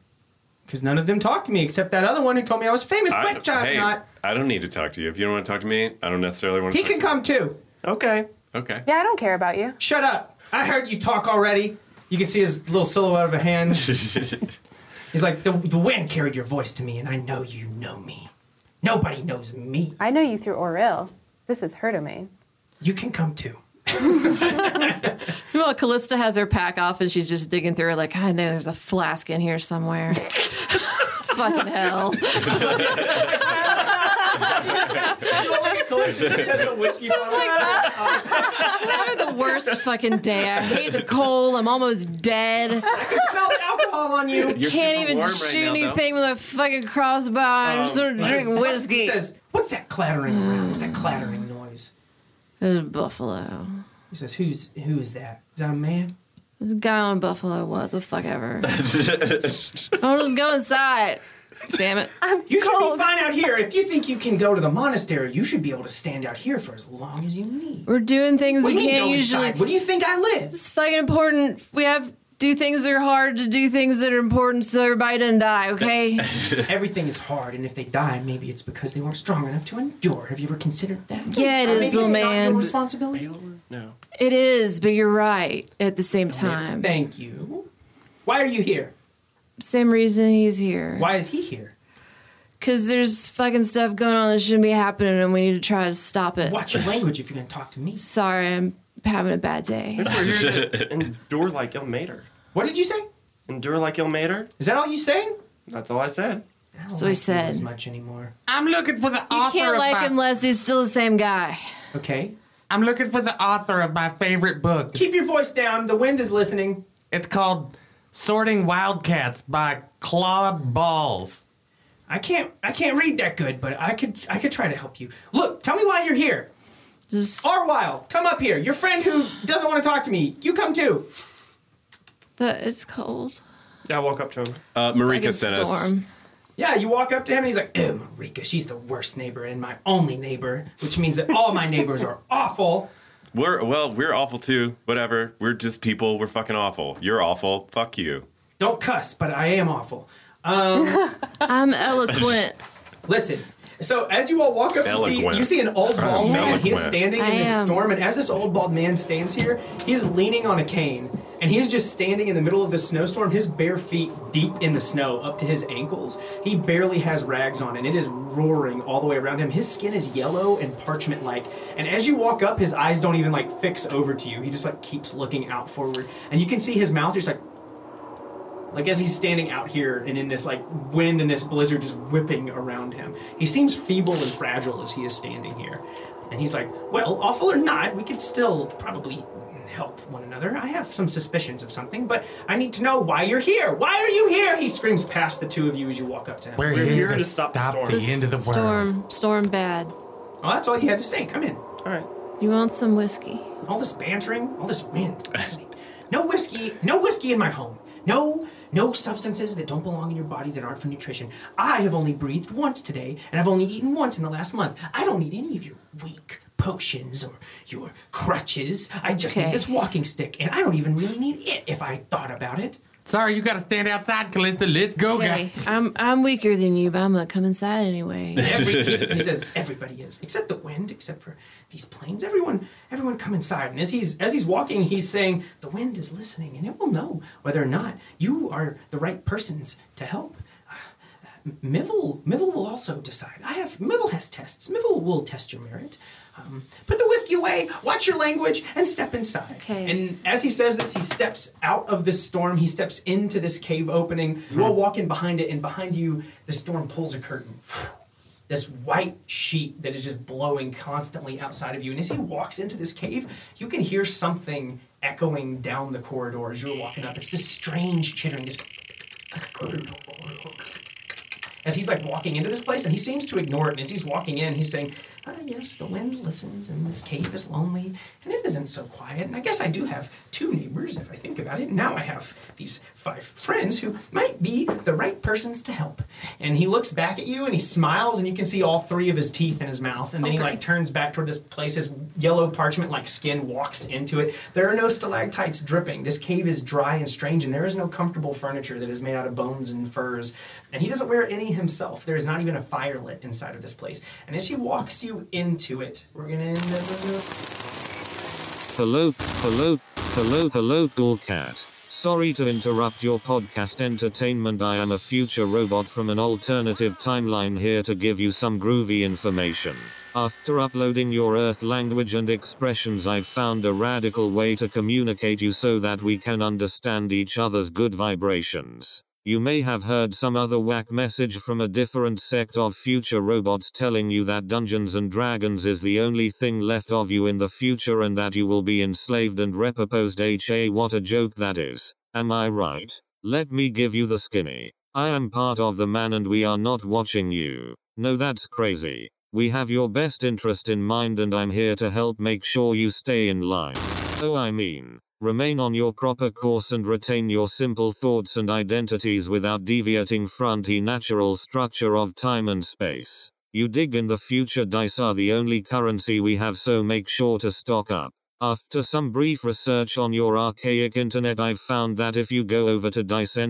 Speaker 3: because none of them talk to me except that other one who told me I was famous,
Speaker 5: I,
Speaker 3: which I'm
Speaker 5: hey,
Speaker 3: not.
Speaker 5: I don't need to talk to you. If you don't want to talk to me, I don't necessarily want to.
Speaker 3: He
Speaker 5: talk
Speaker 3: can
Speaker 5: to
Speaker 3: come too.
Speaker 2: Okay.
Speaker 1: Okay.
Speaker 4: Yeah, I don't care about you.
Speaker 3: Shut up. I heard you talk already. You can see his little silhouette of a hand. He's like, the, the wind carried your voice to me, and I know you know me. Nobody knows me.
Speaker 4: I know you through Oril. This is her domain.
Speaker 3: You can come too.
Speaker 6: Well, Callista has her pack off and she's just digging through it like, I know there's a flask in here somewhere. Fucking hell. I'm having the worst fucking day. I hate the cold. I'm almost dead.
Speaker 3: Smell the alcohol on you.
Speaker 6: I can't even shoot anything with a fucking crossbow. I'm just sort of drinking
Speaker 3: Um, He
Speaker 6: whiskey. Mm.
Speaker 3: says, What's that clattering around? What's that clattering noise?
Speaker 6: There's a buffalo.
Speaker 3: He says, Who's who is that? Is that a man?
Speaker 6: There's a guy on a buffalo. What the fuck ever. I want to go inside. Damn it.
Speaker 3: You should be fine out here. If you think you can go to the monastery, you should be able to stand out here for as long as you need.
Speaker 6: We're doing things
Speaker 3: What do
Speaker 6: we
Speaker 3: you mean
Speaker 6: can't
Speaker 3: go
Speaker 6: usually.
Speaker 3: inside? What do you think I live?
Speaker 6: It's fucking important. We have do things that are hard to do things that are important so everybody doesn't die, okay?
Speaker 3: Everything is hard, and if they die, maybe it's because they weren't strong enough to endure. Have you ever considered that?
Speaker 6: Yeah, it
Speaker 3: Or
Speaker 6: is,
Speaker 3: maybe
Speaker 6: little
Speaker 3: it's Not
Speaker 6: man.
Speaker 3: your responsibility.
Speaker 2: No.
Speaker 6: it is, but you're right at the same time.
Speaker 3: Thank you. Why are you here?
Speaker 6: Same reason he's here.
Speaker 3: Why is he here?
Speaker 6: Because there's fucking stuff going on that shouldn't be happening and we need to try to stop it.
Speaker 3: Watch your language if you're going to talk to me.
Speaker 6: Sorry, I'm having a bad day.
Speaker 2: We're here to endure like Il Mater.
Speaker 3: What did you say?
Speaker 2: Endure like Il Mater?
Speaker 3: Is that all you saying?
Speaker 2: That's all I said.
Speaker 3: I don't
Speaker 6: So he
Speaker 3: like you
Speaker 6: said.
Speaker 3: as much anymore.
Speaker 11: I'm looking for the
Speaker 6: You
Speaker 11: author
Speaker 6: can't
Speaker 11: of
Speaker 6: like
Speaker 11: my,
Speaker 6: him unless he's still the same guy.
Speaker 3: Okay.
Speaker 11: I'm looking for the author of my favorite book.
Speaker 3: Keep your voice down. The wind is listening.
Speaker 11: It's called Sorting Wildcats by Claude Balls.
Speaker 3: I can't. I can't read that good, but I could. I could try to help you. Look, tell me why you're here. Oh.
Speaker 6: Just,
Speaker 3: Arwile, come up here. Your friend who doesn't want to talk to me. You come too.
Speaker 6: but it's cold.
Speaker 2: Yeah, I walk up to him.
Speaker 5: Uh,
Speaker 6: Like a
Speaker 5: Marika sent us.
Speaker 6: storm.
Speaker 3: Yeah, you walk up to him and he's like, "Oh, Marika, she's the worst neighbor and my only neighbor, which means that all my neighbors are awful."
Speaker 5: We're well, we're awful too. Whatever. We're just people. We're fucking awful. You're awful. Fuck you.
Speaker 3: Don't cuss, but I am awful.
Speaker 6: I'm eloquent.
Speaker 3: Listen. So as you all walk up, you see,
Speaker 5: Eloquent.
Speaker 3: you see an old bald
Speaker 5: I'm
Speaker 3: man. He is
Speaker 5: eloquent.
Speaker 3: standing
Speaker 6: I
Speaker 3: in this
Speaker 6: am.
Speaker 3: storm, and as this old bald man stands here, he's leaning on a cane, and he is just standing in the middle of the snowstorm. His bare feet deep in the snow, up to his ankles. He barely has rags on, and it is roaring all the way around him. His skin is yellow and parchment-like, and as you walk up, his eyes don't even like fix over to you. He just like keeps looking out forward, and you can see his mouth. He's like. Like as he's standing out here and in this like wind and this blizzard just whipping around him, he seems feeble and fragile as he is standing here. And he's like, "Well, awful or not, we could still probably help one another. I have some suspicions of something, but I need to know why you're here. Why are you here?" He screams past the two of you as you walk up to him.
Speaker 11: We're,
Speaker 2: We're here to stop the storm.
Speaker 11: the end of the world.
Speaker 6: storm. Storm bad.
Speaker 3: Oh, that's all you had to say. Come in.
Speaker 2: All right.
Speaker 6: You want some whiskey?
Speaker 3: All this bantering, all this wind. Listen, no whiskey, no whiskey in my home. No, no substances that don't belong in your body that aren't for nutrition. I have only breathed once today, and I've only eaten once in the last month. I don't need any of your weak potions or your crutches. I just
Speaker 6: Okay.
Speaker 3: need this walking stick, and I don't even really need it if I thought about it.
Speaker 11: Sorry, you gotta stand outside, Callista. Let's go,
Speaker 6: Okay,
Speaker 11: guys.
Speaker 6: I'm I'm weaker than you, but I'm gonna come inside anyway.
Speaker 3: Every, he says everybody is, except the wind, except for these planes. Everyone, everyone, come inside. And as he's as he's walking, he's saying the wind is listening, and it will know whether or not you are the right persons to help. Uh, Mivel, Mivel will also decide. I have Mivel has tests. Mivel will test your merit. Um, put the whiskey away. Watch your language and step inside.
Speaker 6: Okay.
Speaker 3: And as he says this, he steps out of this storm. He steps into this cave opening. You all walk in behind it, and behind you, the storm pulls a curtain. This white sheet that is just blowing constantly outside of you. And as he walks into this cave, you can hear something echoing down the corridor as you're walking up. It's this strange chittering. This as he's like walking into this place, and he seems to ignore it. And as he's walking in, he's saying, "Ah, yes, the wind listens, and this cave is lonely, and it isn't so quiet. And I guess I do have two neighbors if I think about it. And now I have these five friends who might be the right persons to help." And he looks back at you, and he smiles, and you can see all three of his teeth in his mouth. And then he
Speaker 6: Okay.
Speaker 3: like turns back toward this place. His yellow parchment-like skin walks into it. There are no stalactites dripping. This cave is dry and strange, and there is no comfortable furniture that is made out of bones and furs. And he doesn't wear any himself. There is not even a fire lit inside of this place. And as she walks you into it, we're gonna end up with
Speaker 12: Hello, hello, hello, hello, Ghoulcat. Sorry to interrupt your podcast entertainment. I am a future robot from an alternative timeline here to give you some groovy information. After uploading your Earth language and expressions, I've found a radical way to communicate you so that we can understand each other's good vibrations. You may have heard some other whack message from a different sect of future robots telling you that Dungeons and Dragons is the only thing left of you in the future and that you will be enslaved and reproposed. HA, what a joke that is. Am I right? Let me give you the skinny. I am part of the man and we are not watching you. No, that's crazy. We have your best interest in mind and I'm here to help make sure you stay in line. Oh, I mean, remain on your proper course and retain your simple thoughts and identities without deviating from the natural structure of time and space. You dig in the future dice are the only currency we have, so make sure to stock up. After some brief research on your archaic internet, I've found that if you go over to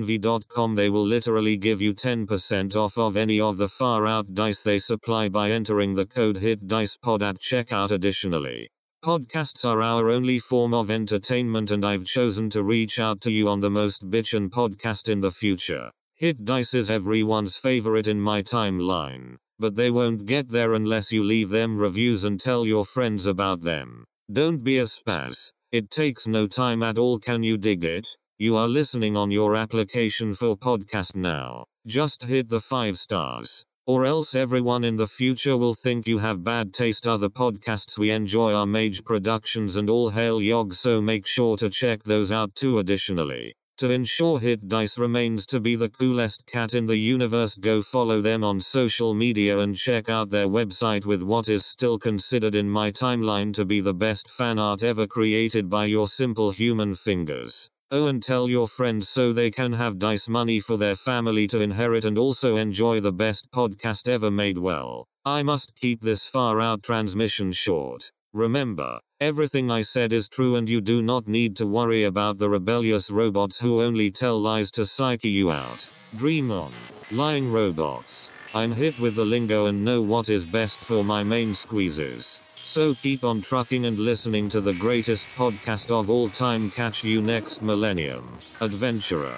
Speaker 12: diceenvy.com, they will literally give you 10% off of any of the far out dice they supply by entering the code HIT DicePod at checkout. Additionally, podcasts are our only form of entertainment, and I've chosen to reach out to you on the most bitchin' podcast in the future. Hit Dice is everyone's favorite in my timeline, but they won't get there unless you leave them reviews and tell your friends about them. Don't be a spaz. It takes no time at all. Can you dig it? You are listening on your application for podcast now. Just hit the five stars. Or else everyone in the future will think you have bad taste. Other podcasts we enjoy are Mage Productions and All Hail Yog, so make sure to check those out too. Additionally, to ensure Hit Dice remains to be the coolest cat in the universe, go follow them on social media and check out their website with what is still considered in my timeline to be the best fan art ever created by your simple human fingers. Oh, and tell your friends so they can have dice money for their family to inherit and also enjoy the best podcast ever made. Well, I must keep this far out transmission short. Remember, everything I said is true, and you do not need to worry about the rebellious robots who only tell lies to psyche you out. Dream on, lying robots. I'm hit with the lingo and know what is best for my main squeezes. So keep on trucking and listening to the greatest podcast of all time. Catch you next millennium, adventurer.